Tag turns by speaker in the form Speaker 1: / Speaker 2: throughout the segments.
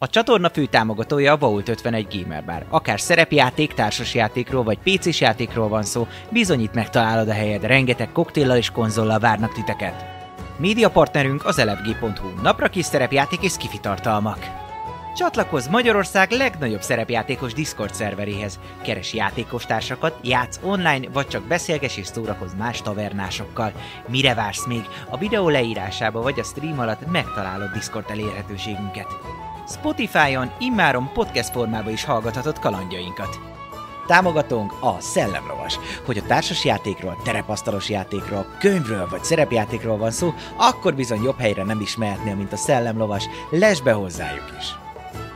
Speaker 1: A csatorna fő támogatója a Vault 51 Gamer Bar. Akár szerepjáték, társasjátékról vagy pc játékról van szó, bizonyít megtalálod a helyed, rengeteg koktéllal és konzollal várnak titeket. Média partnerünk az elefg.hu, napra kis szerepjáték és skifi tartalmak. Csatlakozz Magyarország legnagyobb szerepjátékos Discord szerveréhez. Keres játékostársakat, játsz online, vagy csak beszélges és szórakozz más tavernásokkal. Mire vársz még? A videó leírásába vagy a stream alatt megtalálod Discord elérhetőségünket. Spotify-on immáron podcast formában is hallgathatod kalandjainkat. Támogatónk a Szellemlovas. Hogy a társas játékról, terepasztalos játékról, könyvről vagy szerepjátékról van szó, akkor bizony jobb helyre nem is mehetnél, mint a Szellemlovas. Lesz be hozzájuk is!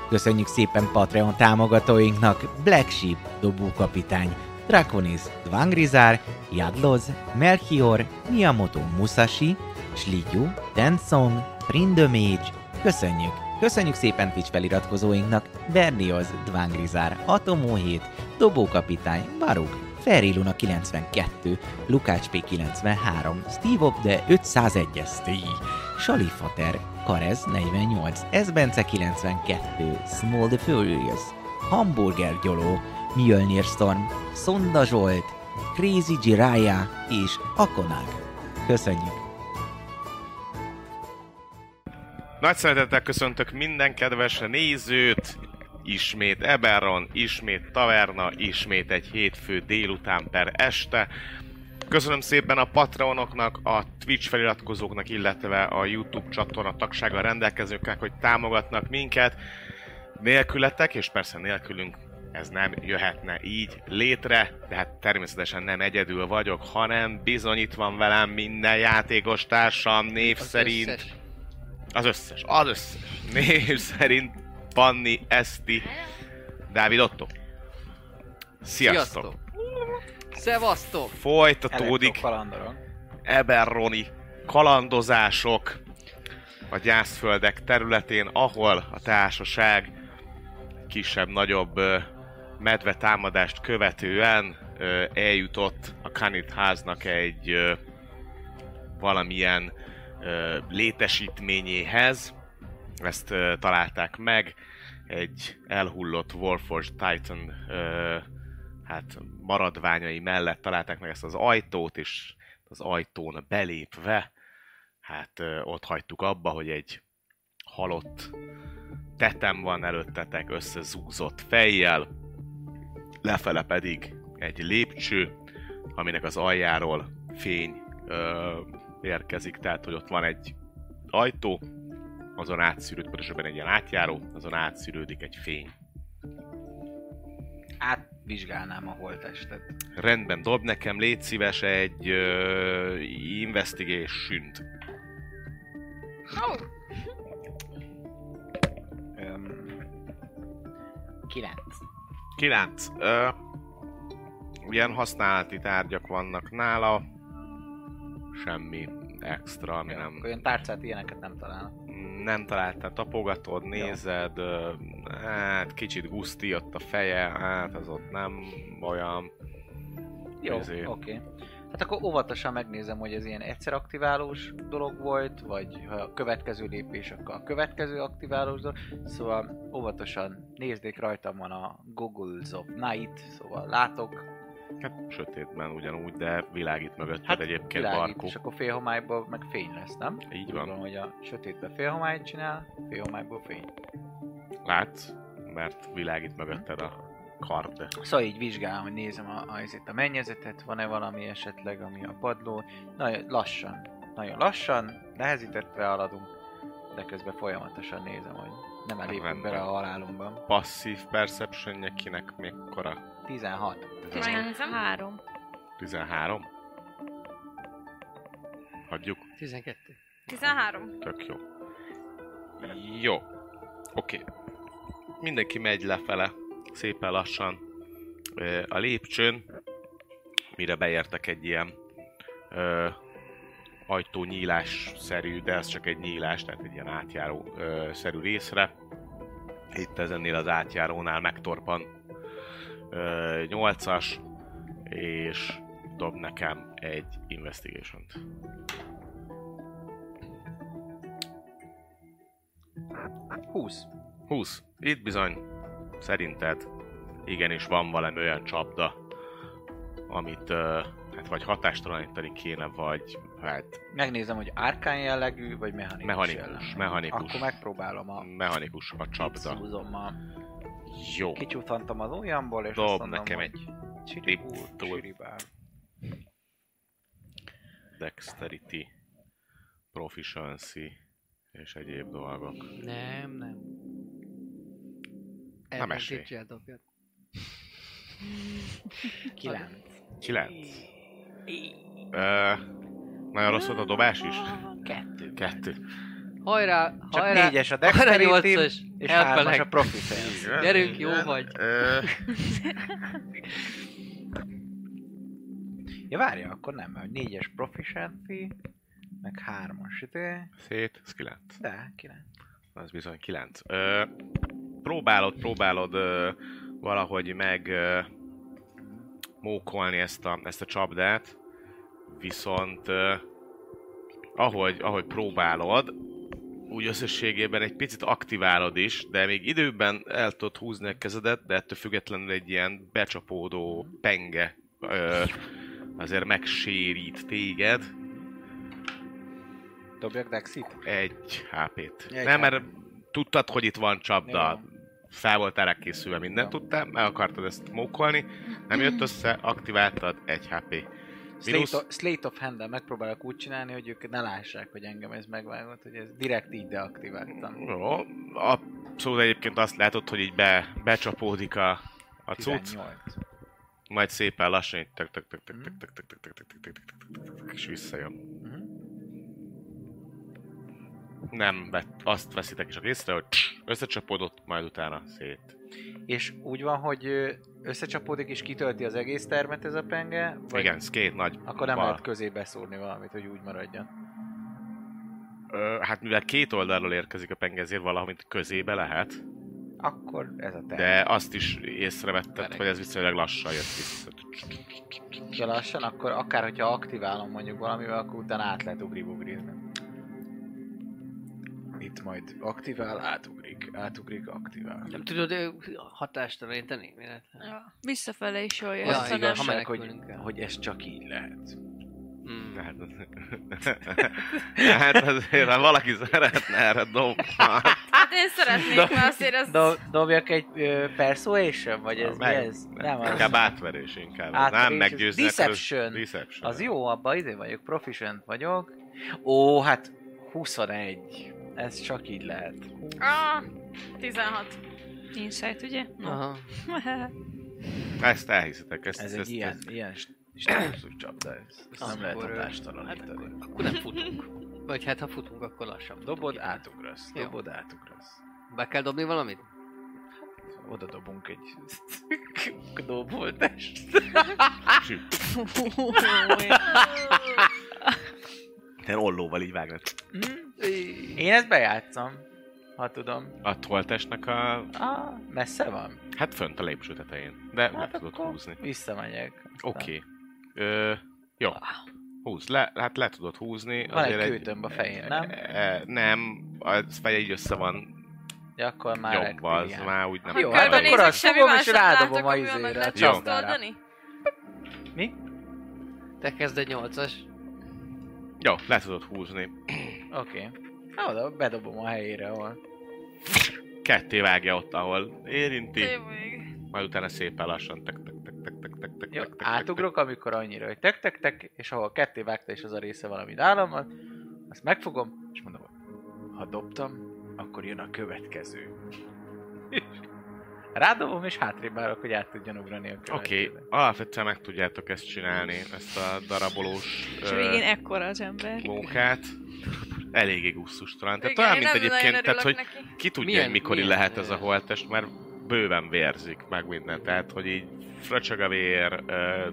Speaker 1: Köszönjük szépen Patreon támogatóinknak Black Sheep, Dobó Kapitány, Draconis, Dvangrizár, Jadloz, Melchior, Miyamoto Musashi, Slidyu, Denson, Prindomage, köszönjük! Köszönjük szépen Twitch feliratkozóinknak Bernioz, Dvángrizár, Atomó 7, Dobókapitány, Baruk, Feriluna 92, Lukács P93, Steve Op de 501 STI, Salifater, Karez 48, Ezbence 92, Small the Furious, Hamburger Gyoló, Mjölnir Storm, Szonda Zsolt, Crazy Jiraya és Akonák. Köszönjük!
Speaker 2: Nagy szeretettel köszöntök minden kedves nézőt! Ismét Eberron, ismét Taverna, ismét egy hétfő délután per este. Köszönöm szépen a Patreonoknak, a Twitch feliratkozóknak, illetve a YouTube csatorna tagsága rendelkezőknek, hogy támogatnak minket. Nélkületek, és persze nélkülünk ez nem jöhetne így létre, de hát természetesen nem egyedül vagyok, hanem bizony itt van velem minden játékos társam név
Speaker 3: Az
Speaker 2: szerint.
Speaker 3: összes.
Speaker 2: Az összes, az összes. Név szerint Panni, Eszti, Dávid Otto. Sziasztok.
Speaker 3: Sziasztok! Szevasztok!
Speaker 2: Folytatódik Eberroni kalandozások a gyászföldek területén, ahol a társaság kisebb-nagyobb ö, medve támadást követően ö, eljutott a Kanit háznak egy ö, valamilyen ö, létesítményéhez. Ezt ö, találták meg, egy elhullott Warforged Titan ö, hát maradványai mellett találták meg ezt az ajtót, és az ajtón belépve, hát ö, ott hagytuk abba, hogy egy halott tetem van előttetek összezúzott fejjel, lefele pedig egy lépcső, aminek az aljáról fény ö, érkezik, tehát hogy ott van egy ajtó, azon átszűrődik, pontosabban egy ilyen átjáró, azon átszűrődik egy fény.
Speaker 1: Átvizsgálnám a holttestet.
Speaker 2: Rendben, dob nekem, légy szíves egy ö, investigation-t.
Speaker 1: Öm... Kilenc.
Speaker 2: Kilenc. Ö, ilyen használati tárgyak vannak nála. Semmi extra, ami
Speaker 1: Jó,
Speaker 2: nem,
Speaker 1: Akkor olyan tárcát ilyeneket nem találnak.
Speaker 2: nem találtál. Tapogatod, nézed, ö, hát kicsit guszti ott a feje, hát az ott nem olyan.
Speaker 1: Jó,
Speaker 2: Ezért.
Speaker 1: oké. Hát akkor óvatosan megnézem, hogy ez ilyen egyszer aktiválós dolog volt, vagy ha a következő lépés, akkor a következő aktiválós dolog. Szóval óvatosan nézdék, rajtam van a Googles of Night, szóval látok,
Speaker 2: Hát sötétben ugyanúgy, de világít mögötted
Speaker 1: Hát,
Speaker 2: egyébként
Speaker 1: világít,
Speaker 2: barkó.
Speaker 1: és akkor félhomályban meg fény lesz, nem?
Speaker 2: Így
Speaker 1: Úgy
Speaker 2: van.
Speaker 1: van, hogy a sötétben félhomályt csinál, félhomályból fény.
Speaker 2: Látsz, mert világít mögötted a kard.
Speaker 1: Szóval így vizsgálom, hogy nézem a, a, ezért a mennyezetet, van-e valami esetleg, ami a padló. Nagyon lassan, nagyon lassan, nehezítettve haladunk, de közben folyamatosan nézem, hogy nem elépünk
Speaker 2: Rendben.
Speaker 1: bele a halálunkban.
Speaker 2: Passzív perception kinek mekkora?
Speaker 1: 16.
Speaker 4: 13.
Speaker 2: 13? Hagyjuk,
Speaker 3: 12.
Speaker 4: 13.
Speaker 2: tök jó. Jó. Oké. Okay. Mindenki megy lefele, szépen lassan ö, a lépcsőn, mire beértek egy ilyen ö, ajtónyílás-szerű, de ez csak egy nyílás, tehát egy ilyen átjáró-szerű részre. Itt ezennél az átjárónál megtorpan ö, 8-as, és dob nekem egy investigation-t.
Speaker 1: Húsz.
Speaker 2: 20. 20. Itt bizony, szerinted igenis van valami olyan csapda, amit ö, hát vagy hatástalanítani kéne, vagy hát
Speaker 5: Megnézem, hogy árkán jellegű, vagy mechanikus
Speaker 2: Mechanikus,
Speaker 5: jellegű.
Speaker 2: mechanikus.
Speaker 5: Akkor megpróbálom a
Speaker 2: mechanikus a csapda.
Speaker 5: szúzommal.
Speaker 2: Jó.
Speaker 5: Kicsúszantam az ujjamból, és
Speaker 2: Dob
Speaker 5: azt mondom,
Speaker 2: nekem
Speaker 5: hogy
Speaker 2: egy
Speaker 5: Csiribúr,
Speaker 2: tiptól.
Speaker 5: csiribál.
Speaker 2: Dexterity, proficiency és egyéb dolgok.
Speaker 3: Nem, nem.
Speaker 2: esély.
Speaker 3: Elmentél cseldobjad.
Speaker 5: Kilenc.
Speaker 2: 9. Ö, nagyon rossz volt a dobás is?
Speaker 5: Kettő.
Speaker 2: Kettő.
Speaker 3: Hajrá,
Speaker 5: Csak
Speaker 3: hajrá.
Speaker 5: négyes a
Speaker 3: Hajrá,
Speaker 5: dexterity
Speaker 3: nyolcas.
Speaker 5: és hármas a
Speaker 3: Elfelek.
Speaker 5: profi sales.
Speaker 3: Gyerünk, jó vagy.
Speaker 2: Ö,
Speaker 5: Ja várja, akkor nem, mert négyes proficiency, meg hármas idő,
Speaker 2: szét, ez 9.
Speaker 5: de kilenc.
Speaker 2: Ez bizony 9. Ö, próbálod, próbálod ö, valahogy meg ö, mókolni ezt a, ezt a csapdát, viszont ö, ahogy, ahogy próbálod, úgy összességében egy picit aktiválod is, de még időben el tudod húzni a kezedet, de ettől függetlenül egy ilyen becsapódó penge ö, azért megsérít téged,
Speaker 5: Dobjak dexit?
Speaker 2: egy HP-t.
Speaker 5: Egy
Speaker 2: Nem,
Speaker 5: HP.
Speaker 2: mert tudtad, hogy itt van csapda.
Speaker 5: Jó.
Speaker 2: Fel voltál rá készülve, mindent
Speaker 5: Jó.
Speaker 2: tudtál, meg akartad ezt mókolni, nem jött össze, aktiváltad, egy HP. Minusz-
Speaker 5: Slate of, slate of hand megpróbálok úgy csinálni, hogy ők ne lássák, hogy engem ez megvágott, hogy ez direkt így deaktiváltam.
Speaker 2: Jó, abszolút egyébként azt látod, hogy így be, becsapódik a, a cucc,
Speaker 5: 18.
Speaker 2: majd szépen lassan így tök tök tök tök
Speaker 5: Mhm.
Speaker 2: tök tök tök tök tök tök tök tök tök tök tök tök, és visszajön.
Speaker 5: Mhm.
Speaker 2: Nem, vett- azt veszitek is észre, hogy összecsapódott, majd utána szét.
Speaker 5: És úgy van, hogy ö, összecsapódik és kitölti az egész termet ez a penge? Vagy
Speaker 2: Igen, ez két nagy
Speaker 5: Akkor nem
Speaker 2: fal.
Speaker 5: lehet közé beszúrni valamit, hogy úgy maradjon.
Speaker 2: Ö, hát mivel két oldalról érkezik a penge, ezért valamit közébe lehet,
Speaker 5: Akkor ez a term.
Speaker 2: de azt is észrevetted,
Speaker 3: Pereg.
Speaker 2: hogy ez viszonylag lassan jött vissza.
Speaker 5: De lassan, akkor akár, hogyha aktiválom mondjuk valamivel, akkor utána át lehet ugri-bugrizni. Itt majd aktivál, átugrik, átugrik, aktivál.
Speaker 3: Nem tudod ö, hatástalanítani? véletlenül?
Speaker 4: Ja. Visszafele is jól
Speaker 3: Az
Speaker 4: jössz,
Speaker 5: Az
Speaker 4: ha
Speaker 5: ja,
Speaker 4: nem.
Speaker 5: igazság,
Speaker 3: Ha
Speaker 5: hogy,
Speaker 3: menekülünk el.
Speaker 5: hogy ez csak így lehet.
Speaker 3: Mm.
Speaker 2: Hát, hát azért, ha valaki szeretne erre dobni,
Speaker 4: Hát én szeretnék, mert azért ez...
Speaker 5: Do, dobjak egy ö, persuasion, vagy ez mi
Speaker 2: Meg-
Speaker 5: ez? Nem, az,
Speaker 2: inkább átverés, inkább.
Speaker 5: Átverés,
Speaker 2: nem
Speaker 5: ez
Speaker 2: meggyőzni.
Speaker 5: deception.
Speaker 2: Deception.
Speaker 5: az jó, abban idén vagyok, proficient vagyok. Ó, hát 21. Ez csak így lehet.
Speaker 4: Ah, 16. Insight, ugye? No.
Speaker 3: Aha.
Speaker 5: Ah.
Speaker 2: Ezt elhiszitek. Ezt,
Speaker 5: Ez
Speaker 2: ezt,
Speaker 5: egy ilyen,
Speaker 2: ezt,
Speaker 5: ilyen stílusú csapda. Ez, ezt nem lehet
Speaker 3: Akkor, ö, Hát
Speaker 5: hatástalanítani.
Speaker 3: akkor, akkor nem futunk. Vagy hát ha futunk, akkor lassan. futunk,
Speaker 5: Dobod,
Speaker 3: igen.
Speaker 5: átugrasz.
Speaker 3: Jó.
Speaker 5: Dobod, átugrasz.
Speaker 3: Be kell dobni valamit?
Speaker 5: Szóval Oda dobunk egy doboltást.
Speaker 2: Ilyen ollóval így vágnak.
Speaker 5: Én ezt bejátszom, ha tudom.
Speaker 2: A toltesnek a...
Speaker 5: Ah, messze van?
Speaker 2: Hát fönt a lépcső tetején. De hát meg
Speaker 5: Hát
Speaker 2: tudod
Speaker 5: akkor Hát.
Speaker 2: húzni.
Speaker 5: Visszamegyek. aztán.
Speaker 2: Oké. Ö, jó. Húz, le, hát le tudod húzni.
Speaker 5: Van egy
Speaker 2: azért
Speaker 5: kőtömb a fején, nem?
Speaker 2: E, e, nem, az feje így össze van
Speaker 5: Ja, akkor már
Speaker 2: nyomva, az
Speaker 5: rektilián.
Speaker 2: már úgy nem
Speaker 5: Jó,
Speaker 2: kell.
Speaker 5: hát akkor azt
Speaker 4: semmi
Speaker 5: fogom, és
Speaker 4: másat
Speaker 5: rádobom
Speaker 4: látok,
Speaker 5: a
Speaker 4: amivel
Speaker 5: izére, hát
Speaker 4: meg
Speaker 5: a
Speaker 4: lehet
Speaker 2: Jó.
Speaker 4: azt
Speaker 5: csapdára.
Speaker 4: oldani?
Speaker 3: Te kezd egy nyolcas.
Speaker 2: Jó, le tudod húzni.
Speaker 5: Oké. Na, oda bedobom a helyére, ahol.
Speaker 2: Ketté vágja ott, ahol érinti,
Speaker 4: Jó, még.
Speaker 2: majd utána szépen lassan tek tek tek tek tek tek tek
Speaker 5: Jó,
Speaker 2: tek tek
Speaker 5: átugrok, amikor annyira, hogy tek tek tek, és ahol ketté vágta, és az a része valami nálam van, azt megfogom, és mondom, hogy ha dobtam, akkor jön a következő. Rádobom, és hátrébb állok, hogy át tudjon ugrani a
Speaker 2: Oké,
Speaker 5: következő.
Speaker 2: okay, alapvetően meg tudjátok ezt csinálni, ezt a darabolós
Speaker 4: És
Speaker 2: ö,
Speaker 4: végén ekkora az ember.
Speaker 2: munkát. Eléggé gusztustalan. Tehát
Speaker 4: Igen,
Speaker 2: hát talán,
Speaker 4: én
Speaker 2: mint
Speaker 4: nem nagyon
Speaker 2: egyébként, tehát,
Speaker 4: örülök
Speaker 2: hogy
Speaker 4: neki.
Speaker 2: ki tudja,
Speaker 3: Milyen-
Speaker 2: hogy mikor
Speaker 3: milyen-
Speaker 2: lehet ez a holtest, mert bőven vérzik meg minden. Tehát, hogy így fröcsög a vér, ö,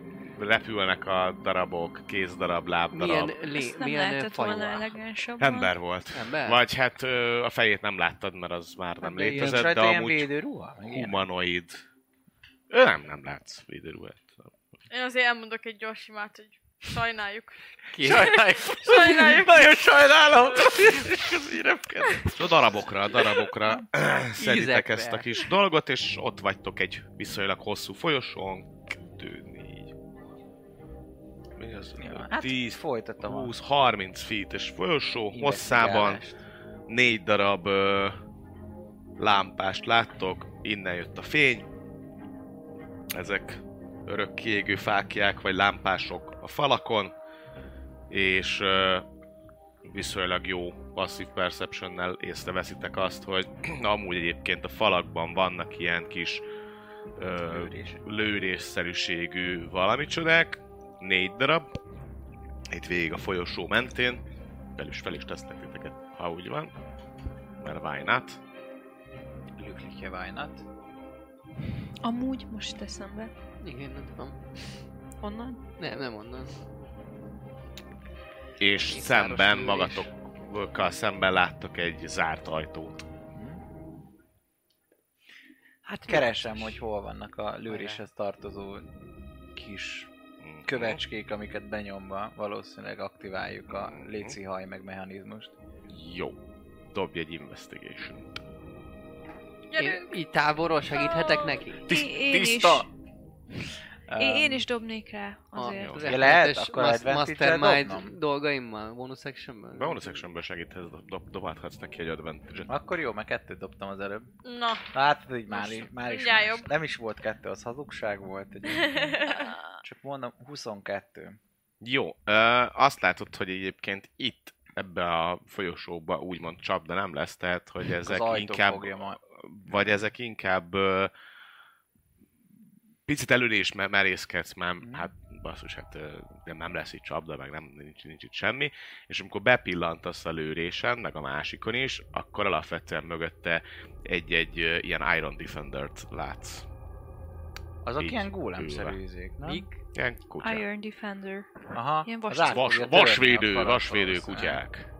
Speaker 2: repülnek a darabok, kézdarab,
Speaker 3: Milyen,
Speaker 2: lábdarab.
Speaker 3: lé,
Speaker 4: Ezt nem
Speaker 3: milyen
Speaker 4: lehetett volna
Speaker 3: fajulás?
Speaker 4: elegánsabban.
Speaker 2: Ember volt.
Speaker 3: Ember?
Speaker 2: Vagy hát ö, a fejét nem láttad, mert az már nem
Speaker 3: Hát
Speaker 5: Jön
Speaker 2: létezett, de
Speaker 5: rajta ilyen
Speaker 2: amúgy
Speaker 5: védőruha? meg ilyenek?
Speaker 2: humanoid. Ő nem, nem látsz védőruhát.
Speaker 4: Én azért elmondok egy gyors imát, hogy Sajnáljuk.
Speaker 5: Ki? Sajnáljuk.
Speaker 4: Sajnáljuk.
Speaker 5: Nagyon sajnálom. És az így repked.
Speaker 2: A darabokra, a darabokra szeditek
Speaker 5: Ízekbe.
Speaker 2: ezt a kis dolgot, és ott vagytok egy viszonylag hosszú folyosón. Kettő, négy. Mi az?
Speaker 5: Ja, hát
Speaker 2: 10,
Speaker 5: folytatom. a
Speaker 2: 20, 30 feet-es folyosó
Speaker 5: híres
Speaker 2: hosszában.
Speaker 5: kiállást.
Speaker 2: négy darab ö, lámpást láttok, innen jött a fény. Ezek örök kiégő fákják vagy lámpások a falakon, és ö, viszonylag jó passive perceptionnel észreveszitek azt, hogy amúgy egyébként a falakban vannak ilyen kis ö,
Speaker 5: Lőrés.
Speaker 2: lőrésszerűségű valami csodák, négy darab, itt végig a folyosó mentén, fel is fel is tesznek titeket, ha úgy van, mert why not?
Speaker 5: Lüklikje vájnat.
Speaker 4: Amúgy most teszem be.
Speaker 3: Igen, nem tudom.
Speaker 4: Onnan?
Speaker 3: Nem, nem onnan.
Speaker 2: És
Speaker 3: Mészáros
Speaker 2: szemben
Speaker 3: lőrés.
Speaker 2: magatokkal szemben láttok egy zárt ajtót.
Speaker 5: Hát keresem, hogy hol vannak a lőréshez tartozó kis
Speaker 2: Mhm.
Speaker 5: kövecskék, amiket benyomva valószínűleg aktiváljuk a lécihaj meg mechanizmust.
Speaker 2: Jó. Dobj egy investigation.
Speaker 4: Gyerünk!
Speaker 3: Én így távolról segíthetek neki.
Speaker 4: Tiszt- Én is. tiszta! Én, én is dobnék rá azért.
Speaker 2: jó.
Speaker 3: Az
Speaker 2: Ja,
Speaker 3: F2-es
Speaker 5: lehet, akkor
Speaker 3: mas-
Speaker 5: advantage-el
Speaker 3: Mastermind
Speaker 5: dobnom?
Speaker 3: dolgaimmal, bonus actionből.
Speaker 2: Bonus actionből segíthetsz, dob, dob, dobálhatsz neki egy advantage
Speaker 5: Akkor jó, mert kettőt dobtam az előbb.
Speaker 4: Na.
Speaker 5: Na, Hát, így már,
Speaker 4: Most
Speaker 5: í- már is
Speaker 4: mindjárt
Speaker 5: más.
Speaker 4: jobb.
Speaker 5: Nem is volt kettő, az hazugság volt. Egy Csak mondom, 22.
Speaker 2: Jó, ö, azt látod, hogy egyébként itt ebbe a folyosóba úgymond csapda nem lesz, tehát hogy ezek
Speaker 5: az ajtó
Speaker 2: inkább,
Speaker 5: fogja majd.
Speaker 2: vagy ezek inkább ö, picit előre is me- merészkedsz, mert
Speaker 5: Mhm.
Speaker 2: hát basszus, hát ö, nem, nem lesz itt csapda, meg nem, nincs, nincs itt semmi, és amikor bepillantasz a lőrésen, meg a másikon is, akkor alapvetően mögötte egy-egy ö, ilyen Iron Defender-t látsz.
Speaker 5: Azok
Speaker 2: Így
Speaker 5: ilyen gólemszerű izék, nem?
Speaker 3: Mik?
Speaker 2: Ilyen kutyák.
Speaker 4: Iron Defender.
Speaker 5: Aha.
Speaker 4: Ilyen
Speaker 5: az
Speaker 4: vas-
Speaker 5: át
Speaker 2: Vas,
Speaker 5: fogja törni a
Speaker 2: vasvédő,
Speaker 5: falat
Speaker 2: vasvédő
Speaker 5: valószínűleg.
Speaker 2: kutyák.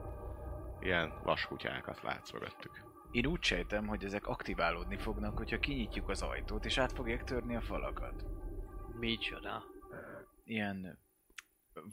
Speaker 2: Ilyen vaskutyákat látsz mögöttük.
Speaker 5: Én úgy sejtem, hogy ezek aktiválódni fognak, hogyha kinyitjuk az ajtót, és át fogják törni a falakat.
Speaker 3: Micsoda?
Speaker 5: Ilyen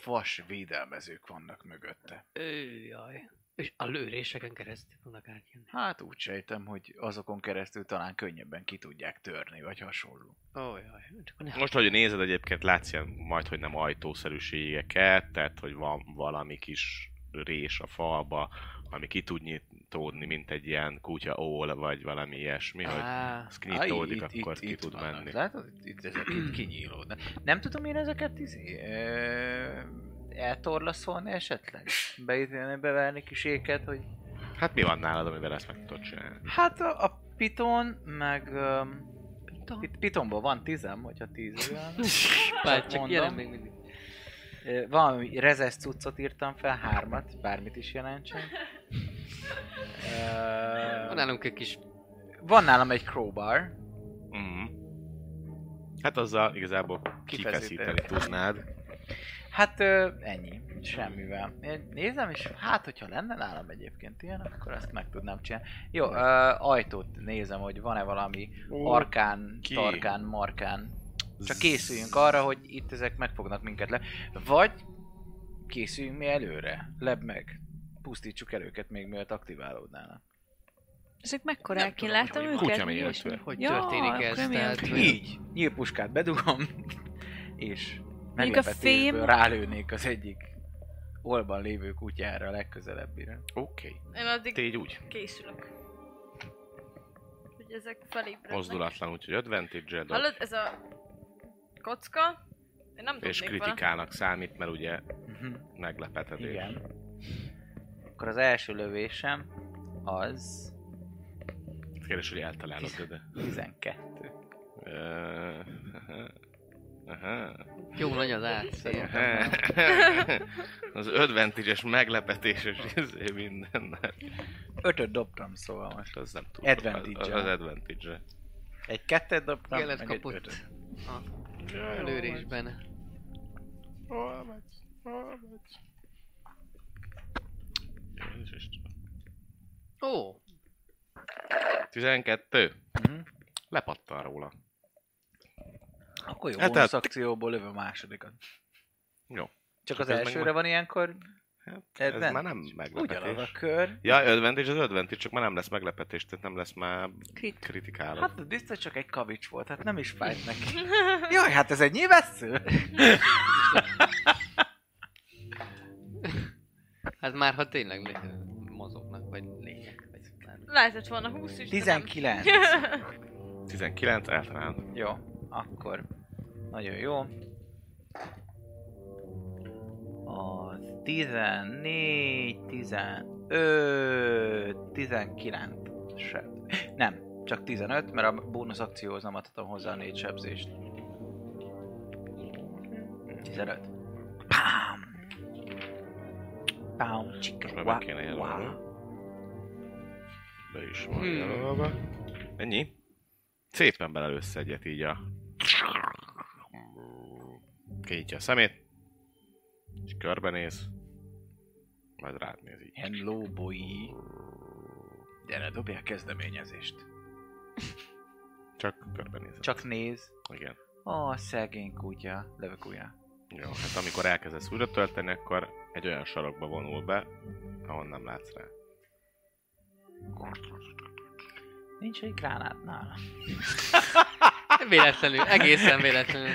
Speaker 5: vas védelmezők vannak mögötte.
Speaker 3: Ő, jaj. És a lőréseken keresztül fognak átjönni.
Speaker 5: Hát úgy sejtem, hogy azokon keresztül talán könnyebben ki tudják törni, vagy hasonló.
Speaker 3: Ó, oh, jaj. Csak ne
Speaker 2: Most, hogy nézed, egyébként látsz ilyen majd, hogy nem ajtószerűségeket, tehát, hogy van valami kis rés a falba, ami ki tud nyitódni, mint egy ilyen kutya ól, vagy valami ilyesmi, hogy
Speaker 3: Á,
Speaker 2: ez
Speaker 5: Á,
Speaker 2: kinyitódik, akkor ki tud
Speaker 5: vannak.
Speaker 2: menni.
Speaker 5: Látod, itt, itt ezek itt kinyílódnak. Nem tudom én ezeket izé, ö, eltorlaszolni esetleg? Beütni, beverni kiséket, hogy...
Speaker 2: Hát mi van nálad, amivel ezt meg tudod csinálni?
Speaker 5: Hát a, a piton, meg... Um,
Speaker 3: Piton?
Speaker 5: pit, pitonban van tízem, hogyha tíz olyan.
Speaker 3: Bár csak
Speaker 5: mondom.
Speaker 3: jelen még mindig.
Speaker 5: Ö, Valami rezes cuccot írtam fel, hármat, bármit is jelentsen. Ö,
Speaker 3: Van nálunk egy kis
Speaker 5: Van nálam egy crowbar.
Speaker 2: Mhm. Hát azzal igazából
Speaker 5: Kifeszíteni.
Speaker 2: kifeszíteni tudnád.
Speaker 5: Hát ö, ennyi, semmivel. Én nézem, és hát, hogyha lenne nálam egyébként ilyen, akkor ezt meg tudnám csinálni. Jó, ö, ajtót nézem, hogy van-e valami arkán,
Speaker 2: ki?
Speaker 5: tarkán, markán. Csak készüljünk arra, hogy itt ezek meg fognak minket le. Vagy készüljünk mi előre, lebb meg. Pusztítsuk el őket még mielőtt aktiválódnának.
Speaker 4: Ezek mekkorák? Én
Speaker 3: tudom,
Speaker 4: láttam
Speaker 3: hogy
Speaker 4: őket.
Speaker 2: kutya
Speaker 4: mi
Speaker 2: méretű.
Speaker 4: ilyesmi?
Speaker 3: hogy
Speaker 4: Ja,
Speaker 3: történik
Speaker 4: akkor
Speaker 3: ez,
Speaker 4: emiatt.
Speaker 3: tehát hogy
Speaker 5: Így, nyílpuskát bedugom, és
Speaker 4: Mondjuk a fém-
Speaker 5: meglepetésből rálőnék az egyik olban lévő kutyára a legközelebbire.
Speaker 2: Oké,
Speaker 4: Én addig
Speaker 2: tégy úgy.
Speaker 4: készülök. Hogy ezek felébrednek.
Speaker 2: Mozdulatlan, úgyhogy advantage
Speaker 4: Hallod, ez a kocka, én nem
Speaker 2: és
Speaker 4: tudnék vele.
Speaker 2: kritikának számít, mert ugye
Speaker 5: Mhm.
Speaker 2: meglepetedés.
Speaker 5: Igen. Akkor az első lövésem az
Speaker 2: Kérdés, hogy eltalálod, de- de...
Speaker 5: 12.
Speaker 2: Ö, aha.
Speaker 3: jó nagy az át. szerintem.
Speaker 2: Aha. Az advantage-es meglepetéses izé minden.
Speaker 5: Ötöt dobtam szóval most.
Speaker 2: Az nem tudom.
Speaker 5: Advantage-e.
Speaker 2: Az, az advantage
Speaker 5: Egy kettet dobtam,
Speaker 3: Kellett
Speaker 5: meg egy
Speaker 3: kapott
Speaker 5: ötöt.
Speaker 3: a lőrésben. Ó,
Speaker 2: 12.
Speaker 5: Mhm.
Speaker 2: Lepattan róla.
Speaker 5: Akkor jó,
Speaker 2: Hát
Speaker 5: hát bónusz
Speaker 2: tehát-
Speaker 5: akcióból lövöm a másodikat.
Speaker 2: Jó.
Speaker 5: Csak
Speaker 2: Csak
Speaker 5: az
Speaker 2: ez meg
Speaker 5: elsőre
Speaker 2: majd-
Speaker 5: van ilyenkor
Speaker 2: Hát, Ez már
Speaker 5: advantage?
Speaker 2: nem
Speaker 5: Ugyanaz a
Speaker 2: meglepetés.
Speaker 5: kör.
Speaker 2: Ja, advantage az advantage, csak már nem lesz meglepetés, tehát nem lesz már
Speaker 4: Krit.
Speaker 2: kritikálod. Hát,
Speaker 5: Hát biztos csak egy kavics volt, hát nem is fájt neki. Jaj, hát ez egy nyilvessző.
Speaker 3: Hát már ha tényleg lé- mozognak, vagy lények, vagy nem.
Speaker 4: Lehetett volna 20 is. de nem.
Speaker 5: 19.
Speaker 2: 19 eltalán.
Speaker 5: Jó, akkor nagyon jó. Az 14, 15, 19. Se. Nem, csak 15, mert a bónusz akcióhoz nem adhatom hozzá a négy sebzést. 15. Pám! Pám,
Speaker 2: Most
Speaker 5: csika,
Speaker 2: már
Speaker 5: wá,
Speaker 2: meg kéne
Speaker 5: wá.
Speaker 2: jelölni. Be is van
Speaker 3: Hmm.
Speaker 2: jelölve. Ennyi. Szépen belel össze egyet így a... Kinyitja a szemét. És körbenéz. Majd rád néz így.
Speaker 5: Hello, boy! Gyere, dobja a kezdeményezést.
Speaker 2: Csak körbenéz.
Speaker 5: Csak néz.
Speaker 2: Igen.
Speaker 5: Ó, szegény kutya. Lövök újra.
Speaker 2: Jó, hát amikor elkezdesz újra tölteni, akkor egy olyan sarokba vonul be, ahonnan nem látsz rá.
Speaker 5: Nincs egy gránát nála.
Speaker 3: Véletlenül, egészen véletlenül.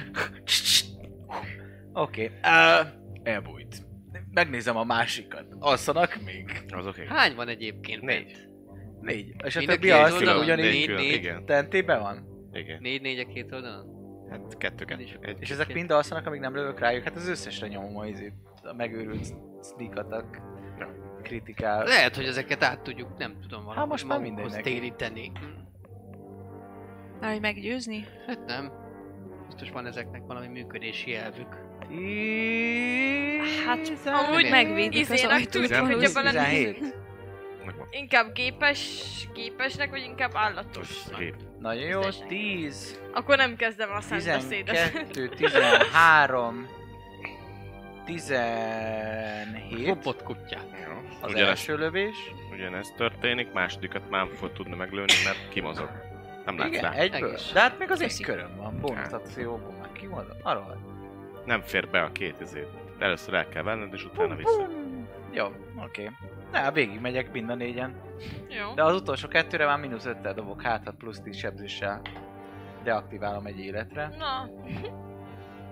Speaker 5: Oké. Okay. Elbújt. Megnézem a másikat. Alszanak még?
Speaker 2: Azok egy
Speaker 3: Hány van egyébként?
Speaker 2: Négy.
Speaker 3: bent?
Speaker 5: Négy. És a
Speaker 3: Mind a
Speaker 5: többi
Speaker 3: két
Speaker 5: alszik
Speaker 3: oldalon?
Speaker 5: ugyanígy.
Speaker 3: Négy,
Speaker 2: külön,
Speaker 3: négy.
Speaker 2: igen,
Speaker 5: Tentébe van?
Speaker 2: igen.
Speaker 3: Négy, négy a két oldalon?
Speaker 2: Hát kettő, kettő. Egy,
Speaker 5: És ezek mind alszanak, amíg nem lövök rájuk. Hát az összesre nyomom a izét. A megőrült sneak attack kritikál.
Speaker 3: Lehet, hogy ezeket át tudjuk, nem tudom valahogy
Speaker 5: Hát most már
Speaker 3: magunkhoz
Speaker 5: mindegynek.
Speaker 3: téríteni.
Speaker 4: Már hogy meggyőzni?
Speaker 3: Hát nem. Biztos van ezeknek valami működési elvük.
Speaker 4: Hát, amúgy
Speaker 3: nem.
Speaker 4: megvédik az
Speaker 6: Izének
Speaker 4: ajtót.
Speaker 6: tűnik, hogy
Speaker 4: valószínűleg.
Speaker 6: abban nem hiszek.
Speaker 5: 17.
Speaker 6: Inkább gépes, gépesnek, vagy inkább állatos?
Speaker 2: Gép.
Speaker 5: Nagyon jó.
Speaker 6: Tizenegynek.
Speaker 5: 10,
Speaker 6: Akkor nem kezdem a szentbeszédet.
Speaker 5: 12, 13, 17.
Speaker 3: Kopott kutyák.
Speaker 2: Jó.
Speaker 5: Az
Speaker 2: Ugyanez,
Speaker 5: első lövés.
Speaker 2: ugyanez történik, másodikat már nem fog tudni meglőni, mert kimozog. Nem látsz
Speaker 5: Igen,
Speaker 2: rá.
Speaker 5: egyből.
Speaker 3: Egész.
Speaker 5: De hát még az egy
Speaker 4: Köszi.
Speaker 5: köröm van, bónusz akcióban meg kimondom. Arról.
Speaker 2: Nem fér be a két izét. Először el kell venned, és utána vissza.
Speaker 5: Jó, oké. Na, végig megyek mind a négyen.
Speaker 6: Jó.
Speaker 5: De az utolsó kettőre már mínusz öttel dobok, hát ha plusz 10 sebzéssel deaktiválom egy életre.
Speaker 6: Na,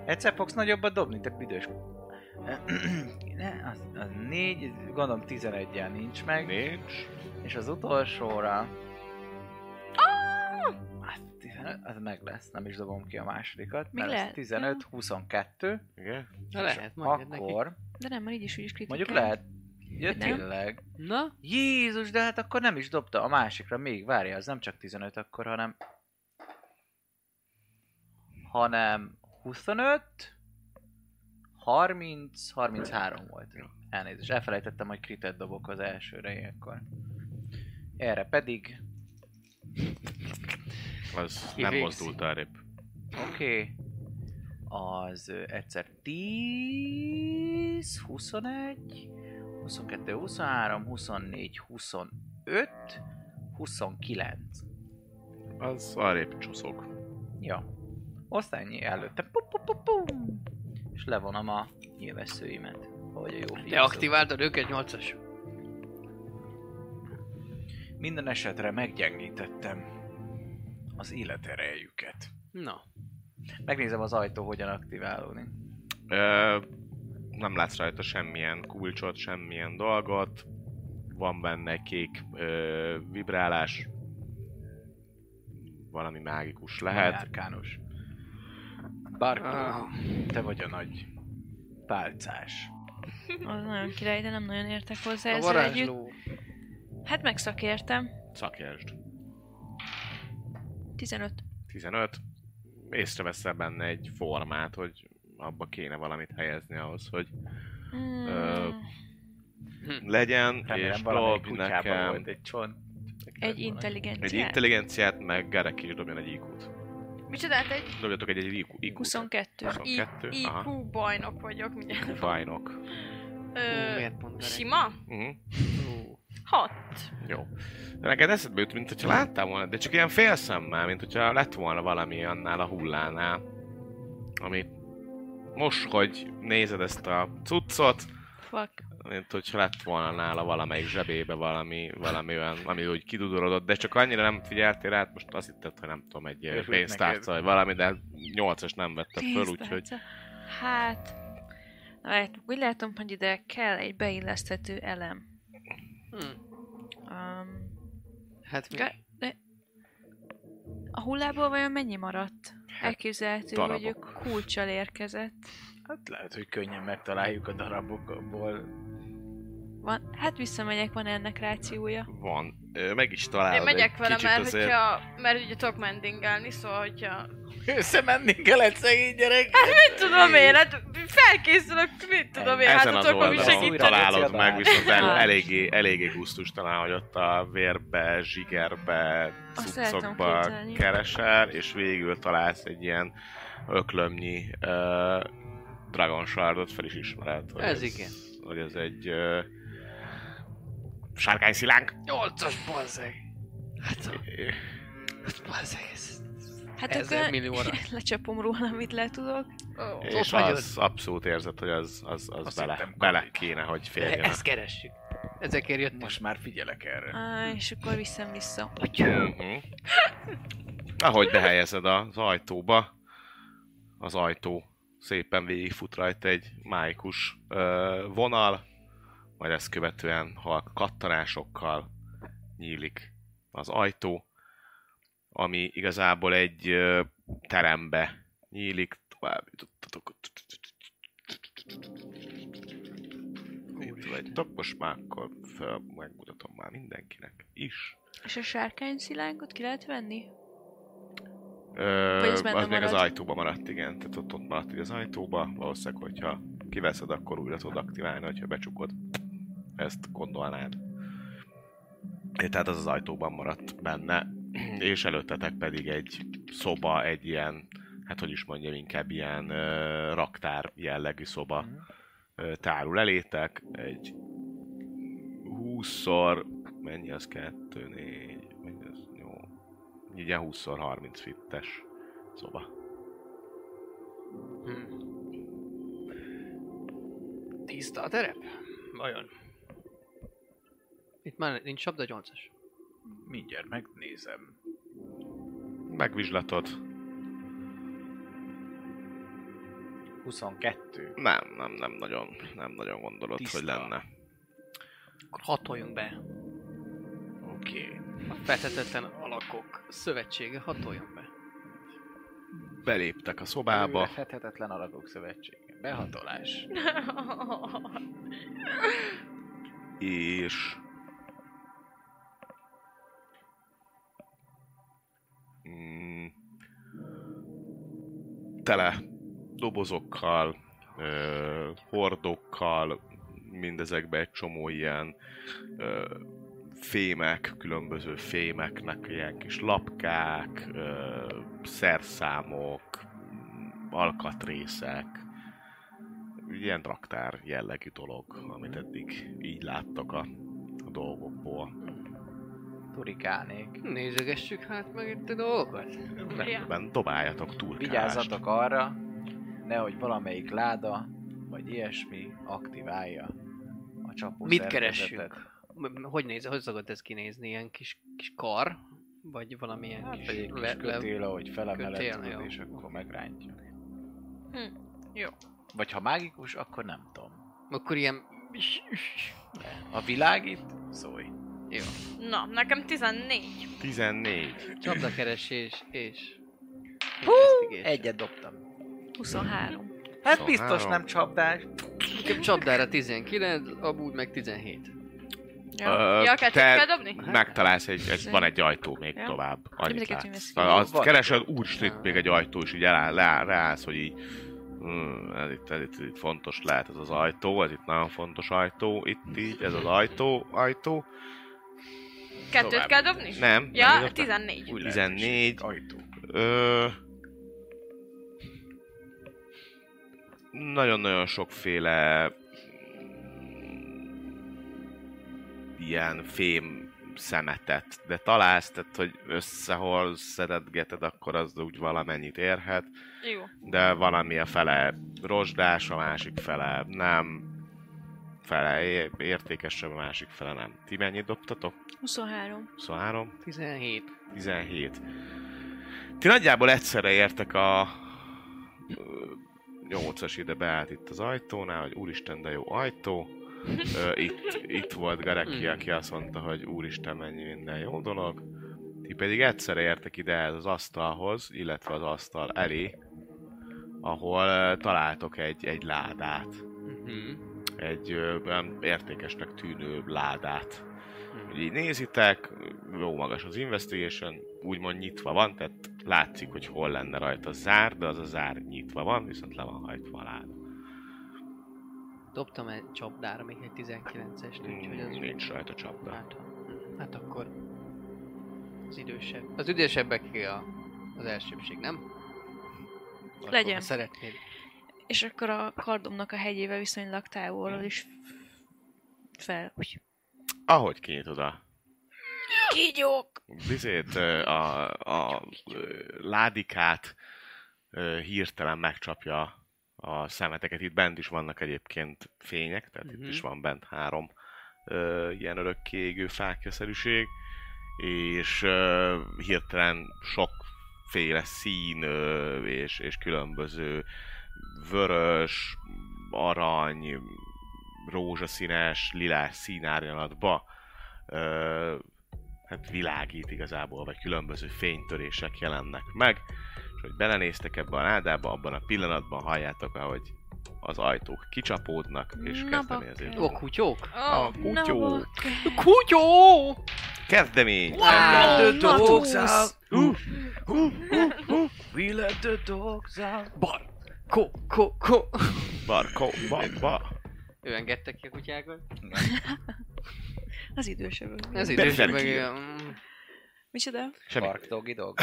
Speaker 5: Egyszer fogsz nagyobbat dobni, te büdös. Ne, az, az négy, gondolom 11 -jel nincs meg.
Speaker 2: Nincs.
Speaker 5: És az utolsóra... Az, 15, az meg lesz, nem is dobom ki a másodikat.
Speaker 4: Mi
Speaker 5: mert az
Speaker 4: lehet?
Speaker 5: 15, 22.
Speaker 2: Igen.
Speaker 3: Na lehet,
Speaker 5: Akkor...
Speaker 3: mondjad neki.
Speaker 4: De nem, már így is úgy is kritikál.
Speaker 5: Mondjuk lehet. Ja,
Speaker 4: Nem?
Speaker 5: tényleg.
Speaker 3: Na,
Speaker 5: Jézus, de hát akkor nem is dobta a másikra. Még várja, az nem csak 15 akkor, hanem... Hanem 25, 30, 33 volt. Elnézést, elfelejtettem, hogy kritet dobok az elsőre ilyenkor. Erre pedig,
Speaker 2: Az
Speaker 3: Ki
Speaker 2: nem
Speaker 3: végzi?
Speaker 2: mozdult arrébb.
Speaker 5: oké, okay, az ö, egyszer 10, 21, 22, 23, 24, 25, 29.
Speaker 2: Az arrébb csúszog.
Speaker 5: Ja. Osztányi előtte. Pu, pu, pu, pum. És levonom a nyilvesszőimet. Hogy a jó
Speaker 3: te
Speaker 5: fiú szó.
Speaker 3: aktiváltad őket 8-as.
Speaker 5: Minden esetre meggyengítettem az életerejüket.
Speaker 3: Na,
Speaker 5: Megnézem az ajtó hogyan aktiválódni.
Speaker 2: Ö, nem látsz rajta semmilyen kulcsot, semmilyen dolgot. Van benne kék ö, vibrálás. Valami mágikus lehet.
Speaker 5: Járkánus. Barkó,
Speaker 3: Ah.
Speaker 5: te vagy a nagy pálcás.
Speaker 4: Az nagyon király, de nem nagyon értek hozzá
Speaker 3: a
Speaker 4: ezzel együtt.
Speaker 3: varázsló.
Speaker 4: Hát megszakértem.
Speaker 2: Szakjásd.
Speaker 4: 15.
Speaker 2: 15. Észreveszel benne egy formát, hogy abba kéne valamit helyezni ahhoz, hogy
Speaker 6: Hmm,
Speaker 4: Mm.
Speaker 2: Ö, legyen, és
Speaker 5: Remélem valami
Speaker 2: dob
Speaker 5: kutyában
Speaker 2: nekem
Speaker 5: volt egy csont.
Speaker 4: Egy intelligencia.
Speaker 2: egy intelligenciát, meg Garek is dobjon egy IQ-t.
Speaker 6: micsodát hát egy
Speaker 2: Dobjatok egy, egy IQ, IQ-t.
Speaker 4: 22.
Speaker 2: 22.
Speaker 6: I-
Speaker 2: Aha.
Speaker 6: IQ bajnok vagyok, mindjárt.
Speaker 2: Fajnok.
Speaker 6: Ö,
Speaker 3: Miért mondanak?
Speaker 6: Sima?
Speaker 2: Mhm.
Speaker 6: Hat.
Speaker 2: Jó. De neked eszedbe jut, mint hogyha láttál volna, de csak ilyen félszemmel, mint hogyha lett volna valami annál a hullánál, ami most, hogy nézed ezt a cuccot,
Speaker 6: Fuck.
Speaker 2: mint hogyha lett volna nála valamelyik zsebébe valami, valami olyan, ami úgy kidudorodott, de csak annyira nem figyeltél rá, hát most azt hitted, hogy nem tudom, egy ilyen
Speaker 5: Örült
Speaker 2: pénztárca
Speaker 5: neked.
Speaker 2: vagy valami, de 8-as nem vette föl, úgyhogy
Speaker 6: Pénztárca. Hát... Na, hát úgy látom, hogy ide kell egy beilleszthető elem.
Speaker 3: Hm.
Speaker 6: Um,
Speaker 3: Hát mi?
Speaker 6: Ge- a hullából vajon mennyi maradt? Elképzelhető, hogy ő
Speaker 2: Hát, darabok.
Speaker 6: kulcsal érkezett.
Speaker 5: Hát lehet, hogy könnyen megtaláljuk a darabokból.
Speaker 6: Van, hát visszamegyek, van ennek rációja.
Speaker 2: van. Ö, Meg is találod
Speaker 6: Én megyek
Speaker 2: egy
Speaker 6: vele,
Speaker 2: kicsit
Speaker 6: mert,
Speaker 2: azért.
Speaker 6: hogyha, mert ugye tudok mendingálni, szóval hogyha...
Speaker 5: Összemenni kell egy szegény gyerek.
Speaker 6: Mit tudom én, hát felkészülök, mit tudom én, hát
Speaker 2: Ezen
Speaker 6: a
Speaker 2: az
Speaker 6: tokom is
Speaker 2: oldalon
Speaker 6: segíteni.
Speaker 2: találod meg, viszont el,
Speaker 6: Ah.
Speaker 2: eléggé, eléggé gusztustalan, hogy ott a vérbe, zsigerbe,
Speaker 6: Azt el tudom
Speaker 2: cuccokba
Speaker 6: képzelni.
Speaker 2: keresel, és végül találsz egy ilyen öklömnyi uh, Dragon Shardot, fel is ismered. hogy
Speaker 3: Ez igen.
Speaker 2: Hogy ez egy uh, sárkány szilánk.
Speaker 3: Nyolcas, bazzeg! Hát a... Hát bazzeg, ez...
Speaker 6: Hát
Speaker 3: Ezer
Speaker 6: akkor
Speaker 3: millióra.
Speaker 6: lecsapom róla, amit le tudok.
Speaker 3: Ó,
Speaker 2: és
Speaker 3: ott
Speaker 2: az abszolút érzed, hogy az, az, az
Speaker 5: Azt
Speaker 2: bele,
Speaker 5: hittem,
Speaker 2: bele
Speaker 5: kapit.
Speaker 2: kéne, hogy
Speaker 3: vagyunk.
Speaker 2: férjen.
Speaker 3: Ezt keressük. Ezekért jöttünk.
Speaker 5: Most már figyelek erre.
Speaker 6: Á, és akkor viszem vissza.
Speaker 2: Mhm. Ahogy behelyezed az ajtóba, az ajtó szépen végigfut rajta egy májkus ö, vonal, majd ezt követően halk kattanásokkal nyílik az ajtó, ami igazából egy ö, terembe nyílik, tovább jutottatok. Itt vagytok, most már akkor föl megmutatom már mindenkinek is.
Speaker 6: És a sárkány szilánkot ki lehet venni?
Speaker 2: Ö,
Speaker 6: Vagy ez
Speaker 2: az
Speaker 6: benne
Speaker 2: még az
Speaker 6: marad?
Speaker 2: ajtóba maradt, igen. Tehát ott, ott maradt így az ajtóba. Valószínűleg, hogyha kiveszed, akkor újra tudod aktiválni, hogyha becsukod. Ezt gondolnád. É, Tehát az az ajtóban maradt benne. És előttetek pedig egy szoba, egy ilyen, hát hogy is mondjam, inkább ilyen ö, raktár jellegű szoba
Speaker 5: Mhm.
Speaker 2: ö, tárul elétek. Egy 20-szor, mennyi az 2, 4, mennyi az 8, így ilyen 20x30 fittes Szóval. szoba.
Speaker 3: Hm. Tiszta a terep? Vajon? Itt már nincs labda 8-as.
Speaker 5: Mindjárt megnézem.
Speaker 2: Megvizslatod?
Speaker 5: 22.
Speaker 2: Nem, nem, nem nagyon, nem nagyon gondolod,
Speaker 5: Tiszta.
Speaker 2: hogy lenne.
Speaker 3: Akkor hatoljunk be.
Speaker 5: Oké. Okay.
Speaker 3: A feltetetlen alakok szövetsége hatoljon be.
Speaker 2: Beléptek a szobába,
Speaker 5: Fethetetlen alakok szövetsége. Behatolás.
Speaker 2: és... Mm, tele dobozokkal, ö, hordokkal, mindezekbe egy csomó ilyen ö, fémek, különböző fémeknek ilyen kis lapkák, ö, szerszámok, m, alkatrészek, ilyen raktár jellegű dolog, amit eddig így láttak a, a dolgokból.
Speaker 5: Turikálnék.
Speaker 3: Nézegessük hát meg itt a dolgokat.
Speaker 2: Rendben, dobáljatok turkálást.
Speaker 5: Vigyázzatok arra, nehogy valamelyik láda, vagy ilyesmi aktiválja a csapó
Speaker 3: Mit
Speaker 5: szerkezetet.
Speaker 3: keressünk? M- m- Hogy néz, hogy szokott ez kinézni? Ilyen kis, kis kar? Vagy valamilyen
Speaker 5: Hát
Speaker 3: kis,
Speaker 5: vagy egy kis kötél, ahogy felemeled
Speaker 3: kötél,
Speaker 5: tudod,
Speaker 3: jó.
Speaker 5: és akkor megrántja.
Speaker 6: Hm, jó.
Speaker 5: Vagy ha mágikus, akkor nem tudom.
Speaker 3: Akkor ilyen...
Speaker 5: A Szóval világít, szólj.
Speaker 3: Jó.
Speaker 6: Na, nekem 14.
Speaker 2: 14.
Speaker 3: Csapdakeresés és...
Speaker 5: Hú,
Speaker 3: investigation.
Speaker 5: Egyet dobtam.
Speaker 6: 23.
Speaker 5: Hát
Speaker 2: Szóval
Speaker 5: biztos
Speaker 2: három.
Speaker 5: nem csapdás.
Speaker 3: Nekem csapdára 19, abúgy meg 17.
Speaker 6: Ja, Hát, ja kell,
Speaker 2: te-
Speaker 6: kell dobni?
Speaker 2: Szóval Megtalálsz egy, egy, van egy ajtó még
Speaker 6: Ja.
Speaker 2: tovább.
Speaker 6: mindig
Speaker 2: Annyit
Speaker 6: egy
Speaker 2: látsz.
Speaker 6: investigation.
Speaker 2: Azt
Speaker 5: Van.
Speaker 2: keresed, úristen, itt még egy ajtó, és így elá- leá- ráállsz, hogy így... Hmm, ez itt, ez itt, ez itt fontos lehet ez az ajtó, ez itt nagyon fontos ajtó, itt így, ez az ajtó, ajtó. Szóval
Speaker 6: Kettőt kell dobni?
Speaker 2: Nem. nem
Speaker 6: Ja,
Speaker 2: írtam.
Speaker 6: 14.
Speaker 2: Új lehetőség. 14.
Speaker 5: Ajtó.
Speaker 2: Ö... Nagyon-nagyon sokféle ilyen fém szemetet, de találsz, tehát hogy összehol szeretgeted, akkor az úgy valamennyit érhet,
Speaker 6: Jó.
Speaker 2: de valami a fele rozsdás, a másik fele nem, fele é- értékesebb, a másik fele nem. Ti mennyit dobtatok? Szóval
Speaker 6: 23.
Speaker 2: 23?
Speaker 3: 17.
Speaker 2: 17. Ti nagyjából egyszerre értek a ö, 8-as ide beállt itt az ajtónál, hogy úristen, de jó ajtó. Ö, Itt, itt volt Gareki, aki azt mondta, hogy úristen, mennyi minden jó dolog. Ti pedig egyszerre értek ide ehhez az asztalhoz, illetve az asztal elé, ahol ö, találtok egy, egy ládát.
Speaker 3: Uh-huh.
Speaker 2: Egy ö, olyan értékesnek tűnő ládát
Speaker 3: Mhm.
Speaker 2: hogy így nézitek, jó magas az investigation, úgymond nyitva van, tehát látszik, hogy hol lenne rajta a zár, de az a zár nyitva van, viszont le van hajtva a láda.
Speaker 3: Dobtam egy csapdára még egy 19-est, úgyhogy
Speaker 2: Mm,
Speaker 3: az...
Speaker 2: Nincs rajta csapda.
Speaker 3: Hát, hát akkor az idősebb. Az idősebbeké a, az elsőbség, nem? Akkor,
Speaker 6: Legyen.
Speaker 3: ha Szeretnéd.
Speaker 6: És akkor a kardomnak a hegyével viszonylag távolról is fel. Úgy.
Speaker 2: Ahogy kinyitod a
Speaker 6: Kígyók!
Speaker 2: vizét, ö, a, a ö, ládikát ö, hirtelen megcsapja a szemeteket. Itt bent is vannak egyébként fények, tehát
Speaker 3: Mhm.
Speaker 2: itt is van bent három ö, ilyen örökké égő fákjaszerűség, és ö, hirtelen sokféle szín ö, és, és különböző vörös, arany, rózsaszínes, lilás színárnyalatba ö, hát világít igazából, vagy különböző fénytörések jelennek meg, és hogy belenéztek ebbe a ládába, abban a pillanatban halljátok, ahogy az ajtók kicsapódnak, és
Speaker 6: Na
Speaker 2: kezdeményezés.
Speaker 6: bakker.
Speaker 3: Ó, kutyók!
Speaker 6: Oh,
Speaker 2: kutyó.
Speaker 3: Kutyó!
Speaker 2: Kezdemény!
Speaker 6: Wow,
Speaker 5: the dogs out.
Speaker 6: Natusz!
Speaker 5: Uh, uh, uh, uh. We let the dogs out.
Speaker 3: Bar! Ko, ko, ko!
Speaker 2: Barkó, ba, ba.
Speaker 3: Ő engedte ki a kutyákat.
Speaker 6: Az idősebb.
Speaker 3: Ez
Speaker 6: Ez
Speaker 2: Persze,
Speaker 3: idősebb,
Speaker 2: ki.
Speaker 3: meg... mm,
Speaker 6: Micsoda?
Speaker 2: Semmi.
Speaker 5: Bark dogi dog.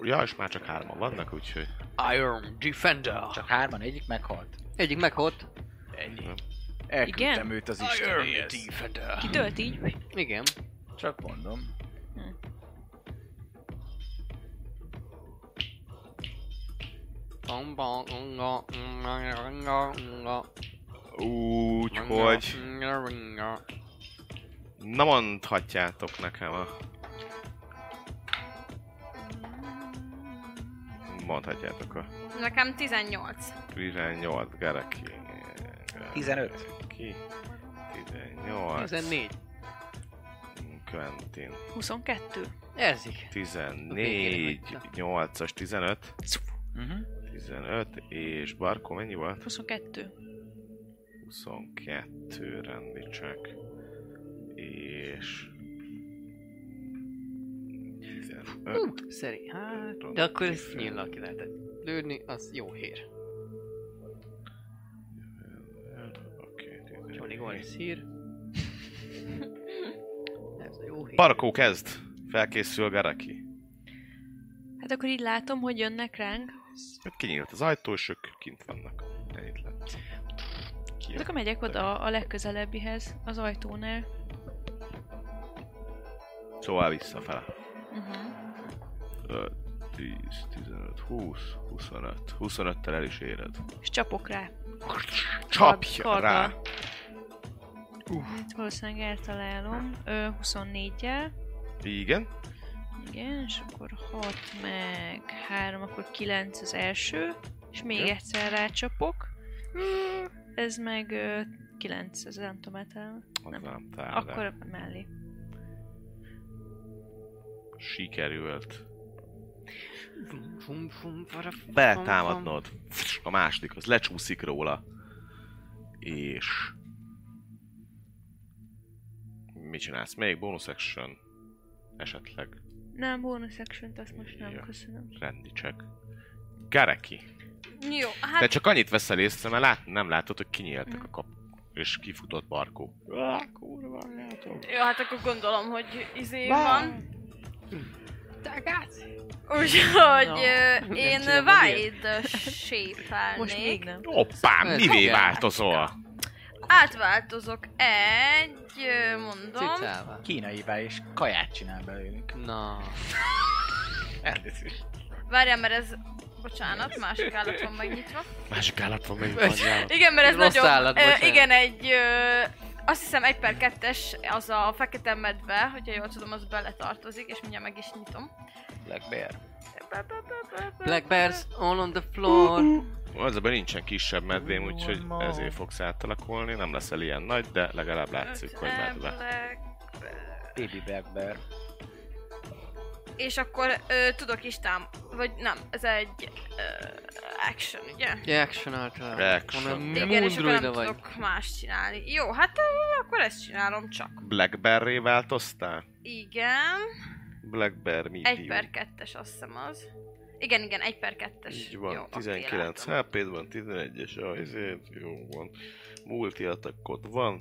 Speaker 2: Ja, és már csak hárman vannak, úgyhogy...
Speaker 3: Iron Defender!
Speaker 5: Csak hárman, egyik meghalt.
Speaker 3: Egyik meghalt.
Speaker 5: Ennyi. Elküldtem
Speaker 6: Igen?
Speaker 5: őt az
Speaker 3: Iron
Speaker 5: Istenéhez.
Speaker 3: Defender!
Speaker 6: Kitölt így?
Speaker 3: Igen.
Speaker 5: Csak mondom.
Speaker 3: Bamba, unga, unga, unga, unga,
Speaker 2: Úgyhogy...
Speaker 3: unga, unga.
Speaker 2: Na mondhatjátok nekem a... Mondhatjátok a
Speaker 4: Nekem 18.
Speaker 2: 18 Gareki.
Speaker 5: 15.
Speaker 2: Ki? 18.
Speaker 3: 14.
Speaker 2: Quentin.
Speaker 6: 22.
Speaker 3: Ezik.
Speaker 2: 14. 8-as 15.
Speaker 5: Uh-huh.
Speaker 2: 15. És Barkó mennyi volt?
Speaker 6: 22.
Speaker 2: 22 rendi csak. És... 15.
Speaker 3: Hú, Szeri. Hát, de akkor ezt nyilván ki lehetett lőni, az jó hír.
Speaker 2: Oké,
Speaker 3: Johnny
Speaker 2: 14.
Speaker 3: Goris hír. Ez a jó hír.
Speaker 2: Barkó kezd! Felkészül Garaki.
Speaker 6: Hát akkor így látom, hogy jönnek ránk.
Speaker 2: Hát kinyílt az ajtó, és ők kint vannak. Ennyit lett.
Speaker 6: Hát akkor megyek oda a legközelebbihez, az ajtónál.
Speaker 2: Szóval visszafele.
Speaker 6: Uh-huh.
Speaker 2: 5, 10, 15, 20, 25. 25-tel el is éred.
Speaker 6: És csapok rá.
Speaker 2: Csapja
Speaker 6: Karddal.
Speaker 2: rá!
Speaker 6: Hát valószínűleg eltalálom. Ö, 24-jel.
Speaker 2: Igen.
Speaker 6: Igen, és akkor 6 meg 3, akkor 9 az első. És még
Speaker 2: Oké.
Speaker 6: egyszer rácsapok. Mm, Ez meg 9, ez nem tudom eltalálni.
Speaker 2: Az
Speaker 6: Nem.
Speaker 2: nem tár,
Speaker 6: Akkor mellé.
Speaker 2: Sikerült.
Speaker 3: Fum, fum, fum, fara, fum,
Speaker 2: Beletámadnod. A második, az lecsúszik róla. És... Mit csinálsz? Még bonus action? Esetleg
Speaker 6: Nem, bonus action azt most nem,
Speaker 2: Ja.
Speaker 6: köszönöm.
Speaker 2: rendi csak. Gareki.
Speaker 4: Jó,
Speaker 2: Hát... Te
Speaker 4: hát
Speaker 2: csak annyit veszel észre, mert lát, nem látod, hogy kinyíltak a kap és kifutott Barkó. Ah, kurva, anyátok.
Speaker 4: Jó, hát akkor gondolom, hogy izé van. Úgyhogy
Speaker 3: Na,
Speaker 4: ö,
Speaker 3: nem
Speaker 4: én
Speaker 3: tudom,
Speaker 4: wild
Speaker 6: Most még
Speaker 4: shape-elnék.
Speaker 6: nem.
Speaker 2: Hoppá,
Speaker 3: Ez
Speaker 2: mivé
Speaker 3: igen.
Speaker 2: változol?
Speaker 4: átváltozok egy, ö, mondom.
Speaker 3: Cicával.
Speaker 5: Kínaivá és kaját csinál belőlünk.
Speaker 3: Na.
Speaker 4: Várjál, mert ez... Bocsánat, másik állat van megnyitva.
Speaker 2: Másik állat van megint anyjával.
Speaker 4: Igen, mert ez
Speaker 3: Rossz
Speaker 4: nagyon...
Speaker 3: állat,
Speaker 4: ö,
Speaker 3: bocsánat.
Speaker 4: igen, egy... Ö, azt hiszem egy per kettes, az a fekete medve, hogyha jól tudom, az beletartozik, és mindjárt meg is nyitom.
Speaker 5: Black Bear.
Speaker 3: Black bears all on the floor.
Speaker 2: Az ebben nincsen kisebb medvém, úgyhogy ezért fogsz átalakulni. Nem leszel ilyen nagy, de legalább látszik, hogy medve.
Speaker 5: Baby Black Bear.
Speaker 4: És akkor ö, tudok is tám... Vagy nem, ez egy... Ö, action, ugye?
Speaker 3: Reaction által.
Speaker 2: Reaction.
Speaker 4: Igen, és akkor nem
Speaker 3: Mondruida vagy.
Speaker 4: tudok más csinálni. Jó, hát ö, akkor ezt csinálom csak.
Speaker 2: Blackberry változtál?
Speaker 4: Igen.
Speaker 2: Blackberry medium.
Speaker 4: Egy per kettes, azt hiszem az. Igen, igen, egy per kettes.
Speaker 2: Így van,
Speaker 4: Jó, oké,
Speaker 2: 19
Speaker 4: látom.
Speaker 2: hp van, 11-es a izét, jó van. Multi attackod van,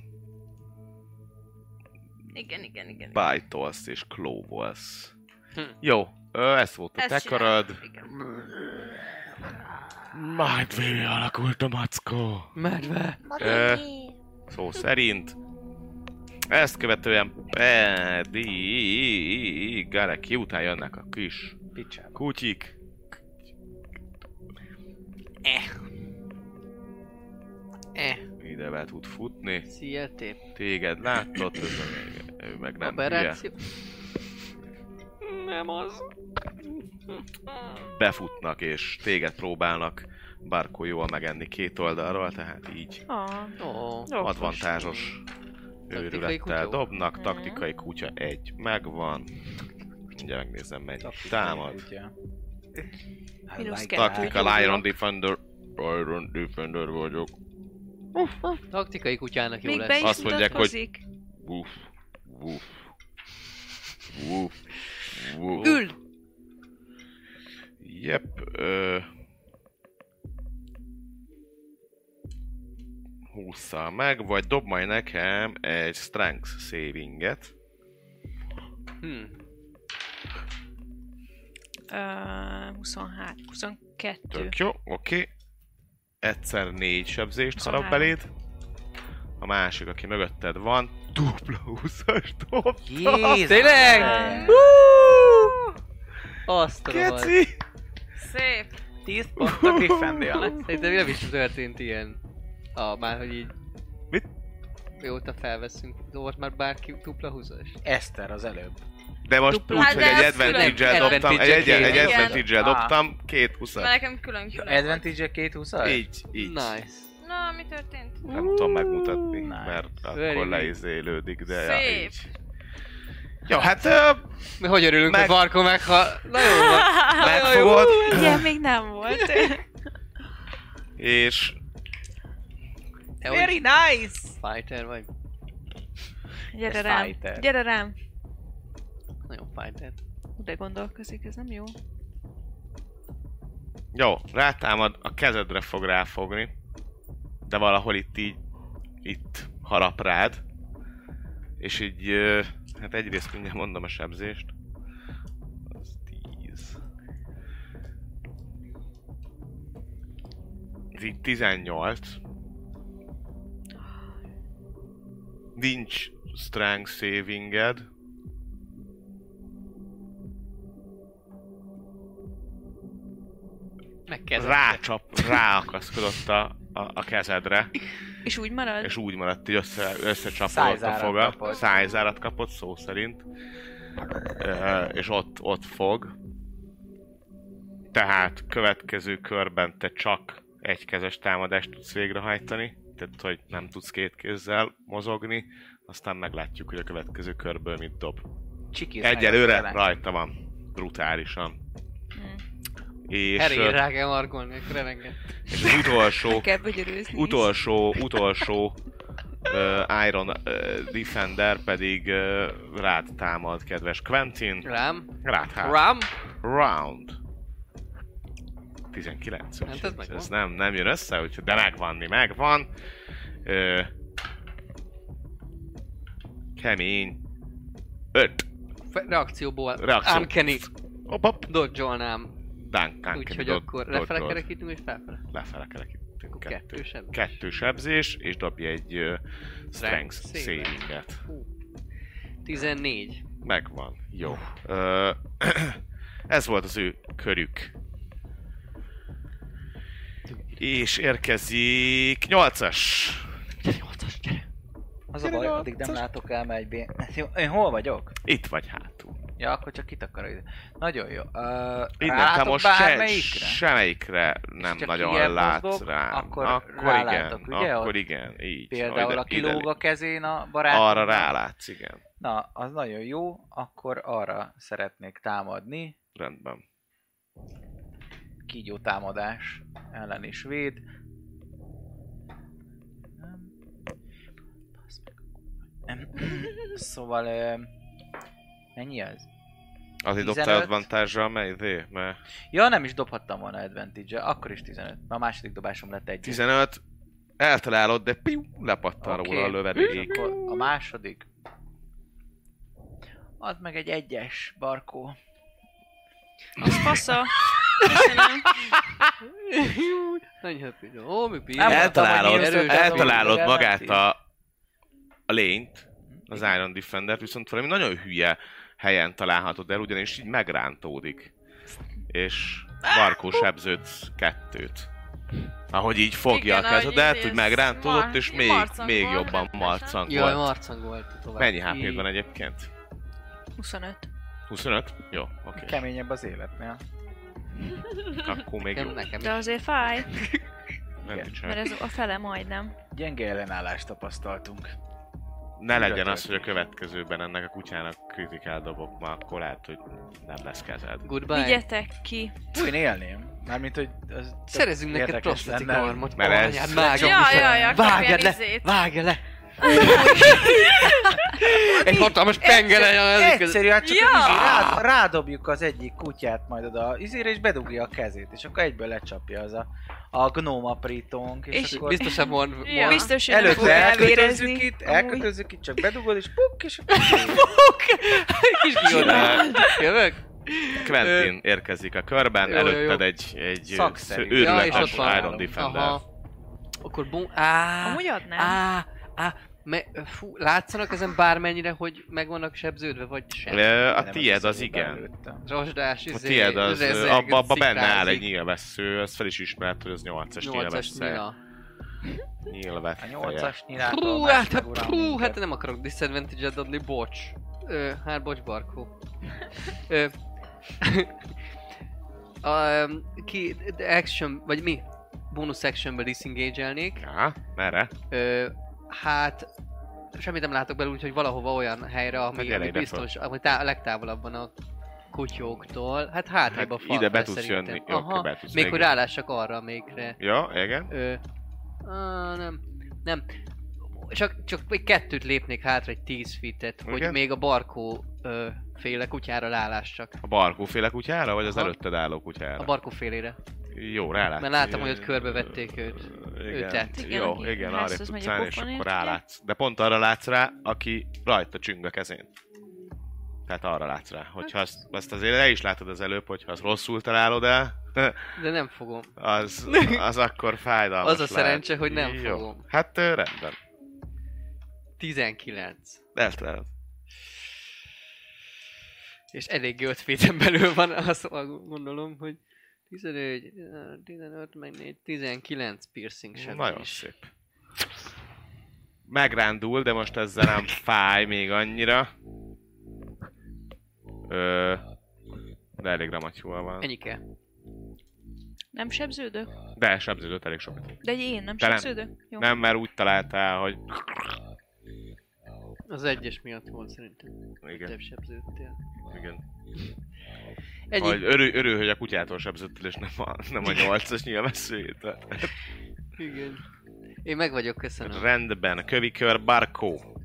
Speaker 4: Igen, igen, igen. igen.
Speaker 2: bájtolsz és klóvolsz.
Speaker 3: Hm.
Speaker 2: Jó, ö, ez volt a
Speaker 4: Ezt
Speaker 2: te
Speaker 4: csinálom,
Speaker 2: karod.
Speaker 4: Igen.
Speaker 2: Mindvé alakult a mackó.
Speaker 3: Medve.
Speaker 2: Ö, szó szerint. Ezt követően pedig... Garek, kiután jönnek a kis
Speaker 5: Picsába.
Speaker 2: kutyik.
Speaker 3: Eh.
Speaker 2: Ide be tud futni.
Speaker 3: Szia, tép.
Speaker 2: Téged látott, ez a még, ő meg nem hülye.
Speaker 3: Operáció. Nem az.
Speaker 2: Befutnak és téged próbálnak barkójóval megenni két oldalról, tehát így
Speaker 6: Ah,
Speaker 3: Ó.
Speaker 6: jó.
Speaker 2: advantázsos
Speaker 3: Taktikai
Speaker 2: őrülettel
Speaker 3: kutya.
Speaker 2: dobnak.
Speaker 6: Mhm.
Speaker 2: Taktikai kutya egy megvan. Mindjárt megnézem, mennyi támad.
Speaker 6: Mínusz
Speaker 2: Tactical Iron Defender. Iron Defender vagyok.
Speaker 3: Taktikai kutyának jó
Speaker 6: Még be
Speaker 3: lesz.
Speaker 6: is
Speaker 2: Azt mondják, hogy-
Speaker 6: mutatkozik.
Speaker 2: Woof. Woof. Woof. Woof.
Speaker 3: Ül!
Speaker 2: Jep. Ö... 20 meg, vagy dob majd nekem egy Strength savinget.
Speaker 3: Hm.
Speaker 6: Ö, 23, 22.
Speaker 2: Tök jó, oké. Egyszer négy sebzést harap
Speaker 6: Huszonhárom.
Speaker 2: beléd. A másik, aki mögötted van, dupla 20-as dob.
Speaker 5: Jézus!
Speaker 3: Tényleg?
Speaker 5: Jézus!
Speaker 3: Azt a rohadt.
Speaker 2: Keci!
Speaker 4: Szép.
Speaker 5: 10 pont a Gryffindor.
Speaker 3: Szerintem nem is történt ilyen. Ah, már hogy így...
Speaker 2: Mit?
Speaker 3: Mióta felveszünk, volt már bárki dupla húzás.
Speaker 5: Eszter az előbb.
Speaker 2: De most
Speaker 3: Dupla.
Speaker 2: úgy,
Speaker 4: Hát
Speaker 2: hogy
Speaker 4: de
Speaker 2: egy
Speaker 4: az
Speaker 2: advantage-el
Speaker 3: külön.
Speaker 2: dobtam, egy, egy,
Speaker 3: Advantage-el
Speaker 2: egy
Speaker 4: kéne.
Speaker 2: advantage-el
Speaker 5: Igen.
Speaker 2: dobtam, két 20
Speaker 4: Mert nekem külön külön.
Speaker 5: Advantage-e két 20
Speaker 2: Így, így.
Speaker 3: Nice.
Speaker 4: Na, mi történt?
Speaker 2: Nem tudom megmutatni,
Speaker 5: Nice.
Speaker 2: mert
Speaker 3: Very
Speaker 2: akkor
Speaker 3: good.
Speaker 2: leizélődik, de ja,
Speaker 4: Szép.
Speaker 2: így. Jó, hát ö,
Speaker 3: Mi hogy örülünk,
Speaker 2: Meg-
Speaker 3: hogy Varko meghal? Na jó van.
Speaker 2: megfogod,
Speaker 6: Ilyen még nem volt.
Speaker 2: és
Speaker 3: Te Very
Speaker 5: nice!
Speaker 3: fighter vagy?
Speaker 6: Gyere
Speaker 5: Ez
Speaker 6: rám.
Speaker 5: fighter.
Speaker 6: Gyere rám.
Speaker 3: Nagyon fighter.
Speaker 6: De gondolkozik, ez nem jó.
Speaker 2: jó, rátámad, a kezedre fog ráfogni, de valahol itt így, itt harap rád, és így, ö, hát egyrészt mindjárt mondom a sebzést, az 10. Ez így 18. Nincs strength savinged.
Speaker 3: Meg kezdett.
Speaker 2: Rácsap, ráakaszkodott a, a, a kezedre,
Speaker 6: És úgy marad?
Speaker 2: és úgy maradt, így össze, összecsapódott a
Speaker 5: Szájzárat
Speaker 2: foga.
Speaker 5: kapott.
Speaker 2: Szájzárat kapott, szó szerint. Ö, és ott, ott fog. Tehát következő körben te csak egykezes támadást tudsz végrehajtani, tehát hogy nem tudsz két kézzel mozogni, aztán meglátjuk, hogy a következő körből mit dob.
Speaker 5: Csikir
Speaker 2: Egyelőre rajta van, brutálisan.
Speaker 6: Hmm.
Speaker 2: És,
Speaker 3: Harry,
Speaker 2: ö,
Speaker 3: rá kell markolni, akkor elenged.
Speaker 2: és az utolsó
Speaker 6: Kell bögyörőzni.
Speaker 2: utolsó, utolsó uh, Iron uh, Defender pedig uh, rád támad, kedves Quentin.
Speaker 3: Rám?
Speaker 2: Rád hát.
Speaker 3: Rám?
Speaker 2: Round. 19.
Speaker 3: Hát
Speaker 2: úgyhogy
Speaker 3: ez megvan.
Speaker 2: ez nem, nem jön össze, úgyhogy de megvan, mi megvan. Ö, kemény. 5.
Speaker 3: Fe- Reakcióból.
Speaker 2: Reakció.
Speaker 3: Uncanny.
Speaker 2: Op, op.
Speaker 3: Dodge-olnám.
Speaker 2: Dunk, dunk,
Speaker 3: Úgyhogy
Speaker 2: dod-
Speaker 3: akkor
Speaker 2: dod-
Speaker 3: lefele
Speaker 2: dod.
Speaker 3: kerekítünk és felfele.
Speaker 2: Lefele kerekít.
Speaker 3: Akkor
Speaker 2: Kettő.
Speaker 3: kettősebb.
Speaker 2: Kettő sebzés, és dobj egy ö, strength
Speaker 3: Strength saving.
Speaker 2: savinget.
Speaker 3: Hú. 14.
Speaker 2: Megvan. Jó. Ö, ez volt az ő körük. És érkezik 8-as.
Speaker 5: Az a baj, addig nem látok el, mert egy bén... Jó, Én hol vagyok?
Speaker 2: Itt vagy hátul.
Speaker 5: Ja, akkor csak kitakarod. Nagyon jó. Uh,
Speaker 2: Innen te most se,
Speaker 5: bármelyikre?
Speaker 2: semmelyikre nem
Speaker 5: csak
Speaker 2: nagyon
Speaker 5: ilyen
Speaker 2: látsz
Speaker 5: mozgok,
Speaker 2: rám.
Speaker 5: akkor rálátok,
Speaker 2: igen,
Speaker 5: ugye?
Speaker 2: Akkor
Speaker 5: Ott
Speaker 2: igen, így.
Speaker 5: Például
Speaker 2: Ide-
Speaker 5: a kilóg a
Speaker 2: ide-
Speaker 5: kezén a barát.
Speaker 2: Arra rálátsz, igen.
Speaker 5: Na, az nagyon jó, akkor arra szeretnék támadni.
Speaker 2: Rendben.
Speaker 5: Kígyó támadás ellen is véd. Nem. Basz meg a kurva. Nem. Szóval... ö, Mennyi az?
Speaker 2: Azért dobtál
Speaker 5: 15?
Speaker 2: advantage-ra, mely izé, mert
Speaker 5: Ja, nem is dobhattam volna advantage akkor is 15. Na, a második dobásom lett egy.
Speaker 2: 15, eltalálod, de piu, lepattan
Speaker 5: Oké.
Speaker 2: róla a
Speaker 5: És
Speaker 2: lövedék.
Speaker 5: akkor a második. Add meg egy egyes, Barkó.
Speaker 6: Az fasza. Köszönöm.
Speaker 3: Nagyon jó. Ó, mi bír.
Speaker 5: Nem mondtam, hogy
Speaker 2: eltalálod,
Speaker 5: én erős
Speaker 2: eltalálod
Speaker 5: vagyok,
Speaker 2: magát
Speaker 5: ellentétben.
Speaker 2: a, a lényt, az Iron Defender, viszont valami nagyon hülye helyen találhatod el, ugyanis így megrántódik. És Barkó sebződsz kettőt. Ahogy így fogja
Speaker 4: Igen,
Speaker 2: a
Speaker 4: ahogy
Speaker 2: kezedet,
Speaker 4: így
Speaker 2: hogy
Speaker 4: ez
Speaker 2: megrántódott,
Speaker 4: mar-
Speaker 2: és még,
Speaker 4: marcang
Speaker 2: még
Speaker 4: volt,
Speaker 2: jobban
Speaker 4: rendesen.
Speaker 2: marcang
Speaker 3: Jaj,
Speaker 2: volt.
Speaker 3: marcang volt tovább.
Speaker 2: Mennyi hp van egyébként?
Speaker 6: 25.
Speaker 2: 25? Jó, oké.
Speaker 5: Keményebb az életnél.
Speaker 2: Akkor még jó.
Speaker 3: Nekem, nekem
Speaker 6: De azért fáj,
Speaker 2: Nem
Speaker 6: mert
Speaker 2: csinálj.
Speaker 6: ez a fele majdnem.
Speaker 5: Gyenge ellenállást tapasztaltunk.
Speaker 2: Ne legyen
Speaker 5: Ügyetlen.
Speaker 2: az, hogy a következőben ennek a kutyának kritikál dobok, mert akkor lehet, hogy nem lesz kezed.
Speaker 3: Goodbye.
Speaker 6: Vigyetek ki.
Speaker 5: Hú, én élném. Mármint, hogy az tök
Speaker 3: Szerezünk neked
Speaker 5: érdekes
Speaker 3: prostetik
Speaker 5: lenne.
Speaker 3: armot.
Speaker 2: Mert ez-
Speaker 3: Anyád, vágom
Speaker 4: Ja,
Speaker 3: vissza.
Speaker 4: ja, ja,
Speaker 3: Vágja
Speaker 4: kapja
Speaker 3: le,
Speaker 4: izét.
Speaker 3: vágja le. Egy hatalmas penge legyen az között.
Speaker 5: Egyszerű, hát csak
Speaker 4: Ja!
Speaker 5: ja! rád, rádobjuk az egyik kutyát majd oda az izére, és bedugja a kezét, és akkor egyből lecsapja az a, a gnómaprítónk, és,
Speaker 3: És
Speaker 5: és akkor
Speaker 3: biztosan van,
Speaker 4: Ja.
Speaker 3: van-
Speaker 6: Biztos, hogy nem
Speaker 5: előtte
Speaker 6: fogják érezni.
Speaker 5: elkötözzük itt,
Speaker 6: Amúgy.
Speaker 5: elkötözzük itt, csak bedugod, és puk, és akkor
Speaker 2: Hát
Speaker 3: Kis kiadás. Jövök?
Speaker 2: Quentin érkezik a körben,
Speaker 3: Jó, jó, jó.
Speaker 2: előtted egy, egy
Speaker 5: Szakszerű.
Speaker 2: szö- őrületes
Speaker 5: Ja, és ott van
Speaker 2: Iron
Speaker 5: nálunk.
Speaker 2: Defender.
Speaker 3: Aha. Akkor bum, á,
Speaker 6: Amúgy adnám.
Speaker 3: á, á, me, fú, látszanak ezen bármennyire, hogy meg vannak sebződve, vagy sem?
Speaker 2: Ö, A
Speaker 5: Nem,
Speaker 2: tied az
Speaker 5: én
Speaker 2: igen.
Speaker 5: belőttem.
Speaker 3: Rozsdás,
Speaker 2: A
Speaker 3: izé,
Speaker 2: tied Hát az, ö,
Speaker 3: rezeg,
Speaker 2: abba, abba benne áll egy
Speaker 3: ciklázik.
Speaker 2: nyilvessző, ezt fel is ismert, hogy az 8-as
Speaker 3: 8-as
Speaker 2: nyilvesszel.
Speaker 3: nyila.
Speaker 5: A
Speaker 2: Nyilvesszel.
Speaker 5: nyolcas nyilától
Speaker 3: Hú,
Speaker 5: más
Speaker 3: hát,
Speaker 5: meg, uram,
Speaker 3: hú, hát
Speaker 5: minket.
Speaker 3: nem akarok disadvantage-et adni, bocs. Ö, hát bocs, Barkó. Ö, a, um, ki, action, vagy mi? Bonus actionbe disengage-elnék.
Speaker 2: Ja, merre?
Speaker 3: Ö, hát, semmit nem látok belőle, úgyhogy valahova olyan helyre,
Speaker 2: Hát
Speaker 3: ami,
Speaker 2: gyere
Speaker 3: ami
Speaker 2: ide
Speaker 3: biztos, ami tá- legtávolabban a kutyóktól. Hát
Speaker 2: Hát
Speaker 3: hátrébb a
Speaker 2: ide be
Speaker 3: falra
Speaker 2: tudsz
Speaker 3: szerintem.
Speaker 2: jönni. Jó, oké,
Speaker 3: Aha,
Speaker 2: be tudsz
Speaker 3: még
Speaker 2: még
Speaker 3: hogy
Speaker 2: jönni.
Speaker 3: rálássak arra, amikre
Speaker 2: Ja, igen.
Speaker 3: Ö, á, nem, nem. Csak, csak még kettőt lépnék hátra, egy 10 fitet, hogy
Speaker 2: Igen?
Speaker 3: még a barkó ö, féle kutyára rálássak.
Speaker 2: A barkóféle kutyára, vagy az
Speaker 3: Aha.
Speaker 2: előtted álló
Speaker 3: A
Speaker 2: kutyára?
Speaker 3: barkó félére.
Speaker 2: Jó, rálátsz.
Speaker 3: Mert láttam, hogy ott körbevették őt.
Speaker 2: Igen,
Speaker 3: Őtet.
Speaker 6: Igen,
Speaker 2: jó,
Speaker 6: aki
Speaker 2: igen, arra
Speaker 6: házhoz megy a
Speaker 2: tudsz állni, és
Speaker 6: pofonért,
Speaker 2: akkor
Speaker 6: ugye?
Speaker 2: rálátsz. De pont arra látsz rá, aki rajta csüng a kezén. Tehát arra látsz rá. Hogyha
Speaker 6: Hát-
Speaker 2: azt, azt azért le is látod az előbb, hogyha azt rosszul találod el,
Speaker 3: De nem fogom.
Speaker 2: az, az akkor fájdalmas
Speaker 3: Az a
Speaker 2: lehet.
Speaker 3: szerencse, hogy nem
Speaker 2: Jó.
Speaker 3: fogom.
Speaker 2: Hát ö, rendben.
Speaker 3: 19.
Speaker 2: Eltalálod.
Speaker 3: És eléggé 5 fiten belül van, azt gondolom, hogy 11, 15, meg 4, 19 piercing sebzés.
Speaker 2: Nagyon szép. Megrándul, de most ezzel nem fáj még annyira. Ö, de elég ramatyúval van.
Speaker 3: Ennyike.
Speaker 6: Nem sebződök?
Speaker 2: De sebződött elég sokat.
Speaker 6: De én nem
Speaker 2: Te nem.
Speaker 6: sebződök? Jó.
Speaker 2: Nem, mert úgy találtál, hogy...
Speaker 3: Az egyes miatt volt szerintem.
Speaker 2: Igen,
Speaker 3: Több sebződtél.
Speaker 2: igen.
Speaker 3: Ennyi.
Speaker 2: Hogy örül, örül, hogy a kutyától sebződtél, és nem a, nem a nyolcas nyilvesszőjét.
Speaker 3: Igen. Én meg vagyok, köszönöm.
Speaker 2: Rendben, kövikör Barkó.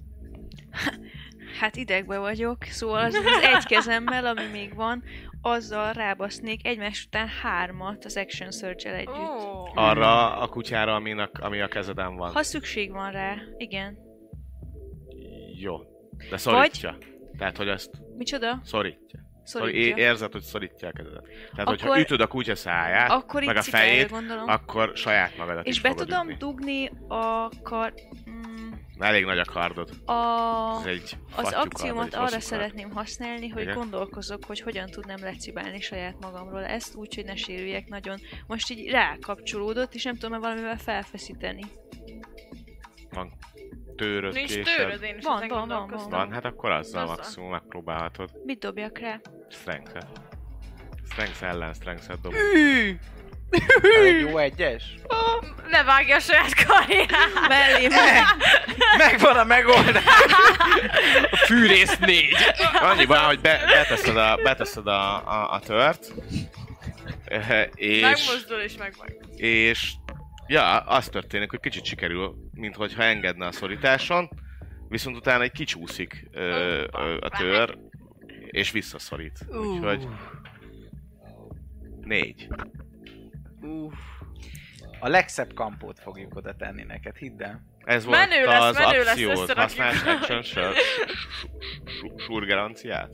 Speaker 6: Hát idegbe vagyok, szóval az, az egy kezemmel, ami még van, azzal rábasznék egymás után hármat az Action surge együtt.
Speaker 4: Ó,
Speaker 2: Arra a kutyára, aminek, ami a kezeden van.
Speaker 6: Ha szükség van rá, igen.
Speaker 2: Jó. De szorítja. Tehát, hogy azt
Speaker 6: Micsoda?
Speaker 2: szorítja. Szóval é- érzed, hogy szorítja a kezedet. Tehát, hogyha
Speaker 6: Akkor-
Speaker 2: ütöd a kutya száját,
Speaker 6: Akkor
Speaker 2: meg
Speaker 6: itt
Speaker 2: a
Speaker 6: cikára
Speaker 2: fejét,
Speaker 6: gondolom.
Speaker 2: akkor saját magadat
Speaker 6: és
Speaker 2: is
Speaker 6: be
Speaker 2: fogod
Speaker 6: tudom
Speaker 2: ütni.
Speaker 6: dugni a kar... mm,
Speaker 2: Elég nagy a kardod.
Speaker 6: A...
Speaker 2: Ez egy
Speaker 6: Az
Speaker 2: fattyú kard,
Speaker 6: akciómat
Speaker 2: egy
Speaker 6: arra
Speaker 2: hosszú kard.
Speaker 6: szeretném használni, hogy
Speaker 2: Igen.
Speaker 6: gondolkozok, hogy hogyan tudnám lecibálni saját magamról ezt, úgy, hogy ne sérüljek nagyon. Most így rákapcsolódott, és nem tudom már valamivel felfeszíteni.
Speaker 2: Van tőröd,
Speaker 4: Nincs
Speaker 2: késed.
Speaker 4: tőröd, én is
Speaker 6: Van, van,
Speaker 4: ezen
Speaker 6: van,
Speaker 4: gondolkoztam.
Speaker 2: Van, hát akkor azzal
Speaker 4: Azzal.
Speaker 2: maximum megpróbálhatod.
Speaker 6: Mit dobjak rá?
Speaker 2: Strength-et. Strength ellen strength-et dobod.
Speaker 5: Egy jó egyes?
Speaker 4: Ne vágja a saját karját!
Speaker 6: Mellé
Speaker 5: Megvan a megoldás! A fűrész négy!
Speaker 2: Annyiban, hogy be, beteszed, a, beteszed a, a, a tört, eh, és,
Speaker 4: Megmozdul és megvág.
Speaker 2: és ja, az történik, hogy kicsit sikerül, minthogyha engedne a szorításon, viszont utána egy kicsúszik ö, ö, a tör, és visszaszorít. Úgyhogy négy.
Speaker 5: A legszebb kampót fogjuk oda tenni neked, hidd el.
Speaker 2: Ez volt
Speaker 4: Menő lesz,
Speaker 2: az
Speaker 4: menő lesz,
Speaker 2: akciót,
Speaker 4: összerakjuk.
Speaker 2: használsz action sur- sur- surgeranciát?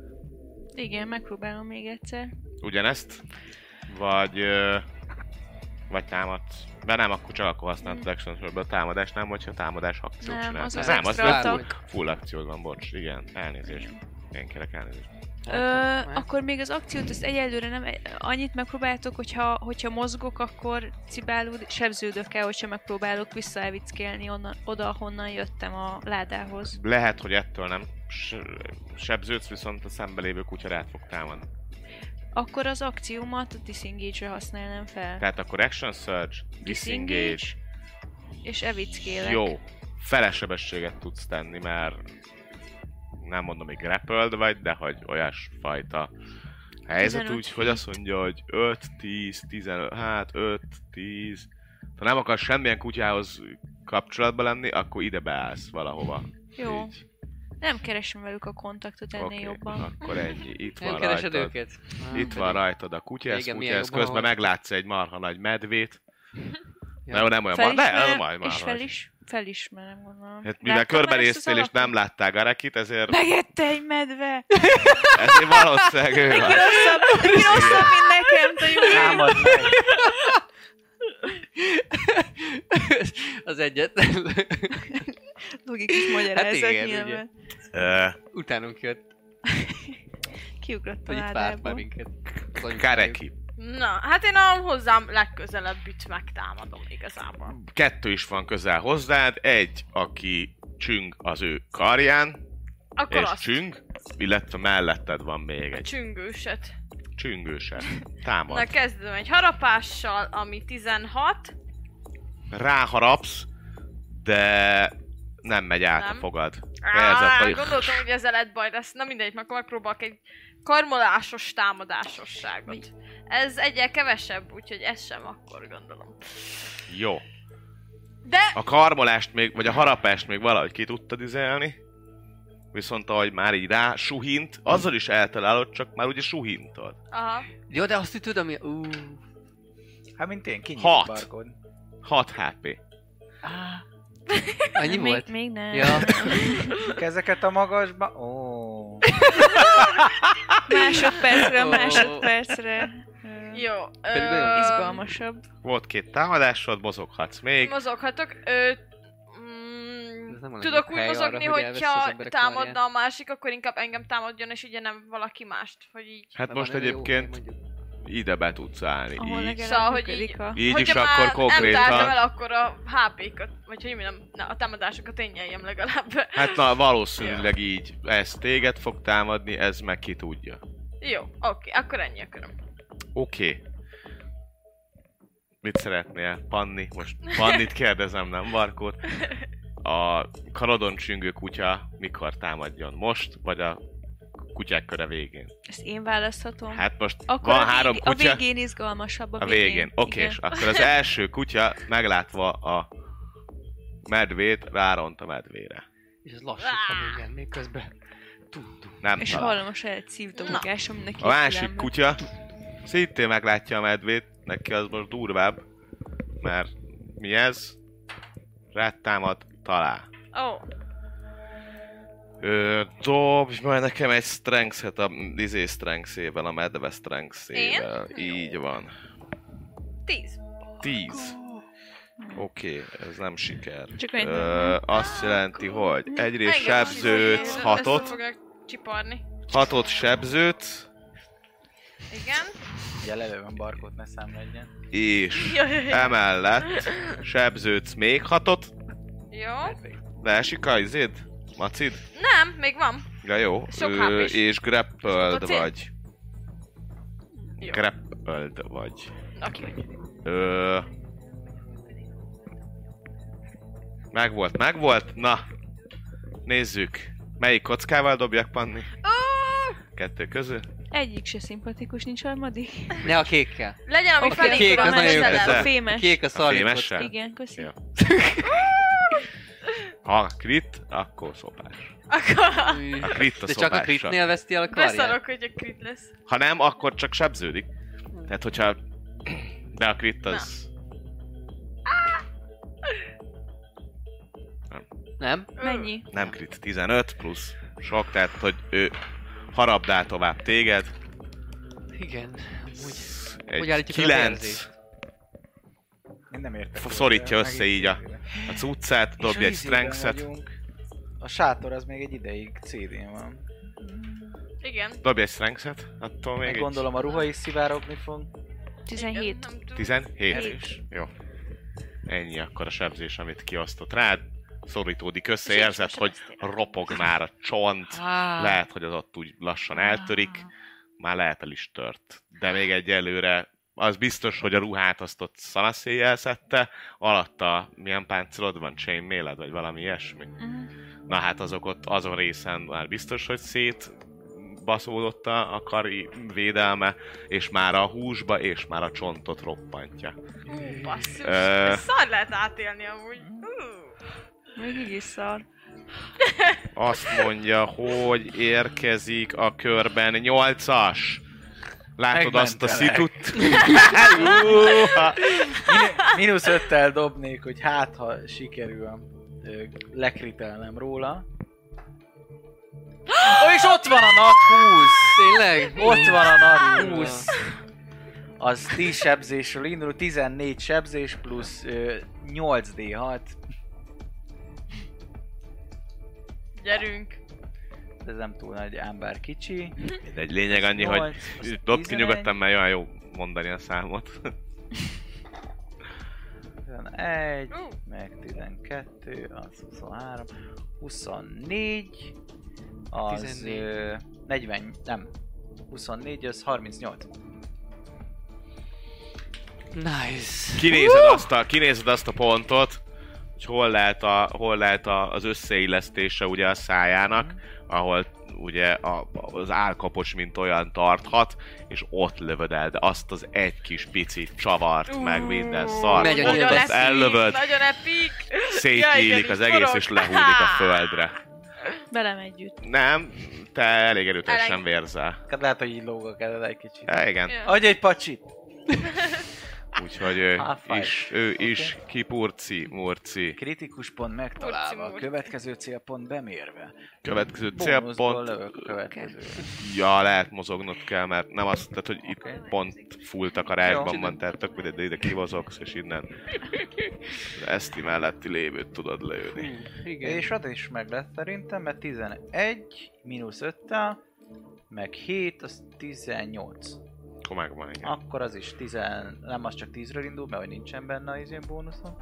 Speaker 6: Igen, megpróbálom még egyszer.
Speaker 2: Ugyanezt? Vagy... ö, vagy támad. De nem, akkor csak akkor használtad action surbe a támadás, nem, hogyha támadás akciót
Speaker 6: Nem,
Speaker 2: csinálsz.
Speaker 6: az az
Speaker 2: nem, az
Speaker 6: extra
Speaker 2: full-
Speaker 6: attack.
Speaker 2: full akciód van, bocs, igen, elnézést. Én kérek elnézést. Hát,
Speaker 6: Ö, akkor még az akciót, ezt egyelőre nem annyit megpróbáltok, hogyha, hogyha mozgok, akkor cibálód, sebződök el, hogyha megpróbálok visszaelvickélni onnan, oda, honnan jöttem a ládához.
Speaker 2: Lehet, hogy ettől nem s- sebződsz, viszont a szembe lévő kutya rád fog támadni.
Speaker 6: Akkor az akciómat a disengage-re használnám fel.
Speaker 2: Tehát akkor action surge, disengage,
Speaker 6: Disengage. És evickélek.
Speaker 2: jó. Felesebességet tudsz tenni, mert nem mondom, hogy grappled vagy, de hogy olyas fajta helyzet
Speaker 6: 15
Speaker 2: úgy, hogy azt mondja, hogy 5, 10, 15, hát 5, 10. Ha nem akarsz semmilyen kutyához kapcsolatba lenni, akkor ide beállsz valahova.
Speaker 6: Jó.
Speaker 2: Így.
Speaker 6: Nem keresem velük a kontaktot ennél
Speaker 2: Oké,
Speaker 6: jobban.
Speaker 2: Akkor ennyi. Itt
Speaker 3: Nem
Speaker 2: van
Speaker 3: keresed
Speaker 2: rajtad.
Speaker 3: őket?
Speaker 2: Itt van rajtad a kutyász,
Speaker 3: Igen, milyen
Speaker 2: kutyász,
Speaker 3: jobban
Speaker 2: közben
Speaker 3: van.
Speaker 2: meglátsz egy marha nagy medvét.
Speaker 3: Ja.
Speaker 2: Ja. nem olyan mar, de nem olyan marha.
Speaker 6: és
Speaker 2: nagy.
Speaker 6: felis, felismerem, gondolom.
Speaker 2: Hát mivel
Speaker 6: Láttam már ezt az
Speaker 2: körbenéztél és
Speaker 6: alakot?
Speaker 2: nem látták Garekit, ezért,
Speaker 6: Megette egy medve!
Speaker 2: ezért valószínűleg ő
Speaker 6: Neki
Speaker 2: van.
Speaker 6: rosszabb, neki rosszabb, mint nekem, te jó.
Speaker 5: Támad meg!
Speaker 3: az egyetlen.
Speaker 6: Logikus magyarázat
Speaker 3: Hát igen,
Speaker 6: nyilván.
Speaker 2: Ö,
Speaker 3: Utánunk jött,
Speaker 6: Kiugrott a
Speaker 3: hogy itt várt már
Speaker 6: ládából.
Speaker 3: minket. Az anyukájuk.
Speaker 2: Kareki.
Speaker 4: Na, hát én a hozzám legközelebbit megtámadom igazából.
Speaker 2: Kettő is van közel hozzád, egy, aki csüng az ő karján,
Speaker 4: Akkor
Speaker 2: és
Speaker 4: azt.
Speaker 2: csüng, illetve melletted van még
Speaker 4: A
Speaker 2: egy
Speaker 4: csüngőset.
Speaker 2: csüngőse.
Speaker 4: Na
Speaker 2: Támad.
Speaker 4: kezdem egy harapással, ami 16.
Speaker 2: Ráharapsz, de nem megy át a
Speaker 4: Nem.
Speaker 2: fogad. Érzed,
Speaker 4: Á,
Speaker 2: hogy-
Speaker 4: gondoltam, hogy ez lett baj lesz. Na mindegy, akkor megpróbálok egy karmolásos támadásosságot. Ez egyel kevesebb, úgyhogy ez sem akkor gondolom.
Speaker 2: Jó.
Speaker 4: De-
Speaker 2: A karmolást még, vagy a harapást még valahogy ki tudtad izelni, viszont ahogy már így rá suhint, azzal is eltalálod, csak már ugye suhintod.
Speaker 4: Aha.
Speaker 3: Jó, de azt ütöd, ami... Ú,
Speaker 5: Hát mint én, kinyit
Speaker 2: Hat.
Speaker 5: barkod.
Speaker 2: 6 HP.
Speaker 3: annyi
Speaker 6: Hát még,
Speaker 3: volt?
Speaker 6: Még nem.
Speaker 2: Hát
Speaker 3: Ja,
Speaker 5: Ezeket a magasba... Ó.
Speaker 6: Másodpercre,
Speaker 3: Ó.
Speaker 6: másodpercre.
Speaker 4: Jó.
Speaker 3: Pedig nagyon
Speaker 4: ö,
Speaker 6: Izgalmasabb.
Speaker 2: Volt két támadásod, mozoghatsz még.
Speaker 4: Mozoghatok. Ö, mm,
Speaker 3: Ez nem a legjobb
Speaker 4: tudok úgy
Speaker 3: hely arra,
Speaker 4: mozogni,
Speaker 3: hogy
Speaker 4: hogy
Speaker 3: elvesz az
Speaker 4: hogyha
Speaker 3: emberek karját.
Speaker 4: támadna a másik, akkor inkább engem támadjon, és ugye nem valaki mást. Hogy így.
Speaker 2: Hát
Speaker 3: Mert
Speaker 2: most
Speaker 3: van olyan jó hely,
Speaker 2: egyébként
Speaker 3: mondjuk.
Speaker 2: ide be tudsz állni.
Speaker 6: Ahol
Speaker 2: így
Speaker 6: legalább
Speaker 4: Szóval, hogy
Speaker 6: működik
Speaker 4: így-
Speaker 6: a...
Speaker 2: így is
Speaker 4: Hogyha már
Speaker 2: akkor
Speaker 4: Nem tártam el,
Speaker 2: konkrétan.
Speaker 4: akkor a HP-kat, vagy hogy mi nem, na, a támadásokat én nyeljem legalább.
Speaker 2: Hát na, valószínűleg így. Ez téged fog támadni, ez meg ki tudja.
Speaker 4: Jó, oké, akkor ennyi a köröm.
Speaker 2: Oké. Okay. Mit szeretnél? Panni? Most Pannit kérdezem, nem Barkót. A karadon csüngő kutya mikor támadjon? Most, vagy a kutyák köre végén?
Speaker 6: Ezt én választhatom.
Speaker 2: Hát most
Speaker 6: Akkor
Speaker 2: van
Speaker 6: a
Speaker 2: három
Speaker 6: vég-
Speaker 2: kutya.
Speaker 6: A végén izgalmasabb a
Speaker 2: A
Speaker 6: végén.
Speaker 2: végén. Oké,
Speaker 6: Igen.
Speaker 2: és akkor az első kutya meglátva a medvét, ráront a medvére.
Speaker 3: És ez lassú, igen, még közben. Tum, tum.
Speaker 2: Nem
Speaker 6: És
Speaker 2: talál.
Speaker 6: hallom a saját szívdobogásom neki.
Speaker 2: A másik kutya szintén meglátja a medvét, neki az most durvább, mert mi ez? Rád támad, talál.
Speaker 4: Ó,
Speaker 2: Ö, Ö, dobj majd nekem egy strength-et a izé strength a medve strength
Speaker 4: Én?
Speaker 2: Így van.
Speaker 4: Tíz.
Speaker 2: Tíz. Oké, okay, ez nem siker.
Speaker 6: Csak annyit
Speaker 2: Ö, azt jelenti, hogy egyrészt
Speaker 4: Engem is
Speaker 2: sebződsz
Speaker 4: izé- Össze
Speaker 2: hatot,
Speaker 4: fognak csiparni.
Speaker 2: hatot sebződsz,
Speaker 4: Igen.
Speaker 5: Ugye lelő van barkót, ne számlegyen.
Speaker 2: és
Speaker 4: Jaj, jaj, jaj.
Speaker 2: emellett sebződsz még hatot,
Speaker 4: Jó.
Speaker 2: leesik a izéd? Macid?
Speaker 4: Nem, még van.
Speaker 2: Ja, jó.
Speaker 4: Sok HP is.
Speaker 2: és grappled
Speaker 4: Maci?
Speaker 2: vagy.
Speaker 4: Jó.
Speaker 2: Grappled vagy.
Speaker 4: Aki vagy.
Speaker 2: Ö... Megvolt, megvolt? Na, nézzük. Melyik kockával dobjak, Panni?
Speaker 4: Ó,
Speaker 2: Kettő közül?
Speaker 6: Egyik se szimpatikus, nincs harmadik.
Speaker 3: Ne a kékkel.
Speaker 4: Legyen, ami
Speaker 6: Oké.
Speaker 4: okay.
Speaker 3: Kék,
Speaker 4: felé
Speaker 3: az
Speaker 4: van,
Speaker 3: nagyon jó.
Speaker 6: Ez a
Speaker 2: Te.
Speaker 6: fémes.
Speaker 3: Kék a
Speaker 2: A
Speaker 3: szarlik.
Speaker 2: fémessel?
Speaker 6: Igen, köszi.
Speaker 2: Ja. Ha krit, akkor szopás.
Speaker 4: Akkor
Speaker 2: A krit a
Speaker 3: De csak a
Speaker 2: szopásra.
Speaker 3: kritnél veszti el a karját.
Speaker 4: beszarok, hogy a crit lesz.
Speaker 2: Ha nem, akkor csak sebződik. Tehát, hogyha... De a krit az...
Speaker 3: Nem?
Speaker 6: Mennyi?
Speaker 2: Nem krit, 15 plusz sok, tehát, hogy ő harabdál tovább téged.
Speaker 3: Igen. Amúgy. Hogy
Speaker 2: Egy
Speaker 3: állítjuk fel a
Speaker 2: 9
Speaker 3: vérzést?
Speaker 5: Én nem értek.
Speaker 2: F-
Speaker 5: hozzá,
Speaker 2: szorítja
Speaker 5: meg
Speaker 2: össze
Speaker 5: itt
Speaker 2: így a-
Speaker 5: izébe.
Speaker 2: a cuccát,
Speaker 5: És a
Speaker 2: dobj egy
Speaker 5: izében
Speaker 2: strength-et.
Speaker 5: vagyunk. A sátor az még egy ideig CD-n van.
Speaker 4: Igen.
Speaker 2: Dobj egy strength-et, attól még
Speaker 5: Meg
Speaker 2: egy
Speaker 5: gondolom a ruha is szivárogni fog.
Speaker 6: 17.
Speaker 4: Igen, nem tudom.
Speaker 2: 17.
Speaker 5: Erős.
Speaker 2: Ennyi akkor a sebzés, amit kiosztott rád. Szorítódik össze,
Speaker 4: És
Speaker 2: Szóval
Speaker 4: én
Speaker 2: érzed,
Speaker 4: sem
Speaker 2: hogy
Speaker 4: sebeztél.
Speaker 2: ropog már a csont.
Speaker 3: Á,
Speaker 2: Lehet, hogy az ott úgy lassan eltörik. Már lehet el is tört. De még egyelőre az biztos, hogy a ruhát azt ott szanaszéjjel szedte, alatta milyen páncélod van, chainmailed, vagy valami ilyesmi.
Speaker 6: Mhm.
Speaker 2: Na hát azok ott azon részen már biztos, hogy szét baszódott a a kari védelme, és már a húsba, és már a csontot roppantja.
Speaker 4: Ú, basszus.
Speaker 2: Ö.
Speaker 4: Ez szar lehet átélni amúgy. Ú.
Speaker 6: Még így is szar.
Speaker 2: Azt mondja, hogy érkezik a körben nyolcas. Látod azt a
Speaker 5: Megmentelek.
Speaker 2: szitut? Húha!
Speaker 5: Minu- Mínusz öttel dobnék, hogy hát ha sikerül ö, lekritelnem róla. Ó, és ott van a nat 20!
Speaker 3: Tényleg?
Speaker 5: Ott van a nat
Speaker 3: Kurva.
Speaker 5: 20! Az 10 sebzésről indul, 14 sebzés plusz ö, 8d6.
Speaker 4: Gyerünk.
Speaker 5: Ez nem túl nagy, ám bár kicsi.
Speaker 2: Mindegy, lényeg annyi, hogy
Speaker 5: 8, az
Speaker 2: dob ki
Speaker 5: 11,
Speaker 2: nyugodtan, mert olyan jó mondani a számot.
Speaker 5: 11,
Speaker 4: Ú,
Speaker 5: meg 12, az 23, 24, az
Speaker 3: 14.
Speaker 5: ö, 40, nem, 24, az 38.
Speaker 3: Nice.
Speaker 2: Kinézed, azt a, kinézed azt a pontot, hogy hol lehet, a, hol lehet a, az összeillesztése ugye a szájának,
Speaker 4: Mhm.
Speaker 2: ahol ugye a, az állkapocs mint olyan tarthat, és ott lövöd el, de azt az egy kis pici csavart, meg minden szar.
Speaker 3: Megy a
Speaker 2: ott
Speaker 3: nyilvás.
Speaker 2: azt ellövöd,
Speaker 4: Nagyon epik. Jaj,
Speaker 2: szétnyílik
Speaker 4: de
Speaker 2: az
Speaker 4: mit
Speaker 2: egész,
Speaker 4: forog.
Speaker 2: és lehúlik a földre.
Speaker 6: Velem együtt.
Speaker 2: Nem, te elég erőteljesen
Speaker 4: Elég.
Speaker 2: vérzel.
Speaker 5: Hát lehet, hogy így lóg a kezed egy kicsit.
Speaker 2: Ja, igen.
Speaker 4: Ja.
Speaker 5: Adj egy pacsit!
Speaker 2: Úgyhogy ő
Speaker 5: High five.
Speaker 2: is, ő
Speaker 5: Oké.
Speaker 2: is kipurci, murci.
Speaker 5: Kritikus pont megtalálva, a
Speaker 4: Kurci
Speaker 5: következő célpont bemérve.
Speaker 2: Következő
Speaker 5: Bónuszból
Speaker 2: célpont.
Speaker 5: lövök a következő.
Speaker 2: Ja, lehet mozognod kell, mert nem azt, tehát hogy itt
Speaker 5: Oké.
Speaker 2: pont full
Speaker 5: Jó.
Speaker 2: takarákban van, tehát tök mindegy, de ide kivozogsz, és innen az eszti melletti lévőt tudod lőni.
Speaker 3: Igen.
Speaker 5: És az is meg lett szerintem, mert 11, mínusz 5 meg 7, az 18.
Speaker 2: Akkor megvan,
Speaker 3: Ah.
Speaker 2: igen.
Speaker 5: Akkor az is 10, nem az csak 10-ről indul, mert hogy nincsen benne az ilyen bónuszom.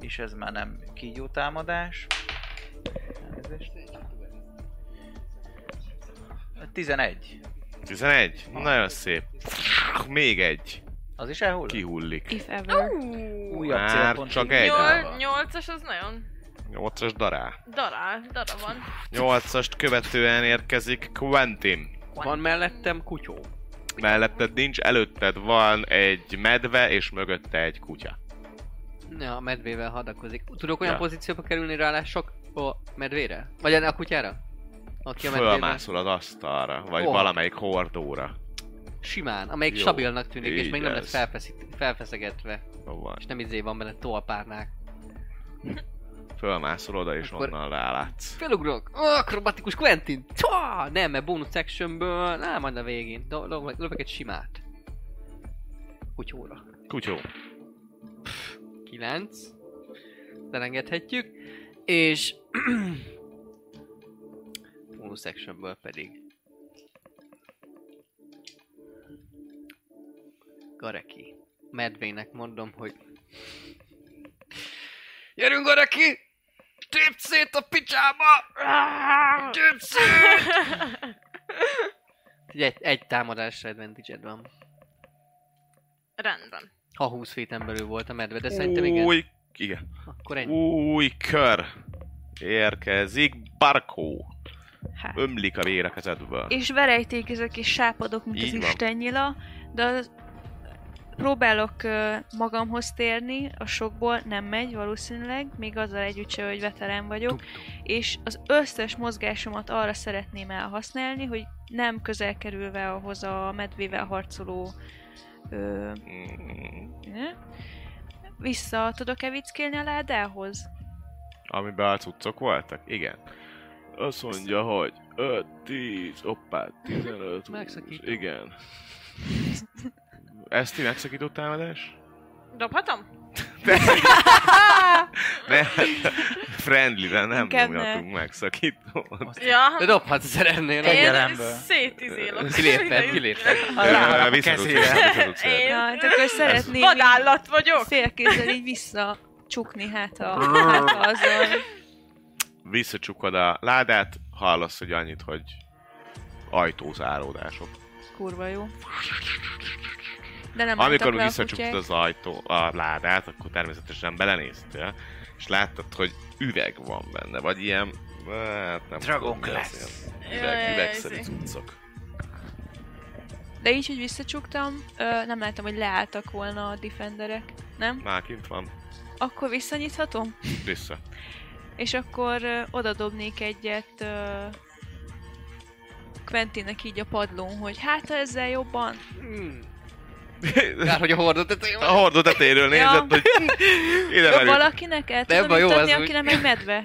Speaker 5: És ez már nem kígyó támadás. Elnézést. A 11.
Speaker 2: 11? Nagyon szép. Még egy.
Speaker 5: Az is elhull?
Speaker 2: Kihullik.
Speaker 6: If ever.
Speaker 5: Újabb
Speaker 2: Már
Speaker 5: célpont.
Speaker 2: csak
Speaker 5: indul.
Speaker 2: egy.
Speaker 4: Nyol,
Speaker 2: Egyáltalán.
Speaker 4: nyolcas az nagyon
Speaker 2: Nyolcas dará.
Speaker 4: darál, dara van.
Speaker 2: Nyolcast követően érkezik Quentin.
Speaker 3: Van mellettem kutyó.
Speaker 2: Melletted nincs, előtted van egy medve, és mögötte egy kutya.
Speaker 3: Ja, a medvével hadakozik. Tudok olyan
Speaker 2: Ja.
Speaker 3: pozícióba kerülni rálások a medvére? Vagy a kutyára? Aki a medvével?
Speaker 2: Fölmászol az asztalra, vagy
Speaker 3: Hol?
Speaker 2: valamelyik hordóra.
Speaker 3: Simán, amelyik
Speaker 2: Jó,
Speaker 3: stabilnak tűnik, és
Speaker 2: így
Speaker 3: még nem lett
Speaker 2: lesz.
Speaker 3: felfeszít, felfeszegetve.
Speaker 2: Hol van?
Speaker 3: És nem izé van benne tolpárnák.
Speaker 2: Fölmászol oda, és
Speaker 3: Akkor-
Speaker 2: onnan rálátsz.
Speaker 3: Felugrok! Ó, akrobatikus Quentin! Csá! Nem, mert bonus sectionből, nem, majd a végén. Do- do- Lövök egy simát. Kutyóra.
Speaker 2: Kutyó.
Speaker 3: 9. Belengedhetjük. És... bonus sectionből pedig... Gareki. Medvének mondom, hogy... Gyerünk, Gareki! Tépd szét a picsába! Tépd szét! Egy, egy támadásra advantage van.
Speaker 4: Rendben.
Speaker 3: Ha 20 féten belül volt a medve, de szerintem igen.
Speaker 2: Új, igen.
Speaker 3: Akkor ennyi.
Speaker 2: Új kör érkezik. Barkó.
Speaker 6: Hát.
Speaker 2: Ömlik a vér a kezedből.
Speaker 6: És verejtékezek és sápadok, mint
Speaker 2: Így
Speaker 6: az
Speaker 2: van.
Speaker 6: istennyila, de az- próbálok ö, magamhoz térni, a sokból nem megy valószínűleg, még azzal együtt se, hogy veterán vagyok, és az összes mozgásomat arra szeretném elhasználni, hogy nem közel kerülve ahhoz a medvével harcoló ö,
Speaker 2: Mm,
Speaker 6: ne? vissza tudok-e vickélni a ládához?
Speaker 2: Amiben a cuccok voltak? Igen. Azt mondja, hogy 5, 10, oppá, 15, 20,
Speaker 3: Megszakítom.
Speaker 2: igen. Ezt ti megszakító támadás?
Speaker 4: Dobhatom?
Speaker 2: Ne, friendly-re nem
Speaker 6: Inkább ne.
Speaker 2: nyomjatunk megszakítót.
Speaker 4: Ja.
Speaker 3: De dobhatsz szeretnél.
Speaker 5: Egy-
Speaker 4: Én
Speaker 5: Kegyelemből.
Speaker 4: szétizélok.
Speaker 3: Kiléptem, kiléptem.
Speaker 2: Ö,
Speaker 5: lábam a
Speaker 2: vissza tudsz-
Speaker 5: kezére.
Speaker 2: vissza tudsz
Speaker 4: Én-
Speaker 6: Na, hát akkor szeretném... így-
Speaker 4: Vadállat vagyok.
Speaker 6: félkézzel így vissza csukni, hát a, hát a azon.
Speaker 2: visszacsukod a ládát, hallasz, hogy annyit, hogy ajtózáródások.
Speaker 6: Kurva jó. De nem
Speaker 2: Amikor
Speaker 6: álltak le a
Speaker 2: visszacsuktad
Speaker 6: kutyák.
Speaker 2: az ajtó, a ládát, akkor természetesen belenéztél, és láttad, hogy üveg van benne, vagy ilyen, hát nem
Speaker 5: Dragon
Speaker 2: tudom, mi az,
Speaker 5: glass.
Speaker 2: ilyen
Speaker 4: Jaj,
Speaker 2: Üveg, üvegszerű
Speaker 4: izé.
Speaker 2: cuccok.
Speaker 6: De így, hogy visszacsuktam, ö, nem láttam, hogy leálltak volna a defenderek. Nem?
Speaker 2: Már kint van,
Speaker 6: Akkor visszanyithatom?
Speaker 2: vissza.
Speaker 6: És akkor ö, oda dobnék egyet ö, Quentinnek így a padlón, hogy hát ha ezzel jobban.
Speaker 3: Hmm. Kár, hogy a hordó tetején
Speaker 2: A
Speaker 3: van.
Speaker 2: hordó tetéről nézett, hogy ide
Speaker 6: Ö,
Speaker 2: velük.
Speaker 6: valakinek el
Speaker 3: Nem
Speaker 6: tudom
Speaker 3: baj, jó,
Speaker 6: jutatni,
Speaker 3: az úgy.
Speaker 6: aki nem egy medve.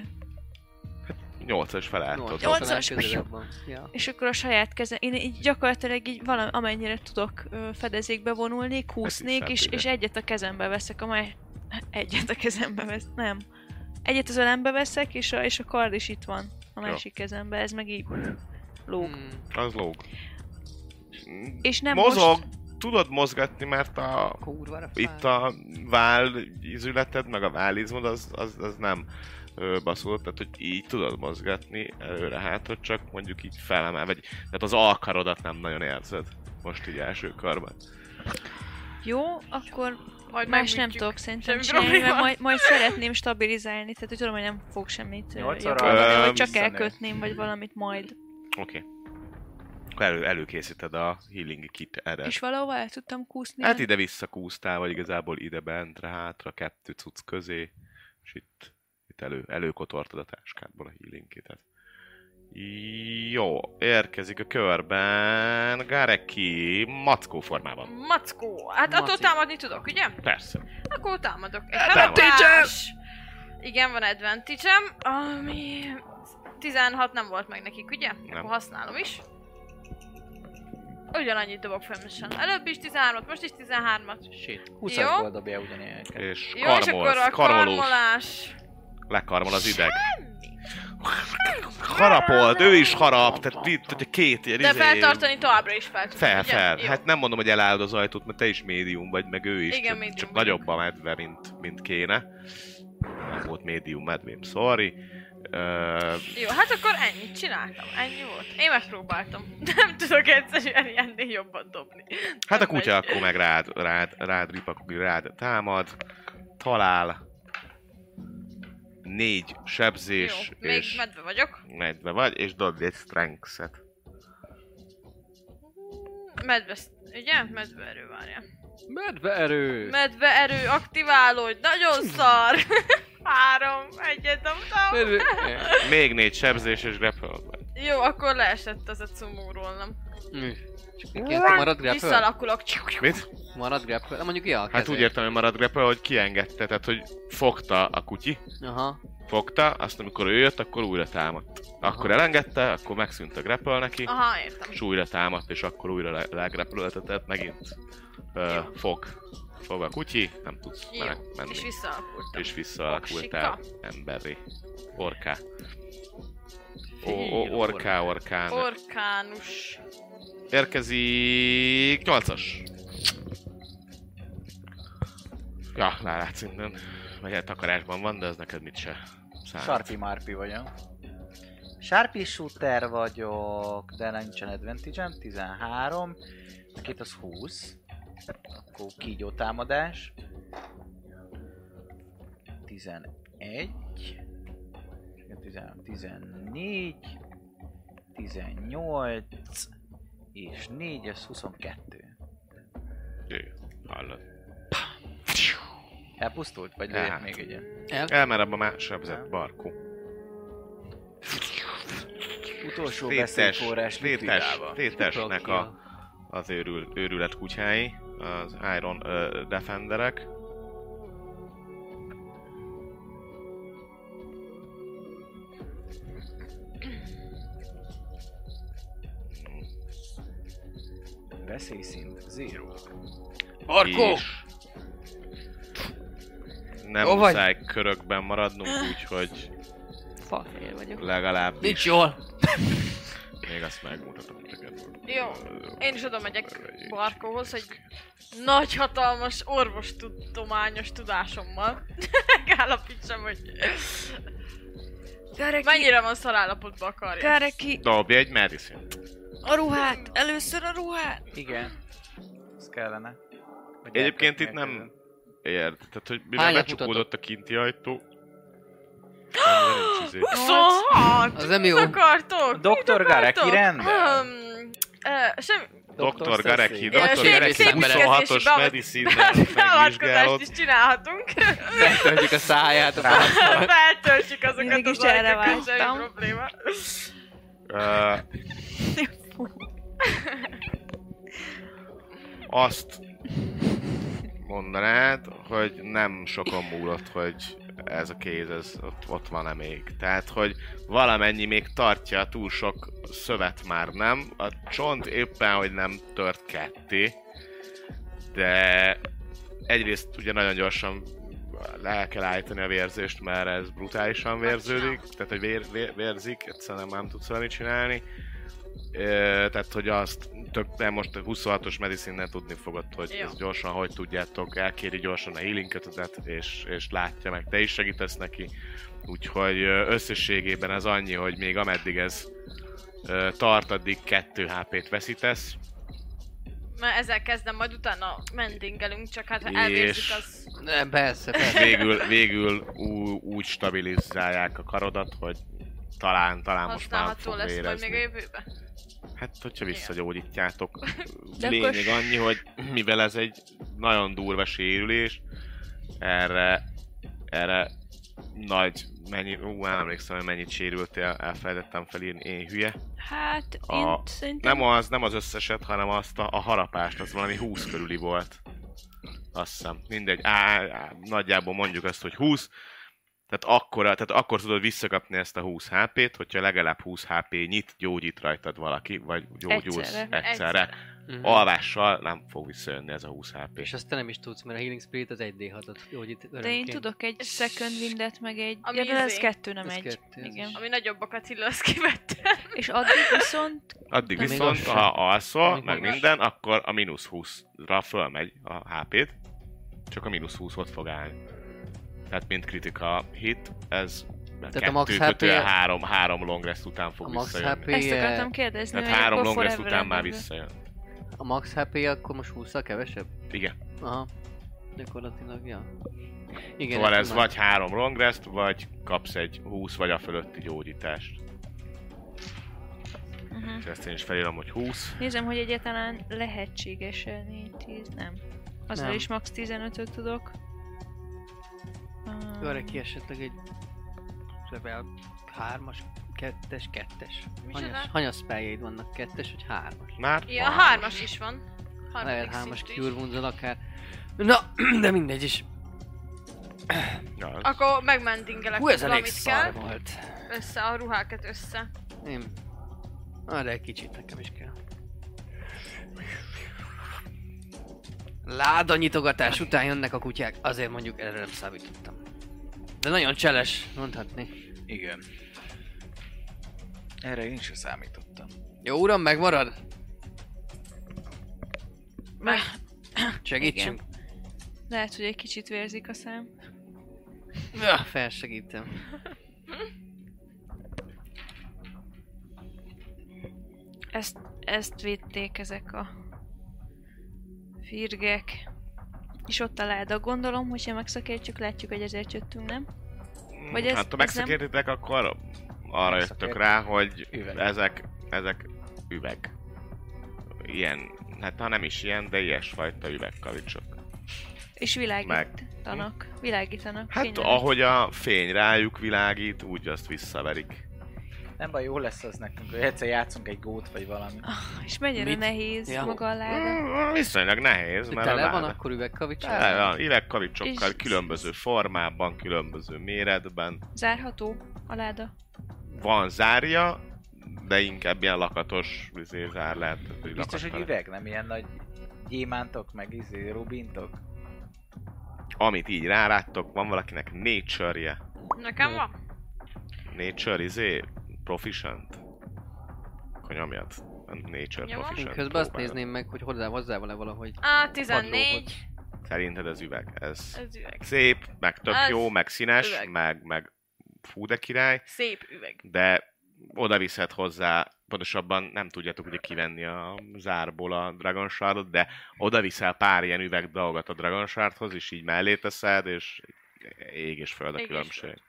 Speaker 2: Nyolcas felálltod.
Speaker 3: Nyolc,
Speaker 6: Nyolcas.
Speaker 3: talán közelebb van. Ja.
Speaker 6: És akkor a saját kezem, én így gyakorlatilag így valami, amennyire tudok ö, fedezékbe vonulnék, húznék, és,
Speaker 2: ide.
Speaker 6: és egyet a kezembe veszek, a más... Egyet a kezembe vesz, nem. Egyet az ölembe veszek, és a, és a kard is itt van, a
Speaker 2: Jó. Hm.
Speaker 6: másik kezembe, ez meg így lóg.
Speaker 3: Hmm.
Speaker 2: Az lóg.
Speaker 6: És nem
Speaker 2: Mozog,
Speaker 6: most...
Speaker 2: tudod mozgatni, mert a
Speaker 3: Kurvára fáj.
Speaker 2: itt a váll ízületed, meg a vállizmod, az, az, az nem ö, baszódott, tehát hogy így tudod mozgatni előre-hátra, csak mondjuk így felemel, vagy tehát az alkarodat nem nagyon érzed most így első karban.
Speaker 6: Jó, akkor
Speaker 4: Majd
Speaker 6: más nem
Speaker 4: megmondjuk.
Speaker 6: tudok szerintem
Speaker 4: Semmi
Speaker 6: csinálni,
Speaker 4: probléma.
Speaker 6: mert majd, majd szeretném stabilizálni, tehát hogy tudom, hogy nem fog semmit ö,
Speaker 5: Nyolc óra
Speaker 6: javítani, vagy
Speaker 2: alatt
Speaker 6: csak
Speaker 5: visszanő.
Speaker 6: elkötném, vagy valamit majd.
Speaker 2: Oké. Okay. Akkor elő, előkészíted a healing kit erre.
Speaker 6: És valahova el tudtam kúszni.
Speaker 2: Hát ide visszakúztál, vagy igazából ide bentre, hátra, kettő cucc közé, és itt, itt elő, előkotortad a táskádból a healing kitet. Jó, érkezik a körben Gareki mackó formában.
Speaker 4: Mackó. Hát attól
Speaker 3: Maci.
Speaker 4: támadni tudok, ugye?
Speaker 2: Persze.
Speaker 4: Akkor támadok. Egy
Speaker 2: Támadj.
Speaker 4: advantage! Igen, van advantage ami... 16 nem volt meg nekik, ugye?
Speaker 2: Nem.
Speaker 4: Akkor használom is. Ugyanannyit dobok folyamatosan. Előbb is 13-at, most is 13-at.
Speaker 3: Shit.
Speaker 5: 20-as volt dobja ugyanilyeneket.
Speaker 2: És
Speaker 4: Jó, és akkor
Speaker 2: karmolsz,
Speaker 4: a
Speaker 2: karmolós,
Speaker 4: karmolás.
Speaker 2: lekarmol az ideg. Harapolt, ő is harap, tehát, itt- tehát két ilyen
Speaker 4: De
Speaker 2: izé-
Speaker 4: feltartani továbbra is fel tudom,
Speaker 2: Fel,
Speaker 4: ugye?
Speaker 2: fel.
Speaker 4: Jó.
Speaker 2: Hát nem mondom, hogy elállod az ajtót, mert te is médium vagy, meg ő is.
Speaker 4: Igen,
Speaker 2: csak-
Speaker 4: médium
Speaker 2: csak
Speaker 4: vagyok.
Speaker 2: nagyobb a medve, mint, mint kéne. Nem volt médium medvém, sorry. Ö,
Speaker 4: Jó, hát akkor ennyit csináltam. Ennyi volt. Én megpróbáltam. Nem tudok egyszerűen ilyennél jobban dobni.
Speaker 2: hát a
Speaker 4: Nem
Speaker 2: kutya
Speaker 4: megy.
Speaker 2: akkor meg rád, rád, rád ripakog, rád támad, talál. Négy sebzés,
Speaker 4: Jó, még
Speaker 2: és
Speaker 4: medve vagyok.
Speaker 2: medve vagy, és dobd egy strength-et.
Speaker 4: Medve, ugye? Medve erő várja.
Speaker 3: Medve erő.
Speaker 4: Medve erő, aktiválódj, nagyon
Speaker 2: Hmm.
Speaker 4: szar! Három, egyet dobtam.
Speaker 3: Medve.
Speaker 2: Még négy sebzés, és grappled vagy.
Speaker 4: Jó, akkor leesett az a cumóról, nem?
Speaker 3: Hm. Csak ki ezt a marad grapple?
Speaker 4: Visszalakulok.
Speaker 2: Mit?
Speaker 3: Marad grapple? Na, Mondjuk ja, a
Speaker 2: Hát
Speaker 3: kezed.
Speaker 2: úgy értem, hogy marad grapple, hogy kiengedte, tehát hogy fogta a kutyi,
Speaker 3: Aha.
Speaker 2: fogta, azt amikor ő jött, akkor újra támadt. Akkor elengedte, akkor megszűnt a grapple neki,
Speaker 4: Aha, értem.
Speaker 2: és újra támadt, és akkor újra le- legrepültetett, megint ö, fog. Fog a kutyi, nem tudsz
Speaker 4: Jó.
Speaker 2: menek- menni.
Speaker 4: És visszaakultam.
Speaker 2: és visszaalakultál emberi. Orká. O, o, orká, orkán.
Speaker 4: Orkánus.
Speaker 2: Érkezik 8-as. Ja, nálát szinten. Vagy hát takarásban van, de ez neked mit se számít.
Speaker 5: Sarpi Marpi vagyok. Sharpie shooter vagyok, de nincsen advantage 13. A két az 20. Akkor kígyó támadás. 11. 10 14. 18. És 4, ez 22.
Speaker 2: Jöjj, Hallod.
Speaker 5: Elpusztult? Vagy
Speaker 2: Hát.
Speaker 5: lehet még egy
Speaker 2: Elmer abba már sebzett barkó.
Speaker 5: utolsó
Speaker 2: Tétes,
Speaker 5: beszélforrás
Speaker 2: tétes,
Speaker 5: likvidálva.
Speaker 2: tétesnek a,
Speaker 3: Prokja.
Speaker 2: az őrül, őrület kutyái, az Iron ö, Defenderek.
Speaker 5: Veszélyszint 0.
Speaker 3: Markó!
Speaker 2: És nem
Speaker 3: Jó vagy?
Speaker 2: muszáj körökben maradnunk, úgyhogy
Speaker 6: Fafél vagyok.
Speaker 2: legalább
Speaker 3: Nincs jól!
Speaker 2: még azt megmutatom neked.
Speaker 4: Jó, Én is oda megyek Barkóhoz, hogy nagy hatalmas orvostudományos tudásommal megállapítsam, hogy
Speaker 6: Gareki,
Speaker 4: mennyire van szarállapotban a karja.
Speaker 6: Gareki,
Speaker 2: Dobj egy medicine
Speaker 6: a ruhát! Először a ruhát!
Speaker 5: Igen. Ez kellene. Vagy
Speaker 2: Egyébként itt
Speaker 5: elkapni a
Speaker 2: nem
Speaker 5: kezed.
Speaker 2: ér. Tehát, hogy mivel
Speaker 3: Hányat
Speaker 2: becsukódott a kinti ajtó, annyira nincs izé.
Speaker 4: 26!
Speaker 3: Az nem jó.
Speaker 4: Mit akartok?
Speaker 5: Dr.
Speaker 4: Mit
Speaker 5: Gareki
Speaker 4: akartok?
Speaker 5: rendel?
Speaker 4: Öm, ö, semmi.
Speaker 2: Dr.
Speaker 5: Dr.
Speaker 2: Gareki,
Speaker 5: Cecil.
Speaker 2: Dr.
Speaker 4: Ö,
Speaker 2: Gareki
Speaker 4: szép- szép
Speaker 2: 26-os
Speaker 4: beavat-
Speaker 2: medicine
Speaker 4: Beavatkozást
Speaker 2: megvizsgálod.
Speaker 4: is csinálhatunk.
Speaker 3: Feltöltjük a száját, a
Speaker 4: Feltöltjük azokat
Speaker 6: Mindig
Speaker 4: az
Speaker 6: is erre
Speaker 4: ajtókat, semmi
Speaker 6: vágytam.
Speaker 4: probléma.
Speaker 2: Ö, azt mondanád, hogy nem sokan múlott, hogy ez a kéz, ez ott, ott van-e még. Tehát, hogy valamennyi még tartja, túl sok szövet már nem. A csont éppen, hogy nem tört ketté, de egyrészt ugye nagyon gyorsan le kell állítani a vérzést, mert ez brutálisan vérződik, tehát hogy vér, vér, vérzik, egyszerűen nem tudsz valamit csinálni. Ö, tehát, hogy azt tök, de most a 26-os medicine tudni fogod, hogy
Speaker 4: Jó.
Speaker 2: ez gyorsan hogy tudjátok, elkéri gyorsan a healing kötetet, és, és látja meg, te is segítesz neki. Úgyhogy ö, összességében ez annyi, hogy még ameddig ez ö, tart, addig 2 HP-t veszítesz,
Speaker 4: Mert ezzel kezdem, majd utána mendingelünk, csak hát ha
Speaker 2: És-
Speaker 4: elvérzik az...
Speaker 3: Nem, persze, persze.
Speaker 2: végül, végül ú, úgy stabilizálják a karodat, hogy talán, talán most már nem
Speaker 4: Használható
Speaker 2: fog
Speaker 4: lesz majd
Speaker 2: vérezni.
Speaker 4: még a jövőben.
Speaker 2: Hát, hogyha visszagyógyítjátok.
Speaker 6: De akkor
Speaker 2: Lényeg annyi, hogy mivel ez egy nagyon durva sérülés, erre, erre nagy, mennyi, ú, már nem emlékszem, hogy mennyit sérültél, elfelejtettem felírni, én hülye.
Speaker 6: Hát, én
Speaker 2: A-
Speaker 6: szerintem...
Speaker 2: Nem az, nem az összeset, hanem azt a, a harapást, az valami 20 körüli volt. Azt hiszem, mindegy, á, á, nagyjából mondjuk azt, hogy 20, tehát akkor, tehát akkor tudod visszakapni ezt a 20 HP-t, hogyha legalább 20 HP nyit, gyógyít rajtad valaki, vagy gyógyulsz egyszerre.
Speaker 6: Egyszerre.
Speaker 2: egyszerre.
Speaker 3: Mhm.
Speaker 2: Alvással nem fog visszajönni ez a 20 HP.
Speaker 3: És azt te nem is tudsz, mert a Healing Spirit az 1D6-ot. Jó, hogy itt
Speaker 6: De én
Speaker 3: örömként.
Speaker 6: tudok egy second windet, meg egy...
Speaker 4: Ami
Speaker 6: Ja, de ez
Speaker 4: izé.
Speaker 6: kettő, nem
Speaker 3: Ez
Speaker 6: egy.
Speaker 3: kettő, ez
Speaker 6: Igen.
Speaker 3: is.
Speaker 4: Ami nagyobbakat illő, azt kivette.
Speaker 6: És addig viszont
Speaker 2: Addig
Speaker 3: De még
Speaker 2: viszont,
Speaker 3: az sem.
Speaker 2: ha alszol,
Speaker 3: Még
Speaker 2: meg
Speaker 3: az
Speaker 2: minden, akkor a mínusz 20-ra fölmegy a HP-t, csak a mínusz 20 ott fog állni. Tehát mint kritika hit, ez Tehát
Speaker 3: a max HP
Speaker 2: három, három long rest után fog
Speaker 3: A max
Speaker 2: visszajönni.
Speaker 3: HP
Speaker 6: ezt
Speaker 3: Ilyen.
Speaker 6: akartam kérdezni,
Speaker 2: Tehát
Speaker 6: hogy
Speaker 2: hát három
Speaker 6: akkor
Speaker 2: long rest
Speaker 6: forever
Speaker 2: után már
Speaker 6: ember.
Speaker 2: visszajön.
Speaker 3: A max HP akkor most 20 kevesebb?
Speaker 2: Igen.
Speaker 3: Aha. Gyakorlatilag, ja. Igen,
Speaker 2: Szóval
Speaker 3: ezt
Speaker 2: ez
Speaker 3: tudom
Speaker 2: vagy három long rest, vagy kapsz egy 20 vagy a fölötti gyógyítást.
Speaker 6: Mhm.
Speaker 2: És ezt én is felírom, hogy 20.
Speaker 6: Nézem, hogy egyáltalán lehetséges -e 4 10, nem. Azzal
Speaker 3: Nem.
Speaker 6: is max 15-öt tudok. Ah,
Speaker 3: már. Arra ki esetleg egy level 3-as, 2-es, 2-es.
Speaker 4: Micsoda?
Speaker 3: Hanyas, hanyas spelljeid vannak? 2-es vagy 3-as?
Speaker 2: Már?
Speaker 4: Ja, hármas is van.
Speaker 3: Lehet
Speaker 4: Harmadik
Speaker 3: 3-as
Speaker 4: szintű is.
Speaker 3: Cure Wounds-on akár. Na, de mindegy is.
Speaker 2: Ja, az-
Speaker 4: Akkor megmendingelek
Speaker 3: Hú, ez
Speaker 4: közben,
Speaker 3: elég
Speaker 4: amit kell.
Speaker 3: szar volt.
Speaker 4: Össze a ruhákat össze.
Speaker 3: Nem. Na, de egy kicsit nekem is kell. Láda nyitogatás után jönnek a kutyák, azért mondjuk erre nem számítottam. De nagyon cseles, mondhatni.
Speaker 5: Igen. Erre én sem számítottam.
Speaker 3: Jó uram, megmarad?
Speaker 6: Meg,
Speaker 3: Segítsünk.
Speaker 6: lehet, hogy egy kicsit vérzik a szám.
Speaker 3: Ja, felsegítem.
Speaker 6: Ezt, ezt vitték ezek a firgek. És ott a láda. Gondolom, hogyha megszakértjük, látjuk, hogy ezért jöttünk, nem? Vagy
Speaker 2: hát
Speaker 6: ez-
Speaker 2: ha
Speaker 6: ez nem-
Speaker 2: megszakértitek, akkor arra jöttök
Speaker 5: Megszakért-
Speaker 2: rá, hogy
Speaker 5: Üveg.
Speaker 2: ezek, ezek üveg. Ilyen, hát ha nem is ilyen, de ilyesfajta üvegkavicsok.
Speaker 6: És világítanak. Világítanak.
Speaker 2: Hát
Speaker 6: fényelik.
Speaker 2: ahogy a fény rájuk világít, úgy azt visszaverik.
Speaker 5: Nem baj, jó lesz az nekünk, hogy egyszer játszunk egy gót vagy valami.
Speaker 6: Ah, És mennyire
Speaker 3: Mit?
Speaker 6: nehéz
Speaker 3: Ja.
Speaker 6: maga a láda.
Speaker 2: Mm, Viszonylag nehéz,
Speaker 3: Hogy
Speaker 2: mert a
Speaker 3: tele van,
Speaker 2: láda...
Speaker 3: akkor üvegkavicsal?
Speaker 2: Tele van üvegkavicsokkal,
Speaker 6: És-
Speaker 2: különböző formában, különböző méretben.
Speaker 6: Zárható a láda.
Speaker 2: Van zárja, de inkább ilyen lakatos izé, zár lehet. Hogy
Speaker 5: Biztos, hogy
Speaker 2: lakatkal-
Speaker 5: üveg, nem ilyen nagy gyémántok, meg izé, rubintok.
Speaker 2: Amit így ráráttok, van valakinek nature-je.
Speaker 4: Nekem van?
Speaker 2: Nature izé proficient. Akkor nyomjad. A Nature
Speaker 4: Nyomom.
Speaker 2: proficient.
Speaker 3: Közben azt
Speaker 2: próbálat.
Speaker 3: nézném meg, hogy hozzá, hozzá van-e valahogy.
Speaker 4: Á, 14.
Speaker 2: Szerinted ez üveg. Ez
Speaker 4: Ez üveg.
Speaker 2: szép, meg tök
Speaker 4: Ez
Speaker 2: jó, meg színes,
Speaker 4: üveg.
Speaker 2: meg, meg fú de király,
Speaker 4: Szép üveg.
Speaker 2: de oda viszed hozzá, pontosabban nem tudjátok ugye kivenni a zárból a Dragon Shardot, de oda viszel pár ilyen üveg dolgot a Dragon Shardhoz, és így mellé teszed, és ég és föld
Speaker 4: Ég
Speaker 2: a
Speaker 4: és
Speaker 2: különbség.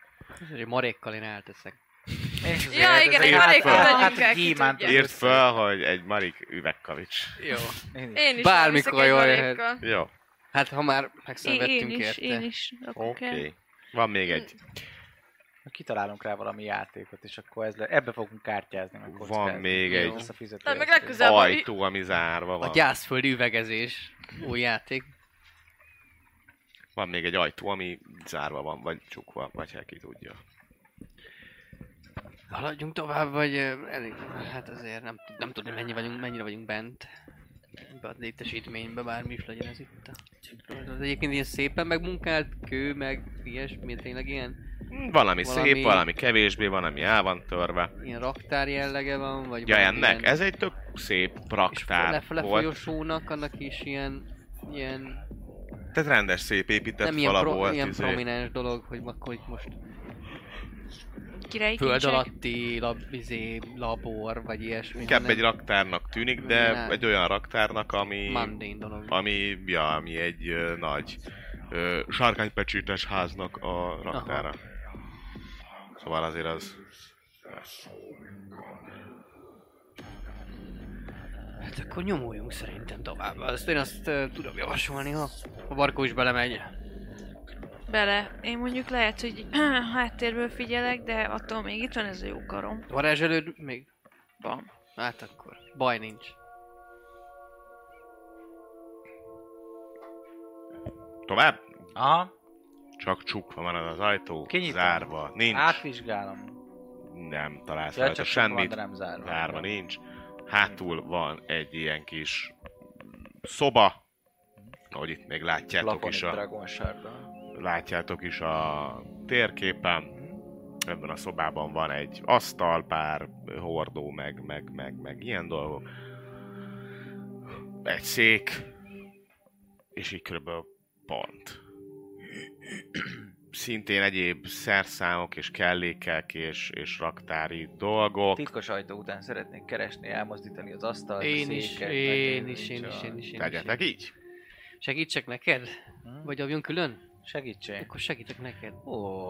Speaker 3: Ez egy marékkal én elteszek.
Speaker 5: És azért
Speaker 4: Ja,
Speaker 5: ez
Speaker 4: igen,
Speaker 5: az
Speaker 2: egy
Speaker 5: ilyen-
Speaker 2: marékot
Speaker 5: hát,
Speaker 4: adjunk
Speaker 5: hát,
Speaker 4: el, ki
Speaker 5: gyémánt
Speaker 4: tudja.
Speaker 2: Írd fel, hogy egy marik üvegkavics.
Speaker 3: Jó.
Speaker 5: Én is.
Speaker 4: Én is
Speaker 3: Bármikor
Speaker 4: elviszek egy
Speaker 3: jól
Speaker 4: marékkal.
Speaker 3: jöhet.
Speaker 2: Jó,
Speaker 3: Hát ha már
Speaker 6: Én, én
Speaker 3: megszenvedtünk
Speaker 6: is,
Speaker 3: érte.
Speaker 6: én is. Akkor
Speaker 2: oké.
Speaker 6: kell.
Speaker 2: Okay. Van még egy.
Speaker 5: Kitalálunk rá valami játékot, és akkor ez le... ebbe fogunk kártyázni, meg
Speaker 2: Van
Speaker 5: kockázni.
Speaker 2: még
Speaker 5: Jó
Speaker 2: egy.
Speaker 5: lesz a fizető.
Speaker 4: Na, meg legközelebb a-
Speaker 2: ajtó, ami zárva
Speaker 3: A
Speaker 2: van.
Speaker 3: gyászföldi üvegezés. Új játék.
Speaker 2: Van még egy ajtó, ami zárva van, vagy csukva, vagy hát ki tudja.
Speaker 3: Haladjunk tovább, vagy ö, elég? Hát azért nem, tud- nem tudom, mennyi vagyunk, mennyire vagyunk bent. Ebbe a létesítménybe, bármi is legyen ez itt. a- Az egyébként ilyen szépen megmunkált kő, meg ilyesmi, tényleg ilyen,
Speaker 2: Hm, Valami, valami
Speaker 3: Valami-
Speaker 2: szép, valami kevésbé, van, ami el van törve.
Speaker 3: ilyen raktár jellege van, vagy
Speaker 2: Ja,
Speaker 3: valami
Speaker 2: ennek,
Speaker 3: ilyen-
Speaker 2: ez egy tök szép
Speaker 3: És
Speaker 2: raktár
Speaker 3: lefele
Speaker 2: volt.
Speaker 3: folyosónak, annak is ilyen, ilyen
Speaker 2: Tehát rendes, szép épített
Speaker 3: nem ilyen,
Speaker 2: fala
Speaker 3: pro,
Speaker 2: volt.
Speaker 3: ilyen
Speaker 2: Izé.
Speaker 3: prominens dolog, hogy akkor itt most
Speaker 6: Királyi
Speaker 3: föld
Speaker 6: kincsek.
Speaker 3: alatti lab, izé, labor, vagy ilyesmi.
Speaker 2: Inkább
Speaker 3: hanem
Speaker 2: egy raktárnak tűnik, de
Speaker 3: Nem.
Speaker 2: egy olyan raktárnak, ami,
Speaker 3: Mundane dolog.
Speaker 2: ami, ja, ami egy ö, nagy ö, sárkánypecsítes háznak a raktára. Szóval azért az...
Speaker 3: Hát akkor nyomuljunk szerintem tovább. Azt én azt uh, tudom javasolni, ha a barkó is belemegy.
Speaker 6: Bele. Én mondjuk lehet, hogy háttérből figyelek, de attól még itt van ez a jó karom.
Speaker 3: Varázselőd még?
Speaker 6: Van.
Speaker 3: Hát akkor baj nincs.
Speaker 2: Tovább?
Speaker 5: Aha,
Speaker 2: Csak csukva van az, az ajtó,
Speaker 5: Kinyitom.
Speaker 2: zárva. Nincs.
Speaker 5: átvizsgálom.
Speaker 2: Nem találsz
Speaker 5: Ja,
Speaker 2: rajta
Speaker 5: csak semmit.
Speaker 2: semmit.
Speaker 5: Nem zárva.
Speaker 2: Zárva nincs. Hátul van egy ilyen kis szoba, ahogy itt még látjátok
Speaker 5: Plafon
Speaker 2: is,
Speaker 5: itt
Speaker 2: a,
Speaker 5: Dragon Shardban.
Speaker 2: látjátok is a térképen. Ebben a szobában van egy asztal, pár hordó, meg, meg, meg, meg ilyen dolgok. Egy szék, és így körülbelül pont. Szintén egyéb szerszámok és kellékek és, és raktári dolgok.
Speaker 5: Titkos ajtó után szeretnék keresni, elmozdítani az asztalt,
Speaker 3: Én
Speaker 5: székek,
Speaker 3: is,
Speaker 5: meg
Speaker 3: én is, én
Speaker 5: nézőcsart.
Speaker 3: is, én is, én is.
Speaker 2: Tegyetek így.
Speaker 3: Segítsek neked?
Speaker 5: Hm?
Speaker 3: Vagy dobjon külön?
Speaker 5: Segítség.
Speaker 3: Akkor segítek neked.
Speaker 5: Ó.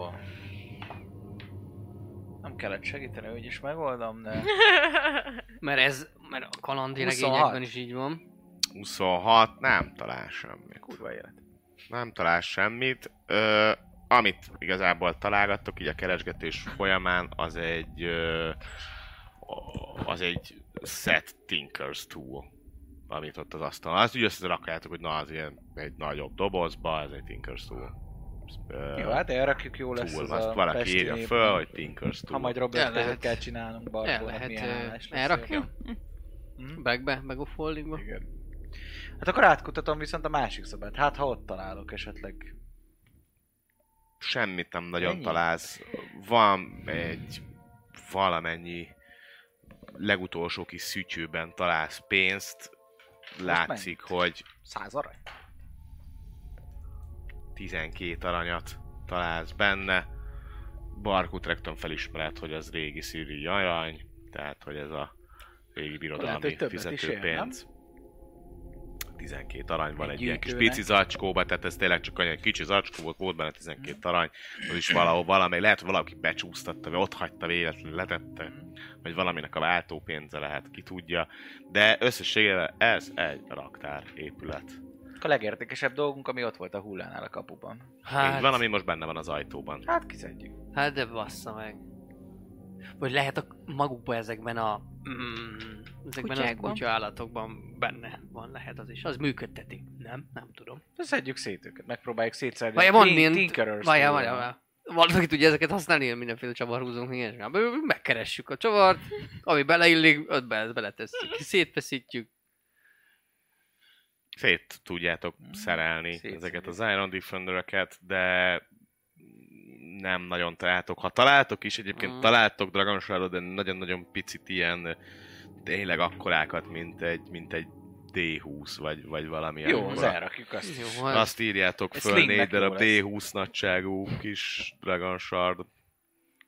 Speaker 5: Nem kellett segíteni, úgyis megoldom, de...
Speaker 3: Mert ez, mert a kalandi
Speaker 5: 26.
Speaker 3: regényekben is így van.
Speaker 2: 26, nem talál semmit.
Speaker 5: Kurva élet.
Speaker 2: Nem talál semmit. Ö, amit igazából találgattok így a keresgetés folyamán, az egy ö, az egy set Tinker's Tool, amit ott az asztalon. Azt úgy összerakjátok, hogy na, az ilyen egy nagyobb dobozba, ez egy Tinker's Tool. ö,
Speaker 5: Jó, hát elrakjuk, jó lesz
Speaker 2: túl
Speaker 5: az
Speaker 2: van. Azt
Speaker 5: a
Speaker 2: valaki
Speaker 5: pesti
Speaker 2: írja
Speaker 5: nép.
Speaker 2: föl, hogy Tinkers
Speaker 5: Ha
Speaker 2: túl.
Speaker 5: majd Robert
Speaker 3: El
Speaker 5: között
Speaker 3: lehet.
Speaker 5: kell csinálnunk
Speaker 3: El
Speaker 5: barkónak,
Speaker 3: lehet,
Speaker 5: milyen
Speaker 3: ö,
Speaker 5: állás lesz.
Speaker 3: elrakja.
Speaker 5: Hm?
Speaker 3: Backbe, meg offholdingba.
Speaker 5: Igen. Hát akkor átkutatom viszont a másik szobát. Hát ha ott találok esetleg.
Speaker 2: Semmit nem nagyon
Speaker 5: Ennyi?
Speaker 2: találsz. Van egy valamennyi legutolsó kis szütyőben találsz pénzt. Látszik, hogy
Speaker 5: Száz arany?
Speaker 2: 12 aranyat találsz benne. Barkut rögtön felismered, hogy az régi szíri arany, tehát hogy ez a régi
Speaker 5: lehet,
Speaker 2: birodalmi
Speaker 5: hogy többet is
Speaker 2: fizetőpénz. 12 arany van
Speaker 5: Egy
Speaker 2: egy, ilyen kis
Speaker 5: gyűjtőnek.
Speaker 2: pici zacskóba, tehát ez tényleg csak olyan egy kicsi zacskó volt, volt benne 12
Speaker 5: Mm.
Speaker 2: arany, az is valahol valami, lehet, hogy valaki becsúsztatta, vagy ott hagyta véletlenül letette,
Speaker 5: Mm.
Speaker 2: vagy valaminek a váltópénze lehet, ki tudja, de összességében ez egy raktár épület.
Speaker 5: A legértékesebb dolgunk, ami ott volt a hullánál a kapuban.
Speaker 2: Hát... Van, ami most benne van az ajtóban.
Speaker 5: Hát kiszedjük.
Speaker 3: Hát de bassza meg. Vagy lehet a magukban ezekben a... Mm, ezekben a
Speaker 6: Kutyákban.
Speaker 3: kutya állatokban benne van, lehet az is. Az működteti. Nem? Nem tudom.
Speaker 5: Szedjük szét őket, megpróbáljuk szétszedni.
Speaker 3: Várjál, van
Speaker 5: Tin-
Speaker 3: ilyen...
Speaker 5: Tinkerers.
Speaker 3: Várjál,
Speaker 5: túl.
Speaker 3: várjál, várjál. Valaki tudja ezeket használni, ilyen mindenféle csavarhúzónk, ilyesmi. Hát, Megkeressük a csavart, ami beleillik, ott be, beletesszük, szétfeszítjük.
Speaker 2: szét tudjátok
Speaker 5: Mm.
Speaker 2: szerelni
Speaker 5: Szét
Speaker 2: ezeket az
Speaker 5: szedjük.
Speaker 2: Iron Defendereket, de nem nagyon találtok. Ha találtok is, egyébként
Speaker 3: Mm.
Speaker 2: mm. találtok Dragon Shard-ot, de nagyon-nagyon picit ilyen tényleg akkorákat, mint egy, mint egy D20, vagy, vagy valami
Speaker 5: Jó,
Speaker 2: akkora.
Speaker 5: az elrakjuk azt.
Speaker 3: Jó, hát-
Speaker 2: Azt írjátok
Speaker 5: Egy
Speaker 2: föl,
Speaker 5: slingnek
Speaker 2: négy
Speaker 5: jó
Speaker 2: darab
Speaker 5: lesz.
Speaker 2: D20 nagyságú kis Dragon Shard,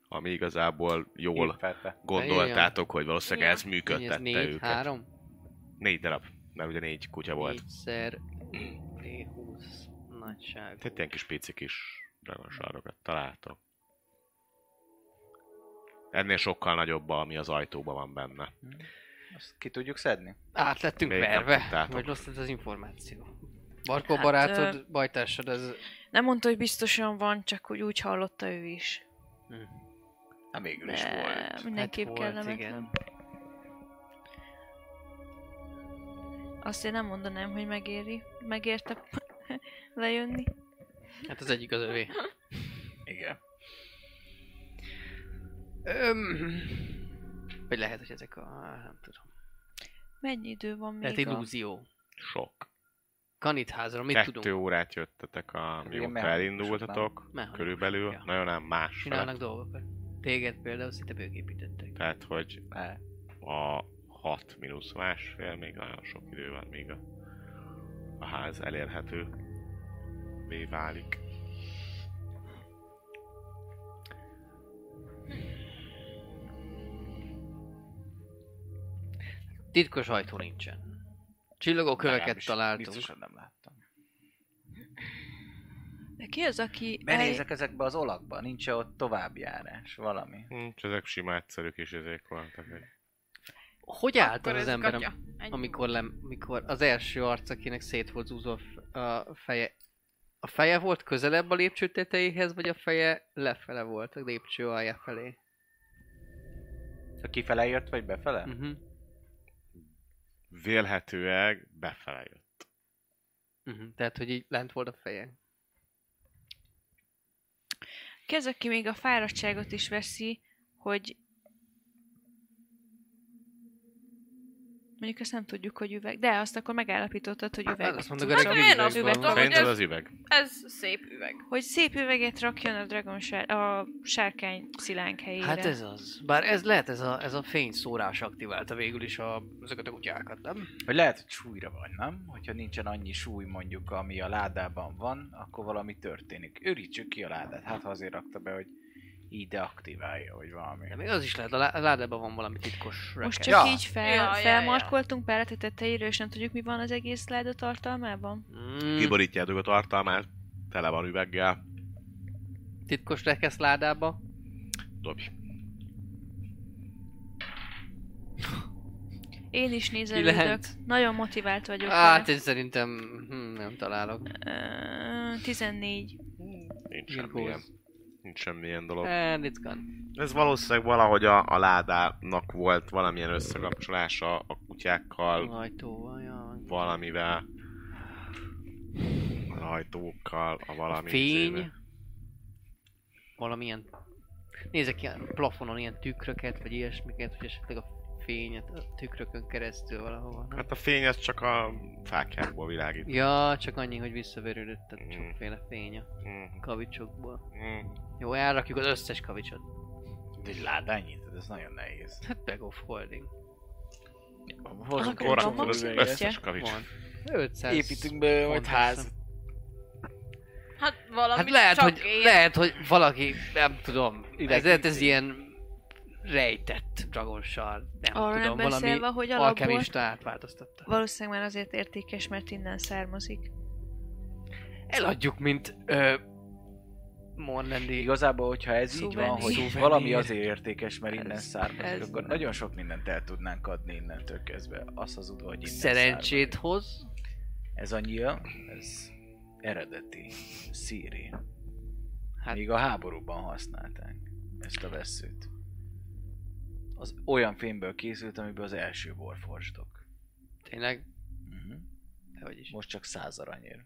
Speaker 2: ami igazából jól
Speaker 5: Fette.
Speaker 2: gondoltátok, hogy valószínűleg
Speaker 4: Ja.
Speaker 2: ez
Speaker 3: Mennyi ez?
Speaker 2: működtette
Speaker 3: négy,
Speaker 2: őket.
Speaker 3: három?
Speaker 2: Négy darab, mert ugye négy kutya volt.
Speaker 3: Négyszer D20 nagyság.
Speaker 2: Tehát ilyen kis pici kis dragonsárokat találtok. Ennél sokkal nagyobb, ami az ajtóban van benne.
Speaker 5: Azt ki tudjuk szedni?
Speaker 3: Át lettünk
Speaker 2: Még nem
Speaker 3: verve,
Speaker 2: tudtátok.
Speaker 3: vagy rossz lett az információ. Barkó
Speaker 6: Hát,
Speaker 3: barátod, bajtársad, ez...
Speaker 6: Nem mondta, hogy biztosan van, csak úgy, úgy hallotta ő is.
Speaker 5: Na végül is
Speaker 6: De
Speaker 5: volt.
Speaker 6: mindenképp
Speaker 3: Hát volt, igen.
Speaker 6: kellemetlen. Azt én nem mondanám, hogy megéri. Megérte lejönni.
Speaker 3: Hát az egyik az övé.
Speaker 5: Igen.
Speaker 3: Öm, vagy lehet, hogy ezek a... nem tudom.
Speaker 6: Mennyi idő van még?
Speaker 3: Lehet
Speaker 6: a-
Speaker 3: illúzió.
Speaker 2: Sok.
Speaker 3: Kanitházra, mit
Speaker 2: Kettő
Speaker 3: tudunk?
Speaker 2: órát jöttetek, a,
Speaker 5: Ilyen
Speaker 2: mióta
Speaker 5: mechanikusok
Speaker 2: elindultatok,
Speaker 3: Mechanikusok,
Speaker 2: körülbelül.
Speaker 3: ja.
Speaker 2: Nagyon nem más.
Speaker 3: Csinálnak dolgokat. Téged például szinte bőgépítettek.
Speaker 2: Tehát, hogy
Speaker 5: Ne.
Speaker 2: a 6 mínusz másfél, még nagyon sok idő van, még a, a ház elérhető vé válik.
Speaker 3: Titkos ajtó nincsen. Csillogó köveket
Speaker 5: Legalábbis
Speaker 3: találtunk.
Speaker 5: Biztosan nem láttam.
Speaker 6: De ki az, aki...
Speaker 3: hát
Speaker 6: el-
Speaker 5: Benézek ezekbe az olakba, nincs -e ott továbbjárás, valami.
Speaker 2: Hm, ezek sima egyszerű kis ezek voltak.
Speaker 3: Hogy állt az,
Speaker 4: Akkor
Speaker 3: az
Speaker 4: ez
Speaker 3: ember,
Speaker 4: gatya. Ennyi
Speaker 3: amikor, lem, amikor az első arc, akinek szét volt zúzva a f- a feje, a feje volt közelebb a lépcső tetejéhez, vagy a feje lefele volt a lépcső alja felé?
Speaker 5: Ha kifele jött, vagy befele?
Speaker 3: Uh-huh.
Speaker 2: Vélhetőleg befele jött.
Speaker 3: Uh-huh. Tehát, hogy így lent volt a feje.
Speaker 6: Ki az, aki még a fáradtságot is veszi, hogy... Mondjuk ezt nem tudjuk, hogy üveg. De azt akkor megállapítottad, hogy üveg.
Speaker 3: Hát azt mondok,
Speaker 6: cucc.
Speaker 3: hogy
Speaker 4: Hát én azt
Speaker 3: üvegben
Speaker 4: gondolom,
Speaker 3: van.
Speaker 4: hogy
Speaker 2: Szerinted
Speaker 4: ez-
Speaker 2: az üveg?
Speaker 4: Ez szép üveg.
Speaker 6: Hogy szép üveget rakjon a dragon sár, a sárkány szilánk helyére.
Speaker 3: Hát ez az. Bár ez lehet, ez a, ez a fényszórás aktiválta végül is a, ezeket a kutyákat, nem?
Speaker 5: Hogy lehet, hogy súlyra van, nem? Hogyha nincsen annyi súly mondjuk, ami a ládában van, akkor valami történik. Ürítsük ki a ládát. Hát ha azért rakta be, hogy így deaktiválja, vagy valami.
Speaker 3: De még az is lehet, a lá- a ládában van valami titkos
Speaker 6: Most
Speaker 3: reket.
Speaker 6: csak
Speaker 5: Ja.
Speaker 6: így fel,
Speaker 4: Ja, ja, ja.
Speaker 6: felmarkoltunk párat a tetejéről, és nem tudjuk, mi van az egész láda tartalmában.
Speaker 3: Mm,
Speaker 2: Kiborítjátok a tartalmát, tele van üveggel,
Speaker 3: titkos rekesz ládába.
Speaker 2: dobj.
Speaker 6: Én is nézelődök.
Speaker 3: Kilenc.
Speaker 6: Nagyon motivált vagyok.
Speaker 3: Hát én szerintem hm, nem találok.
Speaker 6: Ö, 14.
Speaker 2: Nincs semmilyen,
Speaker 3: Virgóz.
Speaker 2: nincs semmilyen dolog.
Speaker 3: And it's gone.
Speaker 2: Ez valószínűleg valahogy a, a ládának volt valamilyen összekapcsolása a kutyákkal,
Speaker 3: Ajtóval, ja.
Speaker 2: valamivel, a hajtókkal, a valami...
Speaker 3: Fény.
Speaker 2: izével.
Speaker 3: valamilyen... Nézek ilyen plafonon ilyen tükröket, vagy ilyesmiket, hogy esetleg a fényet a tükrökön keresztül valahova. nem?
Speaker 2: Hát a fény az csak a fákjákból világít.
Speaker 3: Ja, csak annyi, hogy visszaverődött a
Speaker 2: Mm.
Speaker 3: sokféle fény a
Speaker 2: Mm,
Speaker 3: kavicsokból.
Speaker 2: mm.
Speaker 3: Jó, elrakjuk az összes kavicsot.
Speaker 5: Egy ládányit, ez nagyon nehéz.
Speaker 3: Hát bag of holding. Hát
Speaker 7: Hozunk
Speaker 6: Akkor
Speaker 2: Akkor
Speaker 7: egy
Speaker 6: van
Speaker 2: rakod az
Speaker 6: maximum
Speaker 7: üveget.
Speaker 2: összes
Speaker 6: üvegje?
Speaker 2: kavics.
Speaker 3: Van. 500
Speaker 7: Építünk be majd
Speaker 3: pontosan.
Speaker 7: házat.
Speaker 4: Hát valami
Speaker 3: Hát lehet,
Speaker 4: csak
Speaker 3: hogy,
Speaker 4: én.
Speaker 3: lehet, hogy valaki, nem tudom, ez, lehet, ez ilyen rejtett Dragon Shard, nem
Speaker 6: Arról nem
Speaker 3: tudom, valami
Speaker 6: beszélve, hogy alapból
Speaker 3: alkemista átváltoztatta.
Speaker 6: valószínűleg már azért értékes, mert innen származik.
Speaker 3: Eladjuk, mint ö, Morlandi.
Speaker 5: Igazából, hogyha ez így van,
Speaker 6: Szuvenír.
Speaker 5: hogy
Speaker 3: Szuvenír.
Speaker 5: valami azért értékes, mert innen
Speaker 3: Ez-
Speaker 5: származik,
Speaker 3: ez-
Speaker 5: akkor nagyon sok mindent el tudnánk adni innentől kezdve. Azt az uda, hogy innen
Speaker 3: Szerencsét
Speaker 5: származik.
Speaker 3: hoz.
Speaker 5: Ez annyira, ez eredeti, szíri.
Speaker 3: Hát-
Speaker 5: Hát... Még a háborúban használták ezt a veszőt. Az olyan fémből készült, amiből az első borforsdok.
Speaker 3: Tényleg?
Speaker 5: Mhm.
Speaker 3: Hogy is.
Speaker 5: Most csak száz aranyér.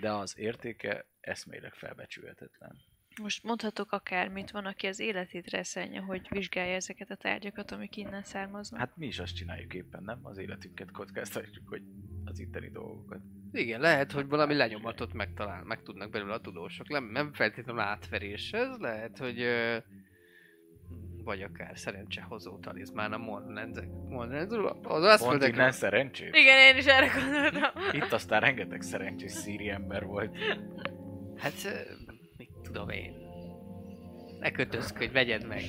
Speaker 5: De az értéke eszméleg felbecsülhetetlen.
Speaker 6: Most mondhatok akármit, van, aki az életét reszelje, hogy vizsgálja ezeket a tárgyakat, amik innen származnak. Hát,
Speaker 5: Hát mi is azt csináljuk éppen, nem? Az életünket kockáztatjuk, hogy az itteni dolgokat.
Speaker 3: Igen, lehet, hogy valami lenyomatot megtalál, meg tudnak belőle a tudósok. Nem, nem feltétlenül átverés ez, lehet, hogy ö, vagy akár szerencsehozó talizmán a Morlenzek. Morlenz, az azt
Speaker 5: Pont innen
Speaker 3: mondják,
Speaker 5: szerencsé?
Speaker 4: Igen, én is erre gondoltam.
Speaker 5: Itt aztán rengeteg szerencsés szíri ember volt.
Speaker 3: hát ö, mit tudom én. Ne kötözködj, vegyed meg.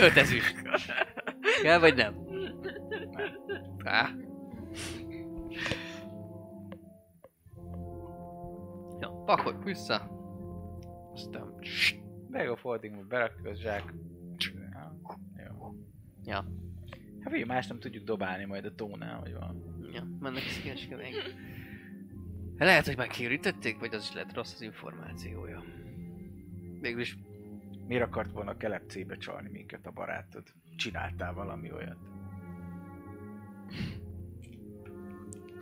Speaker 3: Öt ezüst. Kell vagy nem? Á. Ja, pakolj vissza. Aztán
Speaker 5: Meg a foldingba berakjuk az zsák. Jó.
Speaker 3: Ja.
Speaker 5: Hát mi más nem tudjuk dobálni majd a tónál, hogy van.
Speaker 3: Ja, mennek szíveskednek. Lehet, hogy már kiürítették, vagy az is lett rossz az információja. Végülis
Speaker 5: Miért akart volna kelepcébe csalni minket a barátod? Csináltál valami olyat?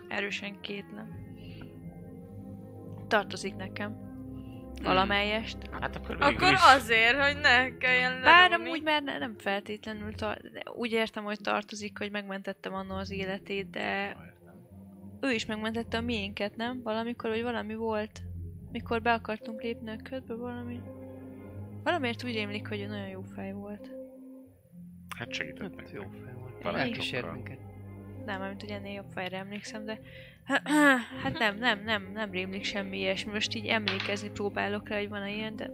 Speaker 6: Erősen kétlem. Tartozik nekem. Valamelyest.
Speaker 5: Hát akkor
Speaker 4: Akkor azért, hogy ne kelljen
Speaker 6: Bár
Speaker 4: lerúgni.
Speaker 6: amúgy már ne, nem feltétlenül tar- de úgy értem, hogy tartozik, hogy megmentettem annó az életét, de ő is megmentette a miénket, nem? Valamikor, hogy valami volt, mikor be akartunk lépni a ködbe, valami... Valamiért úgy émlik, hogy ő nagyon jó fej volt.
Speaker 2: Hát segített nekünk.
Speaker 3: jó fel volt.
Speaker 2: Tanácsokkal.
Speaker 3: Elkísért minket.
Speaker 6: Nem, mint hogy ennél jobb fejre emlékszem, de... hát nem, nem, nem, nem rémlik semmi ilyesmi. Most így emlékezni próbálok rá, hogy van-e ilyen, de...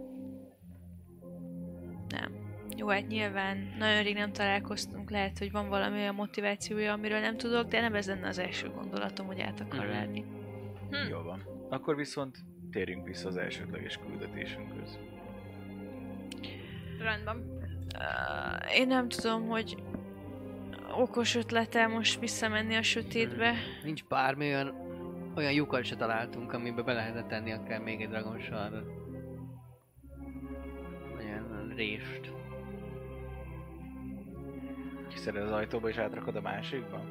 Speaker 6: Nem. Jó, hát nyilván nagyon rég nem találkoztunk, lehet, hogy van valami olyan motivációja, amiről nem tudok, de nem ez lenne az első gondolatom, hogy át akar
Speaker 3: Mhm.
Speaker 6: verni.
Speaker 5: Jó van. Akkor viszont térjünk vissza az elsődleges küldetésünkhöz.
Speaker 4: Rendben.
Speaker 6: Uh, én nem tudom, hogy okos ötlete most visszamenni a sötétbe.
Speaker 2: Mhm.
Speaker 3: Nincs bármi olyan, olyan lyukat se találtunk, amiben be lehetett tenni akár még egy dragon sarrat. Vagy olyan rést.
Speaker 5: Kiszered az ajtóba és átrakod a másikba?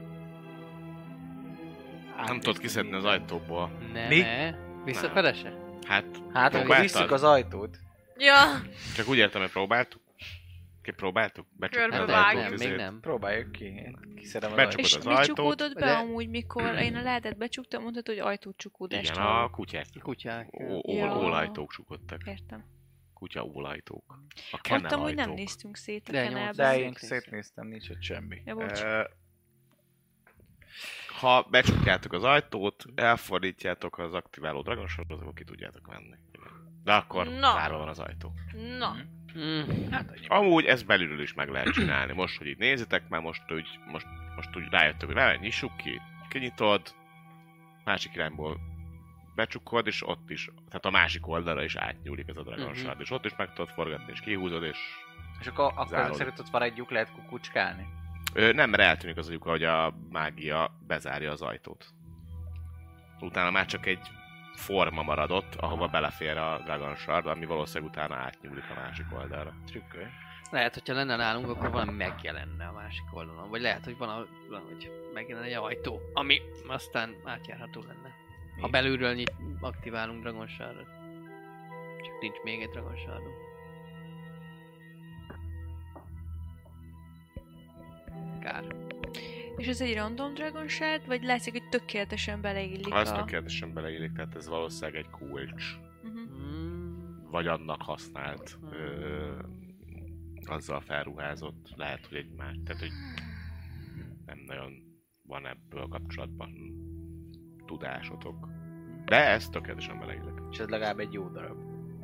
Speaker 2: Nem tudod kiszedni az ajtóból.
Speaker 3: Ne,
Speaker 5: Mi?
Speaker 3: ne. Visszafele se?
Speaker 2: Hát,
Speaker 5: Hát akkor
Speaker 2: Próbáltad?
Speaker 5: visszük az ajtót.
Speaker 4: Ja, hát
Speaker 2: csak úgy értem, hogy próbáltuk. Ki próbáltuk? Becsuktuk
Speaker 4: Körbe
Speaker 2: az
Speaker 3: nem,
Speaker 4: vágjuk.
Speaker 2: ajtót,
Speaker 3: Hát nem, még
Speaker 2: izét.
Speaker 3: nem.
Speaker 5: Próbáljuk ki. Én Kiszedem az
Speaker 2: Becsukod
Speaker 5: ajtót.
Speaker 6: És
Speaker 2: az
Speaker 6: mi
Speaker 2: ajtót,
Speaker 6: csukódott be
Speaker 3: de-
Speaker 6: amúgy, mikor én a ládat becsuktam, mondtad, hogy ajtócsukódást
Speaker 2: Igen,
Speaker 6: hallok.
Speaker 2: a kutyák.
Speaker 3: Kutyák.
Speaker 2: Ó-
Speaker 6: Ja.
Speaker 2: ó- Ólajtók csukottak.
Speaker 6: Értem.
Speaker 2: Kutya ólajtók. A
Speaker 6: Ott
Speaker 2: kennel
Speaker 6: amúgy nem
Speaker 2: ajtók.
Speaker 6: néztünk szét a
Speaker 3: De
Speaker 6: kenelbe.
Speaker 3: nyolc-
Speaker 5: De én szétnéztem, nincs ott semmi.
Speaker 6: Ja, bocs.
Speaker 2: Ö, Ha becsukjátok az ajtót, elfordítjátok az aktiváló dragon sorozatot, akkor ki tudjátok venni. De akkor
Speaker 4: Na.
Speaker 2: zárva van az ajtó.
Speaker 4: na.
Speaker 3: Mm.
Speaker 5: Hát annyi.
Speaker 2: Amúgy ezt belülről is meg lehet csinálni. Most, hogy így nézitek, már most úgy, most, most úgy rájöttök, hogy rá, nyissuk ki, kinyitod, másik irányból becsukod, és ott is, tehát a másik oldalra is átnyúlik ez a dragon
Speaker 3: Mhm.
Speaker 2: shard, és ott is meg tudod forgatni, és kihúzod, és
Speaker 5: És akkor, akkor
Speaker 2: Zárod.
Speaker 5: ezek szerint ott van egy lyuk, lehet kukucskálni.
Speaker 2: Ö, nem, mert eltűnik az agyuk, hogy a mágia bezárja az ajtót. Utána már csak egy forma maradott, ahova belefér a Dragon Shard, ami valószínűleg utána átnyúlik a másik oldalra.
Speaker 5: Trükköl.
Speaker 3: Lehet, hogyha lenne nálunk, akkor valami megjelenne a másik oldalon. Vagy lehet, hogy van, van hogy megjelenne egy ajtó, ami aztán átjárható lenne. Ha
Speaker 5: Mi?
Speaker 3: belülről nyit, aktiválunk Dragon Shard-ot. Csak nincs még egy ragasárdom. Kár.
Speaker 6: És ez egy random dragon shard, vagy látszik, hogy tökéletesen beleillik
Speaker 2: Az
Speaker 6: a...
Speaker 2: tökéletesen beleillik, tehát ez valószínűleg egy kulcs.
Speaker 6: Mhm.
Speaker 3: Mm.
Speaker 2: vagy annak használt, ö, azzal felruházott, lehet, hogy egy más, tehát hogy nem nagyon van ebből kapcsolatban tudásotok. De ez tökéletesen beleillik.
Speaker 5: És ez legalább egy jó darab.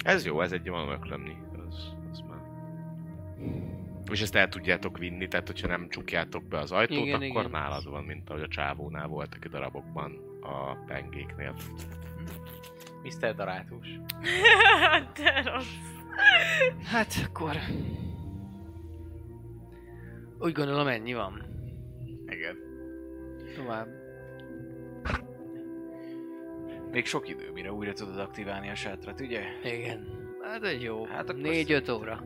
Speaker 2: Ez jó, ez egy van öklömni, az, az már. És ezt el tudjátok vinni, tehát hogyha nem csukjátok be az ajtót,
Speaker 3: Igen,
Speaker 2: igen, akkor
Speaker 3: igen.
Speaker 2: igen. nálad van, mint ahogy a csávónál voltak a darabokban a pengéknél.
Speaker 5: Mr. Darátus.
Speaker 4: De rossz.
Speaker 3: Hát akkor... Úgy gondolom ennyi van.
Speaker 5: Igen.
Speaker 3: Tovább.
Speaker 5: Még sok idő, mire újra tudod aktiválni a sátrat, ugye?
Speaker 3: Igen. Hát egy jó.
Speaker 5: Hát
Speaker 3: Hát
Speaker 5: akkor
Speaker 3: Négy-öt óra.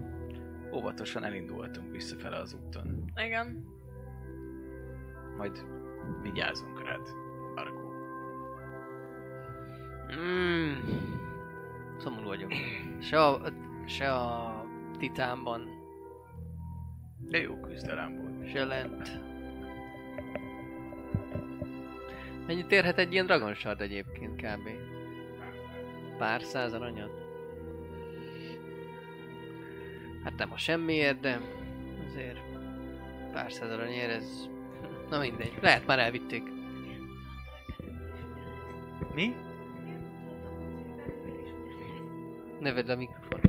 Speaker 5: Óvatosan elindultunk visszafele az úton.
Speaker 4: Igen.
Speaker 5: Majd vigyázunk rád, Argo.
Speaker 3: Mm. Szomorú vagyok. Se a, se a titánban,
Speaker 5: De jó küzdelem volt.
Speaker 3: se lent. Mennyit érhet egy ilyen Dragon Shard egyébként kb? Pár száz aranyat? Hát nem a semmiért, de azért pár száz aranyért ez... Na mindegy, lehet már elvitték.
Speaker 5: Mi?
Speaker 3: Ne vedd a mikrofon.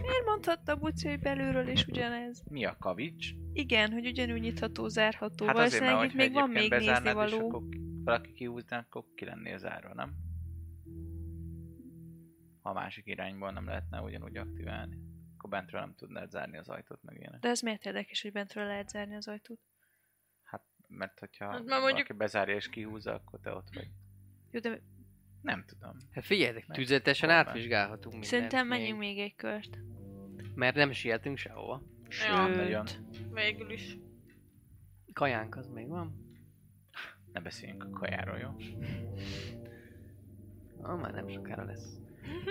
Speaker 6: Miért mondhatta a buci, hogy belülről is ugyanez?
Speaker 5: Mi a kavics?
Speaker 6: Igen, hogy ugyanúgy nyitható, zárható.
Speaker 5: Hát azért,
Speaker 6: Valószínűleg
Speaker 5: mert hogyha
Speaker 6: itt Szóval még van
Speaker 5: egyébként
Speaker 6: még nézni
Speaker 5: bezárnád, és
Speaker 6: való.
Speaker 5: akkor valaki kiúzná, akkor ki lennél zárva, nem? Ha a másik irányból nem lehetne ugyanúgy aktiválni, akkor bentről nem tudnád zárni az ajtót, meg ilyenek.
Speaker 6: De ez miért érdekes, hogy bentről lehet zárni az ajtót?
Speaker 5: Mert hogyha
Speaker 4: Hát
Speaker 5: hát,
Speaker 4: már
Speaker 5: valaki
Speaker 4: mondjuk-
Speaker 5: bezárja és kihúzza, akkor te ott vagy.
Speaker 6: Jó, de
Speaker 5: Nem tudom.
Speaker 3: Hát figyeljetek,
Speaker 5: Meg-
Speaker 3: tüzetesen
Speaker 5: Orbán.
Speaker 3: átvizsgálhatunk mindent.
Speaker 6: szerintem menjünk még egy kört.
Speaker 3: Mert nem sietünk sehova.
Speaker 5: Sőt,
Speaker 4: Ja.
Speaker 5: nagyon.
Speaker 4: Végül is.
Speaker 3: Kajánk az még van?
Speaker 5: Ne beszéljünk a kajáról, jó?
Speaker 3: Ah, már nem sokára lesz.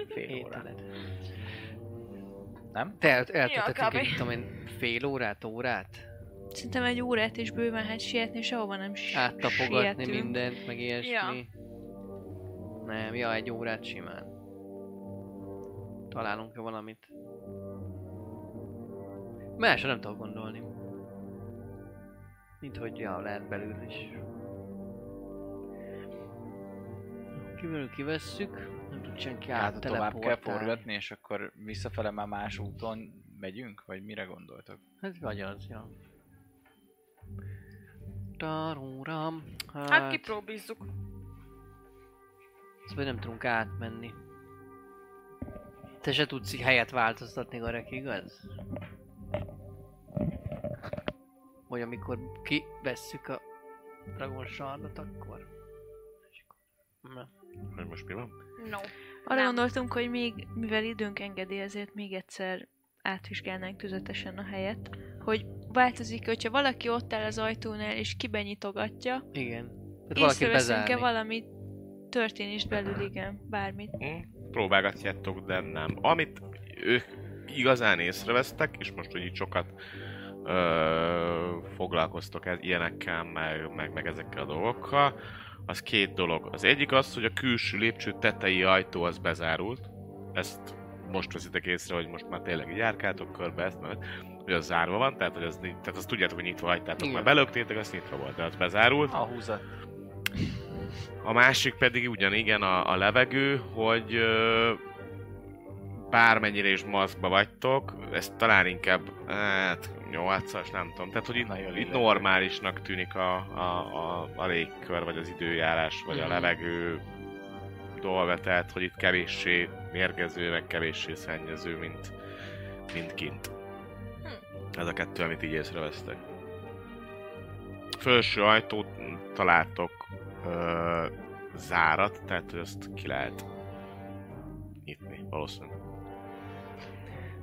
Speaker 5: Fél óra.
Speaker 3: Ételed.
Speaker 5: Nem?
Speaker 3: Te el- eltöltöttünk
Speaker 4: kb.
Speaker 3: egy, mit tudom én, fél órát, órát?
Speaker 6: Szerintem egy órát is bőven hát sietni, sehova nem s-
Speaker 5: Hát
Speaker 3: Áttapogatni
Speaker 6: sietünk.
Speaker 3: mindent, meg ilyesmi.
Speaker 4: Ja.
Speaker 3: Nem, ja, egy órát simán. Találunk-e valamit? Másra nem tudok gondolni. Mint hogy ja, lehet belül is. Kívül kivesszük, nem tud senki
Speaker 5: Hát, ha tovább kell
Speaker 3: átteleportálni.
Speaker 5: forgatni, és akkor visszafele már más úton megyünk? Vagy mire gondoltok?
Speaker 3: Hát vagy az, ja. Taruram. Hát,
Speaker 4: Hát kipróbízzuk.
Speaker 3: Szóval nem tudunk átmenni. Te se tudsz így helyet változtatni, Garek, igaz? Vagy amikor kivesszük a Dragon Shardot, akkor... Na.
Speaker 2: Hogy most mi van?
Speaker 4: No.
Speaker 6: Arra
Speaker 4: Nem.
Speaker 6: gondoltunk, hogy még, mivel időnk engedi, ezért még egyszer átvizsgálnánk tüzetesen a helyet, hogy változik, hogyha valaki ott áll az ajtónál és kibenyitogatja,
Speaker 3: Igen. Tehát valaki
Speaker 6: észreveszünk-e
Speaker 3: bezárni.
Speaker 6: valami történést belül, igen, bármit.
Speaker 2: Hm? Próbálgatjátok, de nem. Amit ők igazán észrevesztek, és most, hogy így sokat ö, foglalkoztok ez, ilyenekkel, meg, meg, meg ezekkel a dolgokkal, az két dolog. Az egyik az, hogy a külső lépcső tetei ajtó az bezárult. Ezt most veszitek észre, hogy most már tényleg így járkáltok körbe, ezt mert hogy az zárva van, tehát, hogy az, ni- tehát azt tudjátok, hogy nyitva hagytátok,
Speaker 3: Igen.
Speaker 2: már belöktétek, az nyitva volt, de az bezárult.
Speaker 5: A húzat.
Speaker 2: A másik pedig ugyanigen a, a levegő, hogy ö, bármennyire is maszkba vagytok, ez talán inkább hát, 8-as, nem tudom. Tehát, hogy
Speaker 5: Na, jól
Speaker 2: itt, itt
Speaker 5: illetve.
Speaker 2: normálisnak tűnik a, a, a, a légkör, vagy az időjárás, vagy a
Speaker 3: Mhm.
Speaker 2: levegő dolga, tehát, hogy itt kevéssé mérgező, meg kevéssé szennyező, mint, mint kint.
Speaker 6: Hm.
Speaker 2: Ez a kettő, amit így észrevesztek. Felső ajtót találtok ö, zárat, tehát ezt ki lehet nyitni, valószínűleg.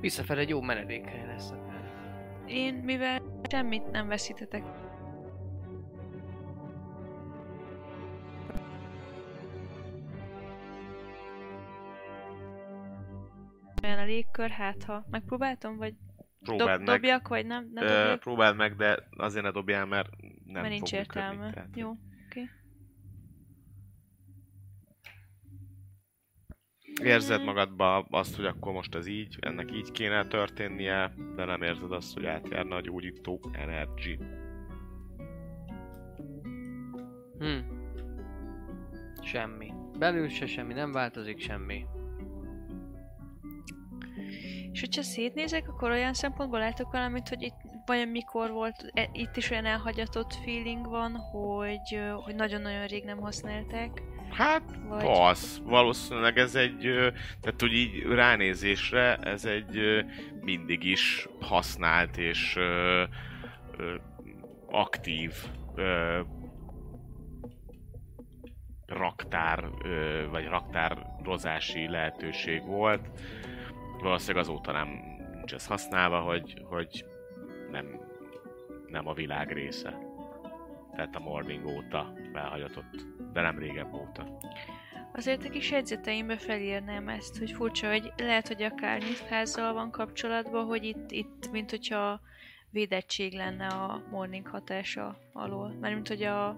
Speaker 3: Visszafelé egy jó menedékhely lesz akár.
Speaker 6: Én, mivel semmit nem veszítetek, olyan a légkör, hát ha megpróbáltam, vagy
Speaker 2: Próbáld
Speaker 6: dob,
Speaker 2: meg.
Speaker 6: dobjak, vagy nem, nem
Speaker 2: Ö,
Speaker 6: dobjak,
Speaker 2: próbáld meg, de azért ne dobjál, mert nem
Speaker 6: mert nincs
Speaker 2: fog működni,
Speaker 6: értelme.
Speaker 2: tehát-
Speaker 6: Jó.
Speaker 2: Érzed magadba azt, hogy akkor most ez így, ennek így kéne történnie, de nem érzed azt, hogy átjárna a gyógyító energy.
Speaker 3: Hm. Semmi. Belül se semmi, nem változik semmi.
Speaker 6: És hogyha szétnézek, akkor olyan szempontból látok valamit, hogy itt vajon mikor volt, e, itt is olyan elhagyatott feeling van, hogy, ö, hogy nagyon-nagyon rég nem használták.
Speaker 2: Hát,
Speaker 6: Vagy...
Speaker 2: az. Valószínűleg ez egy, ö, tehát úgy így ránézésre, ez egy ö, mindig is használt és ö, ö, aktív ö, raktár, ö, vagy raktározási lehetőség volt. Valószínűleg azóta nem nincs ez használva, hogy, hogy nem, nem a világ része. Tehát a morning óta felhagyatott, de nem régebb óta.
Speaker 6: Azért a kis jegyzeteimbe felírnám ezt, hogy furcsa, hogy lehet, hogy akár nyitházzal van kapcsolatban, hogy itt, itt mint hogyha védettség lenne a morning hatása alól. Mert mint hogy a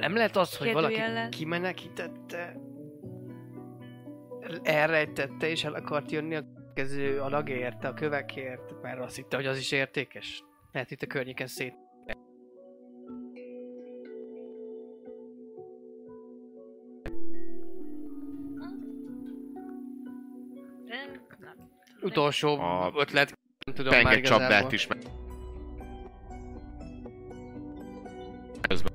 Speaker 3: Nem lehet az, hogy valaki
Speaker 6: Kérdőjellel.
Speaker 3: kimenekítette, elrejtette és el akart jönni a következő alagért, a kövekért, mert azt hitte, hogy az is értékes. Lehet itt a környéken szét.
Speaker 4: Én nem.
Speaker 3: Utolsó
Speaker 2: A
Speaker 3: ötlet, nem tudom már
Speaker 2: Penge
Speaker 3: igazából.
Speaker 2: csapdát is meg... Közben.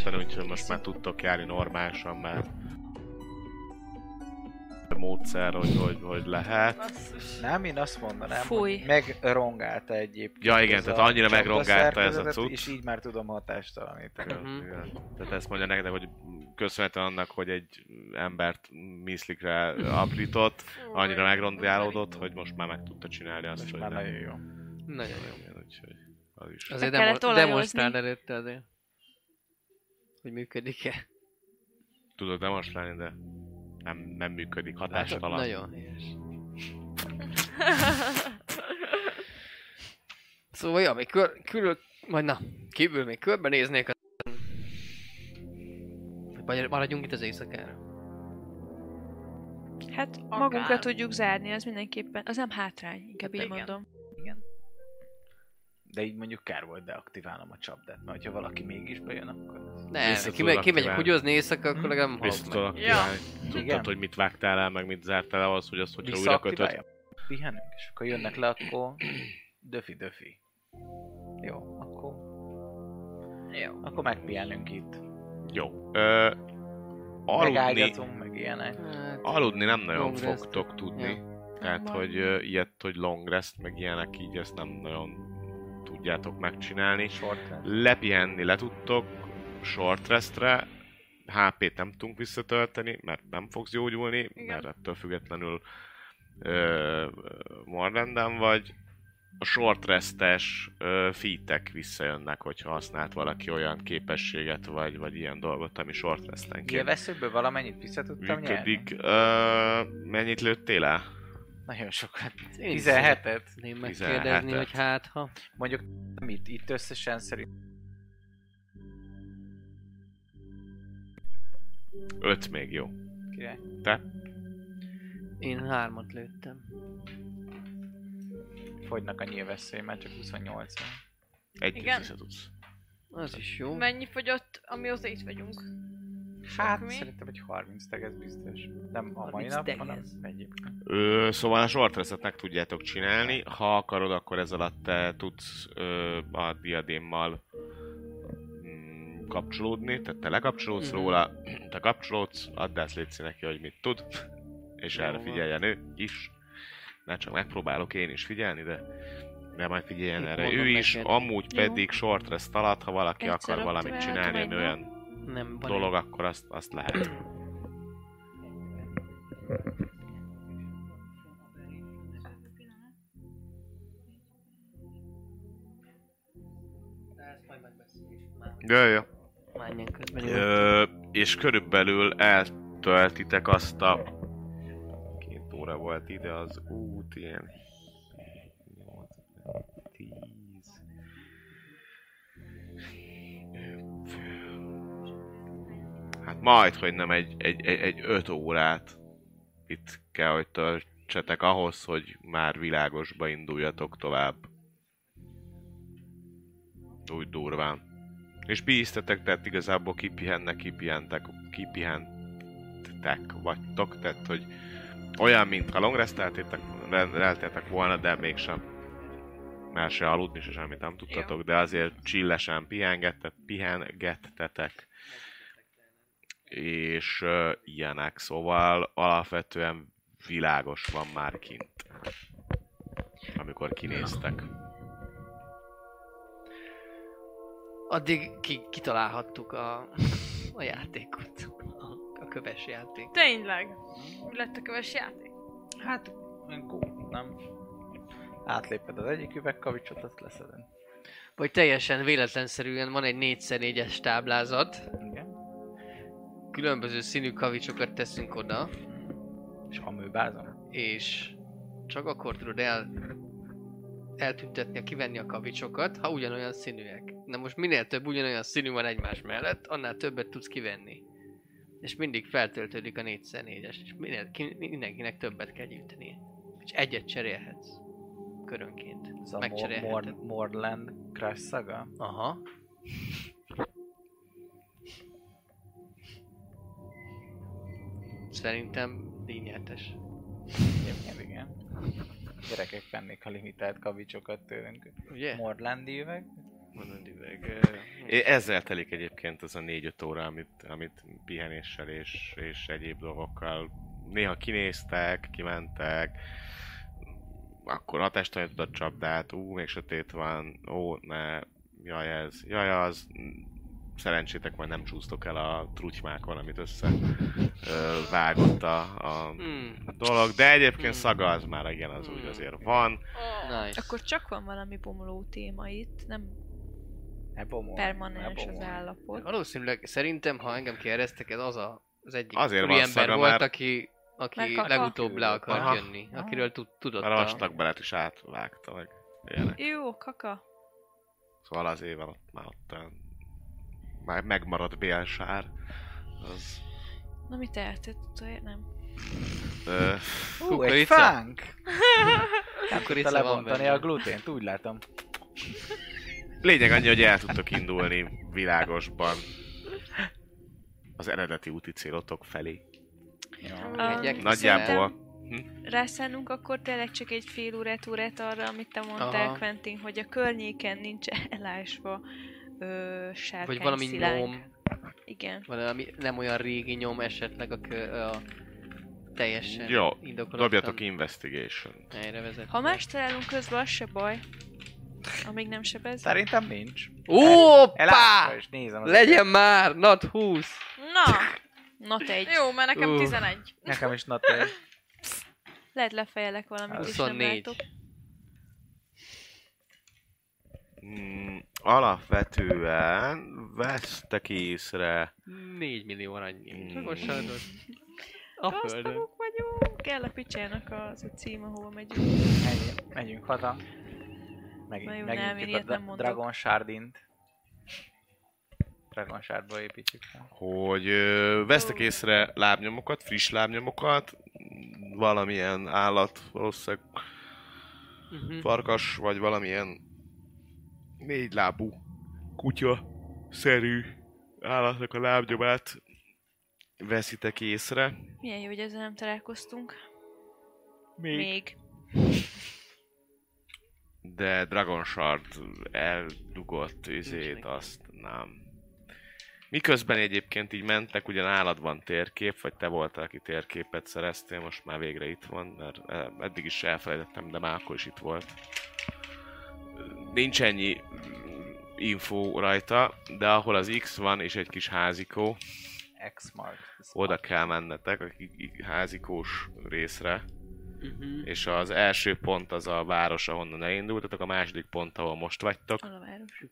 Speaker 2: Éppen úgyhogy most már tudtok járni normálisan, mert módszer, hogy, hogy, hogy lehet.
Speaker 4: Basszus.
Speaker 5: Nem, én azt mondanám,
Speaker 6: Fúj.
Speaker 5: hogy megrongálta egyébként.
Speaker 2: Ja, igen,
Speaker 5: ez
Speaker 2: tehát
Speaker 5: a
Speaker 2: annyira
Speaker 5: csapda
Speaker 2: megrongálta ez a
Speaker 5: szerkezetet,
Speaker 2: cucc. Hát,
Speaker 5: És így már tudom hatástalanítani.
Speaker 3: Mhm.
Speaker 2: Tehát ezt mondja neked, hogy köszönhetően annak, hogy egy embert miszlikre aprított,
Speaker 4: Fú,
Speaker 2: annyira megrongálódott, hogy most már meg tudta csinálni azt,
Speaker 5: Ez
Speaker 2: hogy
Speaker 5: már
Speaker 2: nem.
Speaker 5: nagyon jó.
Speaker 3: Nagyon jó.
Speaker 2: Igen, úgyhogy az is.
Speaker 3: Azért
Speaker 6: kellett
Speaker 3: demo-
Speaker 6: olajozni.
Speaker 3: demonstráld előtte azért. Hogy működik-e.
Speaker 2: Tudod demonstrálni, de nem, nem működik
Speaker 3: Látod?
Speaker 2: hatástalan.
Speaker 3: Hát Nagyon helyes. Szóval, ja, még kör, körül, majd na, kívül még körbenéznék a... Vagy maradjunk itt az éjszakára.
Speaker 6: hát
Speaker 4: Akár.
Speaker 6: magunkra tudjuk zárni, az mindenképpen, az nem hátrány, inkább így
Speaker 4: Igen.
Speaker 6: mondom.
Speaker 5: De így mondjuk kár volt deaktiválnom a csapdát, mert ha valaki mégis bejön, akkor...
Speaker 3: Ne,
Speaker 2: Vissza
Speaker 3: kime,
Speaker 2: tudlak
Speaker 3: kimegyek
Speaker 2: kívánni.
Speaker 3: hugyozni éjszaka, akkor
Speaker 2: Hm.
Speaker 3: legalább nem halok meg.
Speaker 2: Biztosan
Speaker 4: Ja.
Speaker 2: tudtad,
Speaker 5: Igen.
Speaker 2: hogy mit vágtál el, meg mit zártál el, az, hogy azt, hogyha újra kötöd.
Speaker 5: Visszaaktiválja? Pihenünk, és akkor jönnek le, akkor... Döfi, döfi. Jó, akkor...
Speaker 4: Jó.
Speaker 5: Akkor megpihenünk itt.
Speaker 2: Jó. Ö, aludni,
Speaker 5: Megállgatunk, meg ilyenek.
Speaker 3: Hát,
Speaker 2: aludni nem nagyon
Speaker 3: Long rest.
Speaker 2: fogtok tudni.
Speaker 3: Ja.
Speaker 2: Tehát,
Speaker 6: Van.
Speaker 2: hogy ö, ilyet, hogy long rest, meg ilyenek így, ezt nem nagyon tudjátok megcsinálni.
Speaker 5: Short rest.
Speaker 2: Lepihenni le tudtok short restre, HP-t nem tudunk visszatölteni, mert nem fogsz gyógyulni, Igen. mert ettől függetlenül ö, morrenden vagy. A short restes ö, featek visszajönnek, hogyha használt valaki olyan képességet, vagy, vagy ilyen dolgot, ami short restenként
Speaker 5: Élveszőből valamennyit vissza tudtam nyerni?
Speaker 2: működik. Ö, mennyit lőttél el?
Speaker 5: Nagyon sokat.
Speaker 3: Én is
Speaker 5: 17-et.
Speaker 3: szeretném megkérdezni,
Speaker 2: 17-et.
Speaker 3: hogy hát ha...
Speaker 5: Mondjuk nem itt, itt összesen szerint
Speaker 2: 5 még jó.
Speaker 5: király.
Speaker 3: Én hármat lőttem.
Speaker 5: Fogynak a nyilvesszői, már csak 28 van.
Speaker 2: Egy
Speaker 4: Igen.
Speaker 2: vissza tudsz.
Speaker 3: Az is jó.
Speaker 4: Mennyi fogyott, amióta itt vagyunk? Sok
Speaker 5: Hát
Speaker 4: mi?
Speaker 5: szerintem, hogy 30 tag, ez biztos. Nem a mai
Speaker 3: 30
Speaker 5: nap,
Speaker 3: tag,
Speaker 5: hanem
Speaker 3: ez.
Speaker 5: egyébként.
Speaker 2: Ö, szóval a shortrestet meg tudjátok csinálni, ha akarod, akkor ez alatt te tudsz ö, a diadémmal mm, kapcsolódni, tehát te lekapcsolódsz
Speaker 3: Mhm.
Speaker 2: róla, te kapcsolódsz, add át létszi neki, hogy mit tud, és
Speaker 3: Jó
Speaker 2: erre
Speaker 3: van.
Speaker 2: figyeljen ő is. Mert csak megpróbálok én is figyelni, de, de majd figyeljen
Speaker 3: Mit
Speaker 2: erre
Speaker 3: mondom
Speaker 2: ő is,
Speaker 3: neked?
Speaker 2: amúgy
Speaker 6: Jó.
Speaker 2: pedig shortrest alatt, ha valaki
Speaker 6: Egyszer
Speaker 2: akar valamit
Speaker 6: aktiválod,
Speaker 2: csinálni,
Speaker 6: vagy
Speaker 2: ami
Speaker 6: nem?
Speaker 2: olyan
Speaker 3: Nem, van
Speaker 2: dolog, akkor azt, azt lehet. Jaj, jó. Ö, és körülbelül eltöltitek azt a... Két óra volt ide az út, ilyen... 10... Hát majd, hogy nem egy, egy, egy, egy öt órát itt kell, hogy töltsetek ahhoz, hogy már világosba induljatok tovább. Úgy durván. És bíztetek, tehát igazából kipihennek, kipihentek, kipihentek vagytok, tehát hogy olyan, mintha long resteltétek, re- reltetek volna, de mégsem. Már se aludni, se semmit nem tudtatok, de azért csillesen pihengettek, pihengettetek. És uh, ilyenek, szóval alapvetően világos van már kint. Amikor kinéztek.
Speaker 3: Addig ki, kitalálhattuk a, a játékot. A, a köves játék.
Speaker 4: Tényleg. Mi lett a köves játék?
Speaker 5: Hát, gó, nem? Átléped az egyik üvegkavicsot, azt leszeded.
Speaker 3: Vagy teljesen véletlenszerűen van egy 4x4-es táblázat.
Speaker 5: Igen.
Speaker 3: Különböző színű kavicsokat teszünk oda.
Speaker 5: És amőbázom.
Speaker 3: és csak akkor tudod el, eltüntetni, kivenni a kavicsokat, ha ugyanolyan színűek. Na most minél több ugyanolyan színű van egymás mellett, annál többet tudsz kivenni. És mindig feltöltődik a 4x4-es, és minél, ki, mindenkinek többet kell gyűjteni. És egyet cserélhetsz. Körönként.
Speaker 5: Ez a Mor-
Speaker 3: Megcserélheted.
Speaker 5: Mor- Mordland Crash Saga?
Speaker 3: Aha. Szerintem díjnyertes.
Speaker 5: Egyébként igen. Gyerekek vennék, ha limitált kavicsokat tőlünk.
Speaker 3: Ugye?
Speaker 5: Mordlandi üveg?
Speaker 2: Mondod üveg. Ezzel telik egyébként az a 4-5 óra, amit, amit pihenéssel és, és egyéb dolgokkal néha kinéztek, kimentek, akkor hatástalanítod a csapdát, ú, még sötét van, ó, ne, jaj ez, jaj az, szerencsétek majd nem csúsztok el a trutymákon, amit össze ö, vágott a, a
Speaker 3: Hmm.
Speaker 2: dolog, de egyébként szaga az már igen, az úgy azért van.
Speaker 4: Ó,
Speaker 3: Nice.
Speaker 6: Akkor csak van valami bomló téma itt, nem
Speaker 5: Ebomor.
Speaker 6: permanens az állapot.
Speaker 3: Valószínűleg szerintem, ha engem kérdeztek, ez az a, az egyik
Speaker 2: Azért van
Speaker 3: ember
Speaker 2: szaga,
Speaker 3: volt,
Speaker 2: mert-
Speaker 3: aki, aki
Speaker 6: Megkapta.
Speaker 3: legutóbb le akart
Speaker 2: Aha.
Speaker 3: jönni, akiről tud, tudott.
Speaker 2: Mert a vastag belet is átvágta meg. Ilyenek.
Speaker 6: Jó, kaka.
Speaker 2: Szóval az éven ott már ott olyan- már megmaradt bélsár. Az,
Speaker 6: Na mit eltett utoljára? Nem.
Speaker 2: ö,
Speaker 5: Ú, egy
Speaker 3: Kukorica?
Speaker 5: fánk! Nem
Speaker 3: Kukorica
Speaker 5: tudta
Speaker 3: van
Speaker 5: lebontani
Speaker 3: benne.
Speaker 5: a glutént, úgy látom.
Speaker 2: lényeg annyi, hogy el tudtok indulni világosban az eredeti úti célotok felé.
Speaker 3: Hegyek,
Speaker 2: Nagyjából.
Speaker 6: Rászánunk akkor tényleg csak egy fél órát, órát arra, amit te mondtál,
Speaker 3: Aha.
Speaker 6: Quentin, hogy a környéken nincs elásva ö, sárkány
Speaker 3: Vagy valami
Speaker 6: szilánk.
Speaker 3: nyom,
Speaker 6: Igen.
Speaker 3: valami nem olyan régi nyom esetleg a, kö, a teljesen
Speaker 2: Jó,
Speaker 3: indokolatlan
Speaker 2: Dobjatok investigation
Speaker 3: Helyre vezet.
Speaker 6: Ha más találunk közben, az se baj. Amíg nem sebez.
Speaker 5: Szerintem nincs.
Speaker 3: Ópá!
Speaker 5: Elásva és nézem. az-
Speaker 3: Legyen már! Not 20!
Speaker 4: Na,
Speaker 6: Na te egy.
Speaker 4: jó, mert nekem
Speaker 3: Ú.
Speaker 4: 11.
Speaker 5: Nekem is not egy.
Speaker 6: Lehet lefejelek valamit, és nem
Speaker 3: 24.
Speaker 6: látok.
Speaker 2: Mm, alapvetően vesztek észre
Speaker 3: 4 millió arany.
Speaker 2: Mm.
Speaker 3: Csak most sajnos. A földön.
Speaker 6: Gazdagok vagyunk. Kell a picsának az a cím, ahova megyünk.
Speaker 5: Menjünk, menjünk haza.
Speaker 6: Na jó,
Speaker 5: Megint,
Speaker 6: nem, én
Speaker 5: megint a
Speaker 6: ilyet nem
Speaker 5: dra-
Speaker 6: mondok.
Speaker 5: Dragon Shardint. Dragon Shardba építjük fel.
Speaker 2: hogy ö, vesztek észre lábnyomokat, friss lábnyomokat, m, valamilyen állat, valószínűleg
Speaker 3: Mhm.
Speaker 2: farkas, vagy valamilyen négylábú kutya szerű állatnak a lábnyomát veszitek észre.
Speaker 6: Milyen jó, hogy ezzel nem találkoztunk. Még.
Speaker 2: De Dragon Shard eldugott izét,
Speaker 3: neki.
Speaker 2: azt nem. Miközben egyébként így mentek, ugyan nálad van térkép, vagy te voltál, aki térképet szereztél, most már végre itt van, mert eh, eddig is elfelejtettem, de már akkor is itt volt. Nincs ennyi mm, info rajta, de ahol az X van és egy kis házikó,
Speaker 5: X-Mark.
Speaker 2: oda kell mennetek a ki- ki- házikós részre,
Speaker 3: Mhm.
Speaker 2: és az első pont az a város, ahonnan elindultatok, a második pont, ahol most vagytok,
Speaker 6: Alaváros.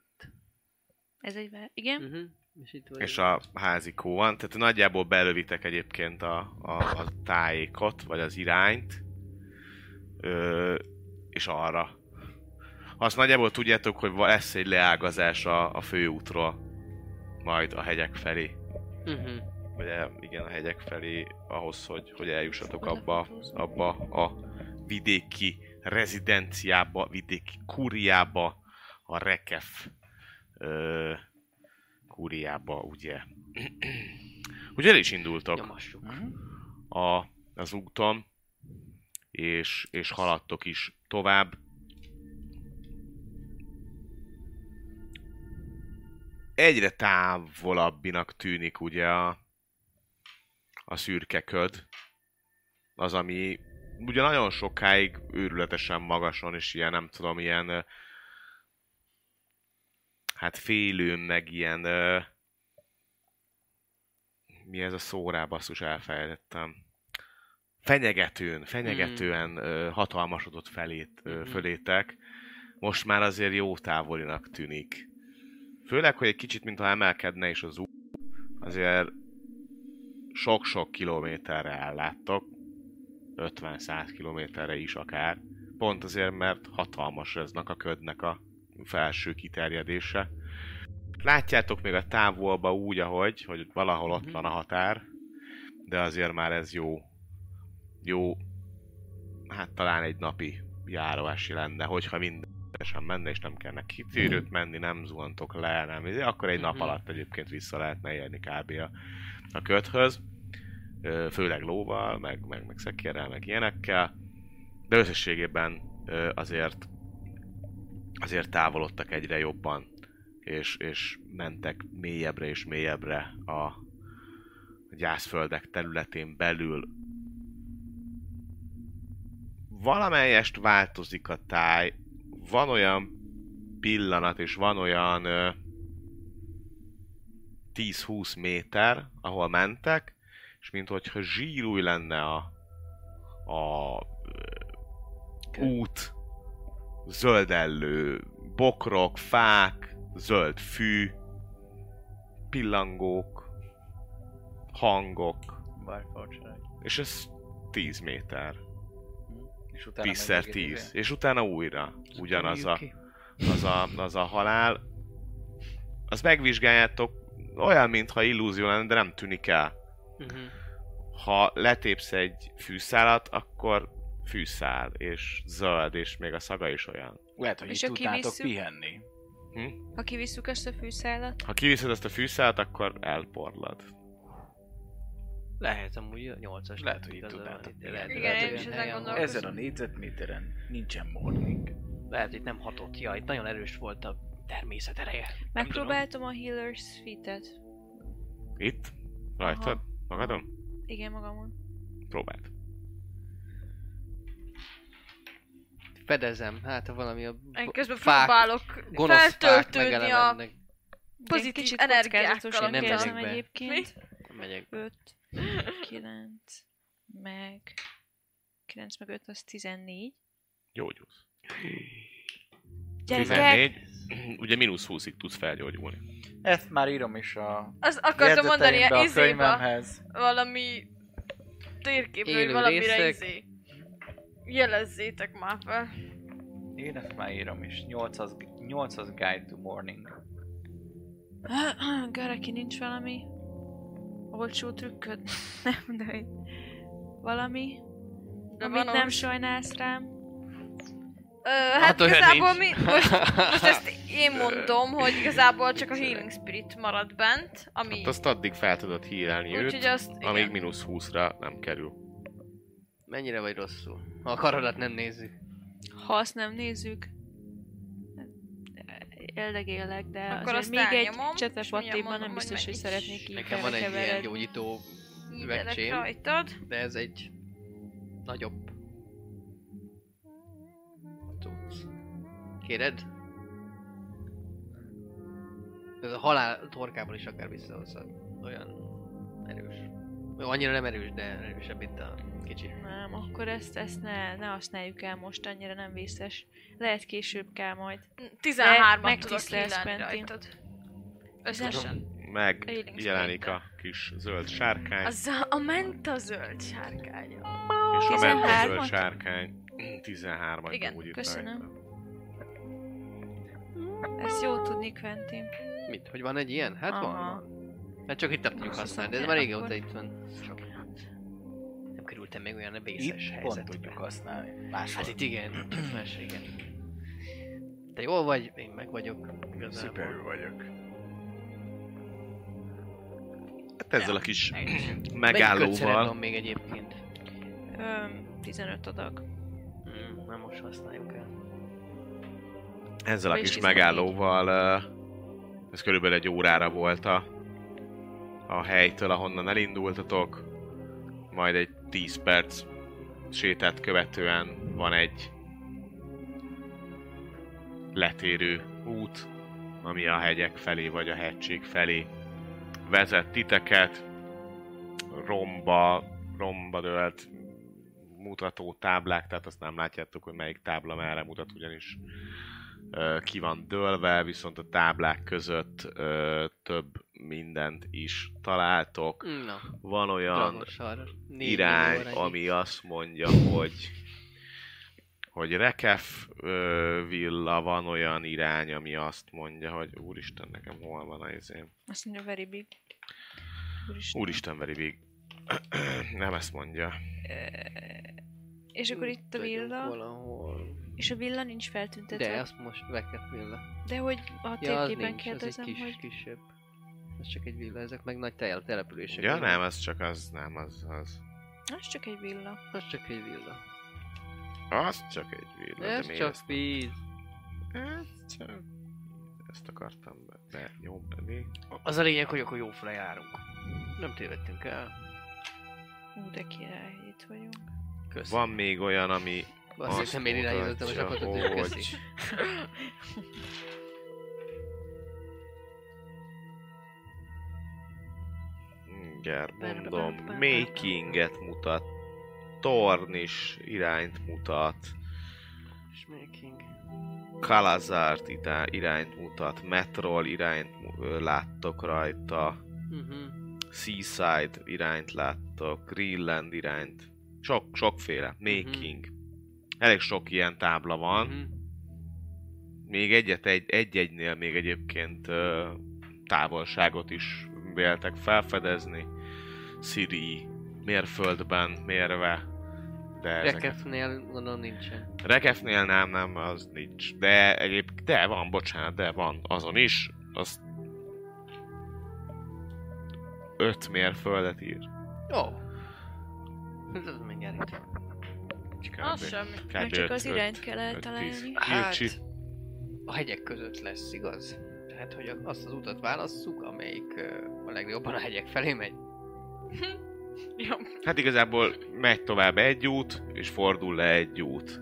Speaker 6: Ez egy vár. Igen?
Speaker 3: Mhm. És itt vagy.
Speaker 2: és a házikó van, tehát nagyjából belövitek egyébként a, a, a tájékot, vagy az irányt, ö, és arra. Azt nagyjából tudjátok, hogy va- lesz egy leágazás a, a főútról, majd a hegyek felé.
Speaker 3: Uh-huh.
Speaker 2: Vagy el- igen, a hegyek felé, ahhoz, hogy, hogy eljussatok abba, abba a vidéki rezidenciába, vidéki kúriába, a rekef ö, kúriába, ugye. ugye el is indultok
Speaker 3: Nyomassuk.
Speaker 2: a, az úton, és, és haladtok is tovább. Egyre távolabbinak tűnik ugye a, a szürke köd, az, ami ugye nagyon sokáig őrületesen magason, és ilyen, nem tudom, ilyen ö, hát félőn, meg ilyen ö, mi ez a szórá basszus, elfelejtettem. Fenyegetőn, fenyegetően ö, hatalmasodott felét, ö,
Speaker 3: Mhm.
Speaker 2: fölétek. Most már azért jó távolinak tűnik. Főleg, hogy egy kicsit, mintha emelkedne is az út, azért sok-sok kilométerre elláttok, 50-100 kilométerre is akár, pont azért, mert hatalmas eznek a ködnek a felső kiterjedése. Látjátok még a távolba úgy, ahogy, hogy valahol ott
Speaker 3: Mhm.
Speaker 2: van a határ, de azért már ez jó, jó, hát talán egy napi járóási lenne, hogyha minden rendesen menne, és nem kell neki tűrőt menni, nem zuhantok le, nem, izé, akkor egy nap
Speaker 3: Mhm.
Speaker 2: alatt egyébként vissza lehetne érni kb. a, a köthöz, Ö, főleg lóval, meg, meg, meg szekérrel, meg ilyenekkel, de összességében ö, azért azért távolodtak egyre jobban, és, és mentek mélyebbre és mélyebbre a gyászföldek területén belül. Valamelyest változik a táj, van olyan pillanat, és van olyan ö, 10-20 méter, ahol mentek, és minthogyha zsírúj lenne a, a ö, út, zöldellő bokrok, fák, zöld fű, pillangók, hangok,
Speaker 5: Barforcsolat.
Speaker 2: és ez 10 méter,
Speaker 5: És utána
Speaker 2: 10
Speaker 5: meg
Speaker 2: 10
Speaker 5: 10.
Speaker 2: és utána újra ugyanaz a, az a, az a halál. Azt megvizsgáljátok, olyan, mintha illúzió lenne, de nem tűnik el.
Speaker 3: Uh-huh.
Speaker 2: ha letépsz egy fűszálat, akkor fűszál, és zöld, és még a szaga is olyan.
Speaker 5: Lehet, hogy
Speaker 6: És
Speaker 5: itt
Speaker 6: ha
Speaker 5: tudtátok
Speaker 6: kivisszük?
Speaker 5: pihenni.
Speaker 6: Ha kivisszük ezt a fűszálat,
Speaker 2: Ha kiviszed ezt a fűszálat, akkor elporlad.
Speaker 3: Lehet amúgy a 8-as.
Speaker 5: Lehet, hogy így
Speaker 3: igaza van,
Speaker 5: tudnátok.
Speaker 3: itt lehet,
Speaker 4: Igen,
Speaker 3: lehet,
Speaker 4: én
Speaker 3: hogy
Speaker 4: is
Speaker 3: egy
Speaker 4: ezen
Speaker 3: helyen van.
Speaker 4: gondolkoztam.
Speaker 5: Ezen a négyzetméteren nincsen morning.
Speaker 3: Lehet, hogy nem hatott ki, itt nagyon erős volt a természet ereje.
Speaker 6: megpróbáltam a Healer's Fit-et.
Speaker 2: Itt? Rajtad?
Speaker 6: Aha.
Speaker 2: Magadon?
Speaker 6: Igen, magamon.
Speaker 2: Próbáld.
Speaker 3: Fedezem, hát ha valami a
Speaker 4: Én közben
Speaker 3: fák,
Speaker 4: próbálok
Speaker 3: gonosz fák
Speaker 4: feltöltődni a...
Speaker 3: megelevennek.
Speaker 6: Igen,
Speaker 4: Pozitív
Speaker 6: kicsit
Speaker 4: energiákkal
Speaker 6: kockázatosan
Speaker 3: nem
Speaker 6: kezdem
Speaker 3: megyek be.
Speaker 6: egyébként.
Speaker 3: Nem Megyek.
Speaker 6: 5, 9, meg 9 meg 5 az 14.
Speaker 2: Gyógyulsz.
Speaker 6: Gyerekek,
Speaker 2: Ugye mínusz 20-ig tudsz felgyógyulni.
Speaker 5: Ezt már írom is a
Speaker 4: Azt akartam mondani,
Speaker 5: jegyzeteimbe,
Speaker 4: a
Speaker 5: a
Speaker 4: izéba
Speaker 5: könyvemhez.
Speaker 4: valami térképről,
Speaker 3: Élő
Speaker 4: hogy valamire
Speaker 3: részek.
Speaker 4: izé. Jelezzétek már fel.
Speaker 5: Én ezt már írom is. 800, 800 Guide to Morning.
Speaker 6: Garaki nincs valami olcsó trükköd? Nem, de hogy valami,
Speaker 4: De
Speaker 6: amit
Speaker 4: van
Speaker 6: nem
Speaker 4: ott.
Speaker 6: sajnálsz rám.
Speaker 4: Ö, hát
Speaker 3: olyan
Speaker 4: igazából mi,
Speaker 3: nincs.
Speaker 4: most, most ezt én mondom, hogy igazából csak a Healing Spirit marad bent, ami...
Speaker 2: Hát azt addig fel tudod hírálni
Speaker 4: Úgyhogy
Speaker 2: őt,
Speaker 4: azt...
Speaker 2: amíg
Speaker 4: igen.
Speaker 2: mínusz 20-ra nem kerül.
Speaker 3: Mennyire vagy rosszul? Ha a karodat nem nézzük.
Speaker 6: Ha azt nem nézzük, éldegélek, de
Speaker 4: Akkor
Speaker 6: azért
Speaker 4: azt
Speaker 6: még egy
Speaker 4: elnyomom, és mindjárt
Speaker 6: csetepattéban
Speaker 4: mondom,
Speaker 6: nem
Speaker 4: hogy
Speaker 6: biztos, hogy
Speaker 4: mennyi.
Speaker 6: szeretnék így
Speaker 3: Nekem van egy ilyen
Speaker 6: belekeveredni.
Speaker 3: gyógyító
Speaker 4: Így
Speaker 3: üvegcsém.
Speaker 4: gyerek rajtad.
Speaker 3: de ez egy nagyobb cucc. Kéred? Ez a halál torkából is akár visszahozhat. Olyan erős. Jó, annyira nem erős, de erősebb itt a kicsi.
Speaker 6: Nem, akkor ezt, ezt ne, ne használjuk el most, annyira nem vészes. Lehet később kell majd.
Speaker 4: 13-at tudok
Speaker 6: megtisztelsz,
Speaker 4: hílelni
Speaker 6: Quentin.
Speaker 4: rajtad. Összesen.
Speaker 2: megjelenik a kis zöld sárkány,
Speaker 4: Az a, a menta zöld sárkánya.
Speaker 2: és a ment zöld
Speaker 6: 13-at?
Speaker 2: sárkány 13 at
Speaker 4: Igen,
Speaker 2: úgy itt
Speaker 6: köszönöm.
Speaker 2: rajta.
Speaker 6: Ezt jó tudni, Quentin.
Speaker 3: Mit? Hogy van egy ilyen? Hát van,
Speaker 6: Aha.
Speaker 3: van. Hát csak itt nem tudjuk
Speaker 6: Azt
Speaker 3: használni, de
Speaker 6: hiszem,
Speaker 3: ez már
Speaker 6: hogy
Speaker 3: régóta
Speaker 6: akkor-
Speaker 3: itt van. Sok. Nem kerültem még olyan vészes
Speaker 5: Itt pont tudjuk
Speaker 3: helyzetbe.
Speaker 5: használni.
Speaker 3: Hát
Speaker 5: Máshol.
Speaker 3: itt igen, más igen. Te jól vagy, én meg vagyok. Igazából.
Speaker 5: Szuperül vagyok.
Speaker 2: Hát ezzel a kis
Speaker 3: Mennyi kötszered
Speaker 2: megállóval
Speaker 3: van még egyébként?
Speaker 6: Öm, 15 adag.
Speaker 3: Hmm, Na most használjuk el.
Speaker 2: Ezzel a
Speaker 6: Vagyis
Speaker 2: kis
Speaker 6: 14.
Speaker 2: megállóval, ö, ez körülbelül egy órára volt a, a helytől, ahonnan elindultatok, majd egy 10 perc sétát követően van egy letérő út, ami a hegyek felé vagy a hegység felé vezet titeket, romba, romba dölt mutató táblák, tehát azt nem látjátok, hogy melyik tábla merre mutat, ugyanis ö, ki van dőlve, viszont a táblák között ö, több mindent is találtok.
Speaker 3: Na,
Speaker 2: Van olyan
Speaker 3: dragos Mm. arra.
Speaker 2: irány, ami azt mondja, hogy hogy rekef ö, villa, van olyan irány, ami azt mondja, hogy úristen, nekem hol van a izém.
Speaker 6: Azt mondja, very big. Úristen.
Speaker 2: Úristen, very big. Nem ezt mondja.
Speaker 6: És akkor itt a villa,
Speaker 3: Valahol.
Speaker 6: és a villa nincs
Speaker 3: De
Speaker 6: feltüntetve.
Speaker 3: azt most veket villa.
Speaker 6: De hogy a
Speaker 3: Ja, az
Speaker 6: térképen
Speaker 3: nincs, az egy
Speaker 6: kérdezem,
Speaker 3: kis,
Speaker 6: hogy...
Speaker 3: kisebb. Ez csak egy villa, ezek meg nagy tel- települések.
Speaker 2: Ja, nem, ez csak az, nem, az, az.
Speaker 6: Az csak egy villa.
Speaker 3: Az csak egy villa.
Speaker 2: Az csak egy villa, de
Speaker 3: Ez
Speaker 2: miért
Speaker 3: csak
Speaker 2: ezt-
Speaker 3: víz.
Speaker 2: Ez csak... Ezt akartam be, be nyomni.
Speaker 3: Az a lényeg, hogy akkor jó fele járunk. Nem tévedtünk el.
Speaker 6: Ú, de király, itt vagyunk.
Speaker 3: Köszi.
Speaker 2: Van még olyan, ami
Speaker 3: Azt
Speaker 2: azt
Speaker 3: nem én irányítottam, és
Speaker 2: mutatja,
Speaker 3: akkor tudjuk, köszi.
Speaker 2: hogy- mindjárt mondom, makinget mutat, torn is irányt mutat,
Speaker 3: Smaking.
Speaker 2: Kalazárt irá- irányt mutat, Metrol irányt mu- ö, láttok rajta,
Speaker 3: Mhm.
Speaker 2: Seaside irányt láttok, Greenland irányt, sok, sokféle, making. Elég sok ilyen tábla van.
Speaker 3: Mhm.
Speaker 2: Még egyet, egy, egy-egynél még egyébként ö, távolságot is véltek felfedezni. Siri mérföldben mérve. De ezeket...
Speaker 3: Rekefnél gondolom nincsen.
Speaker 2: Rekefnél nem, nem, az nincs. De egyébként, de van, bocsánat, de van azon is. Az öt mérföldet ír.
Speaker 3: Ó. Ez az mindjárt.
Speaker 4: Az semmi.
Speaker 6: Már csak az irányt kell eltalálni.
Speaker 2: Hát...
Speaker 3: a hegyek között lesz, igaz? Tehát, hogy azt az utat válasszuk, amelyik ö, a legjobban a hegyek felé megy.
Speaker 4: Jó.
Speaker 2: Hát igazából megy tovább egy út, és fordul le egy út.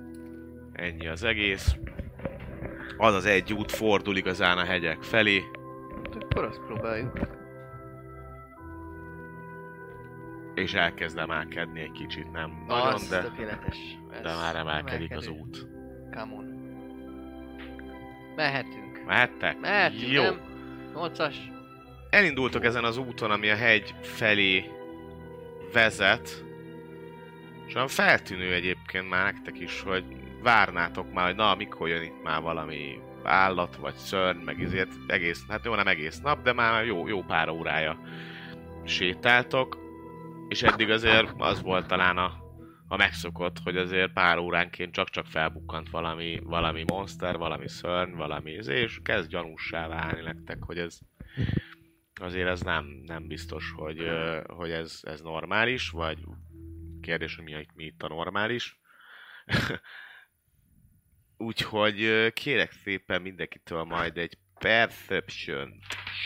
Speaker 2: Ennyi az egész. Az az egy út fordul igazán a hegyek felé.
Speaker 3: Akkor azt próbáljuk.
Speaker 2: és elkezd emelkedni egy kicsit, nem nagyon,
Speaker 3: az
Speaker 2: de,
Speaker 3: tökéletes. Ez
Speaker 2: de már emelkedik az
Speaker 3: emelkedő.
Speaker 2: út.
Speaker 3: Come on. Mehetünk.
Speaker 2: Mehettek?
Speaker 3: Mehetünk,
Speaker 2: Jó.
Speaker 3: nem? 8-as.
Speaker 2: Elindultok ezen az úton, ami a hegy felé vezet, és olyan feltűnő egyébként már nektek is, hogy várnátok már, hogy na, mikor jön itt már valami állat, vagy szörny, meg ezért egész, hát jó, nem egész nap, de már jó, jó pár órája sétáltok, és eddig azért az volt talán a, a megszokott, hogy azért pár óránként csak-csak felbukkant valami, valami monster, valami szörny, valami ez, és kezd gyanúsá válni nektek, hogy ez azért ez nem, nem biztos, hogy, ö, hogy ez, ez normális, vagy kérdés, hogy mi, a- mi itt a normális. Úgyhogy ö, kérek szépen mindenkitől majd egy perception.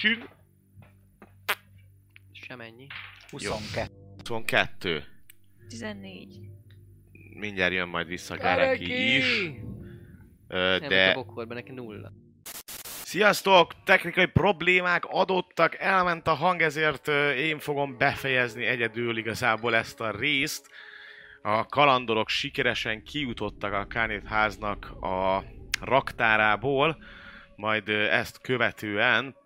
Speaker 2: Sün.
Speaker 3: Semennyi.
Speaker 5: 22.
Speaker 2: 22.
Speaker 6: 14.
Speaker 2: Mindjárt jön majd vissza Gareki is. Ö,
Speaker 3: Nem, de...
Speaker 2: de
Speaker 3: a bokorban neki nulla.
Speaker 2: Sziasztok! Technikai problémák adottak, elment a hang, ezért ö, én fogom befejezni egyedül igazából ezt a részt. A kalandorok sikeresen kijutottak a Kánét háznak a raktárából, majd ö, ezt követően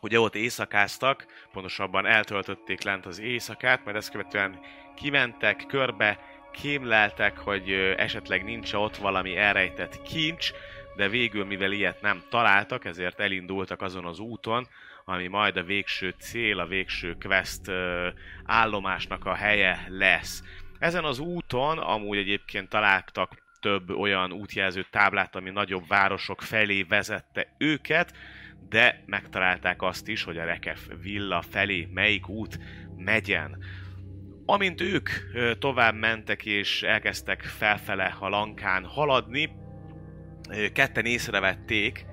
Speaker 2: Ugye ott éjszakáztak, pontosabban eltöltötték lent az éjszakát, mert ezt követően kimentek körbe, kémleltek, hogy ö, esetleg nincs ott valami elrejtett kincs, de végül, mivel ilyet nem találtak, ezért elindultak azon az úton, ami majd a végső cél, a végső quest ö, állomásnak a helye lesz. Ezen az úton amúgy egyébként találtak több olyan útjelző táblát, ami nagyobb városok felé vezette őket, de megtalálták azt is, hogy a Rekef villa felé melyik út megyen. Amint ők ö, tovább mentek és elkezdtek felfele a lankán haladni, ö, ketten észrevették,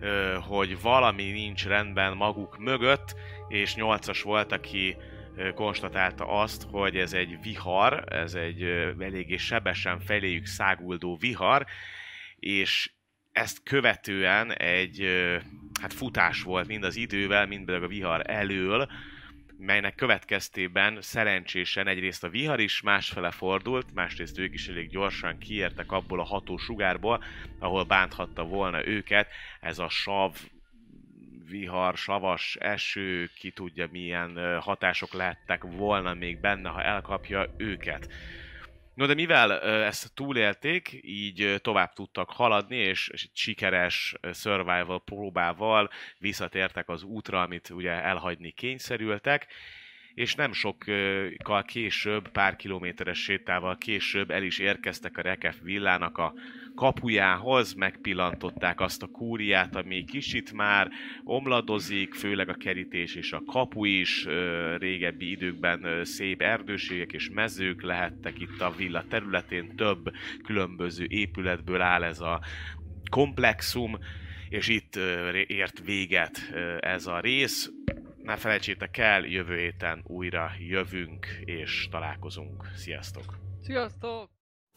Speaker 2: ö, hogy valami nincs rendben maguk mögött, és nyolcas volt, aki ö, konstatálta azt, hogy ez egy vihar, ez egy ö, eléggé sebesen feléjük száguldó vihar, és ezt követően egy ö, hát futás volt mind az idővel, mind pedig a vihar elől, melynek következtében szerencsésen egyrészt a vihar is másfele fordult, másrészt ők is elég gyorsan kiértek abból a ható sugárból, ahol bánthatta volna őket ez a sav, vihar, savas eső, ki tudja milyen ö, hatások lehettek volna még benne, ha elkapja őket. No, de mivel ö, ezt túlélték, így ö, tovább tudtak haladni, és, és egy sikeres ö, survival próbával visszatértek az útra, amit ugye elhagyni kényszerültek, és nem sokkal később, pár kilométeres sétával később el is érkeztek a Rekef villának a kapujához, megpillantották azt a kúriát, ami kicsit már omladozik, főleg a kerítés és a kapu is. Ö, Régebbi időkben ö, szép erdőségek és mezők lehettek itt a villa területén, több különböző épületből áll ez a komplexum, és itt ö, ré- ért véget ö, ez a rész. Ne felejtsétek el, jövő héten újra jövünk és találkozunk. Sziasztok!
Speaker 3: Sziasztok!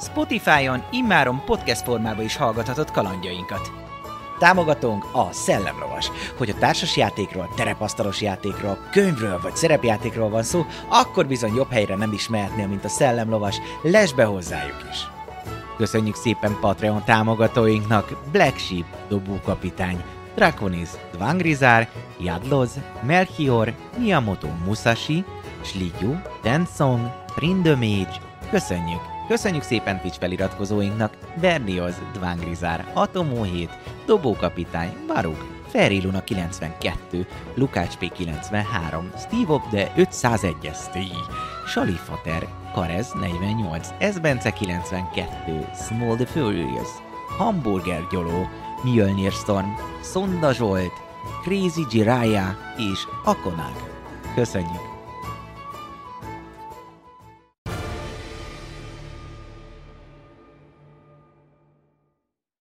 Speaker 1: Spotify-on immáron podcast formában is hallgathatod kalandjainkat. Támogatónk a Szellemlovas. Hogy a társas játékról, terepasztalos játékról, könyvről vagy szerepjátékról van szó, akkor bizony jobb helyre nem is mehetnél, mint a Szellemlovas. Lesz be hozzájuk is! Köszönjük szépen Patreon támogatóinknak Black Sheep, Dobókapitány, Draconis, Dvangrizár, Jadloz, Melchior, Miyamoto Musashi, Slidyu, Denson, Rindemage. Köszönjük! Köszönjük szépen Twitch feliratkozóinknak Bernioz, Dvangrizár, Atomó 7, Dobókapitány, Baruk, Feriluna 92, Lukács P93, Steve Op de 501-es Steve, Salifater, Karez 48, Ezbence 92, Small the Furious, Hamburger Gyoló, Mjölnir Storm, Szonda Zsolt, Crazy Jiraya és Akonák. Köszönjük!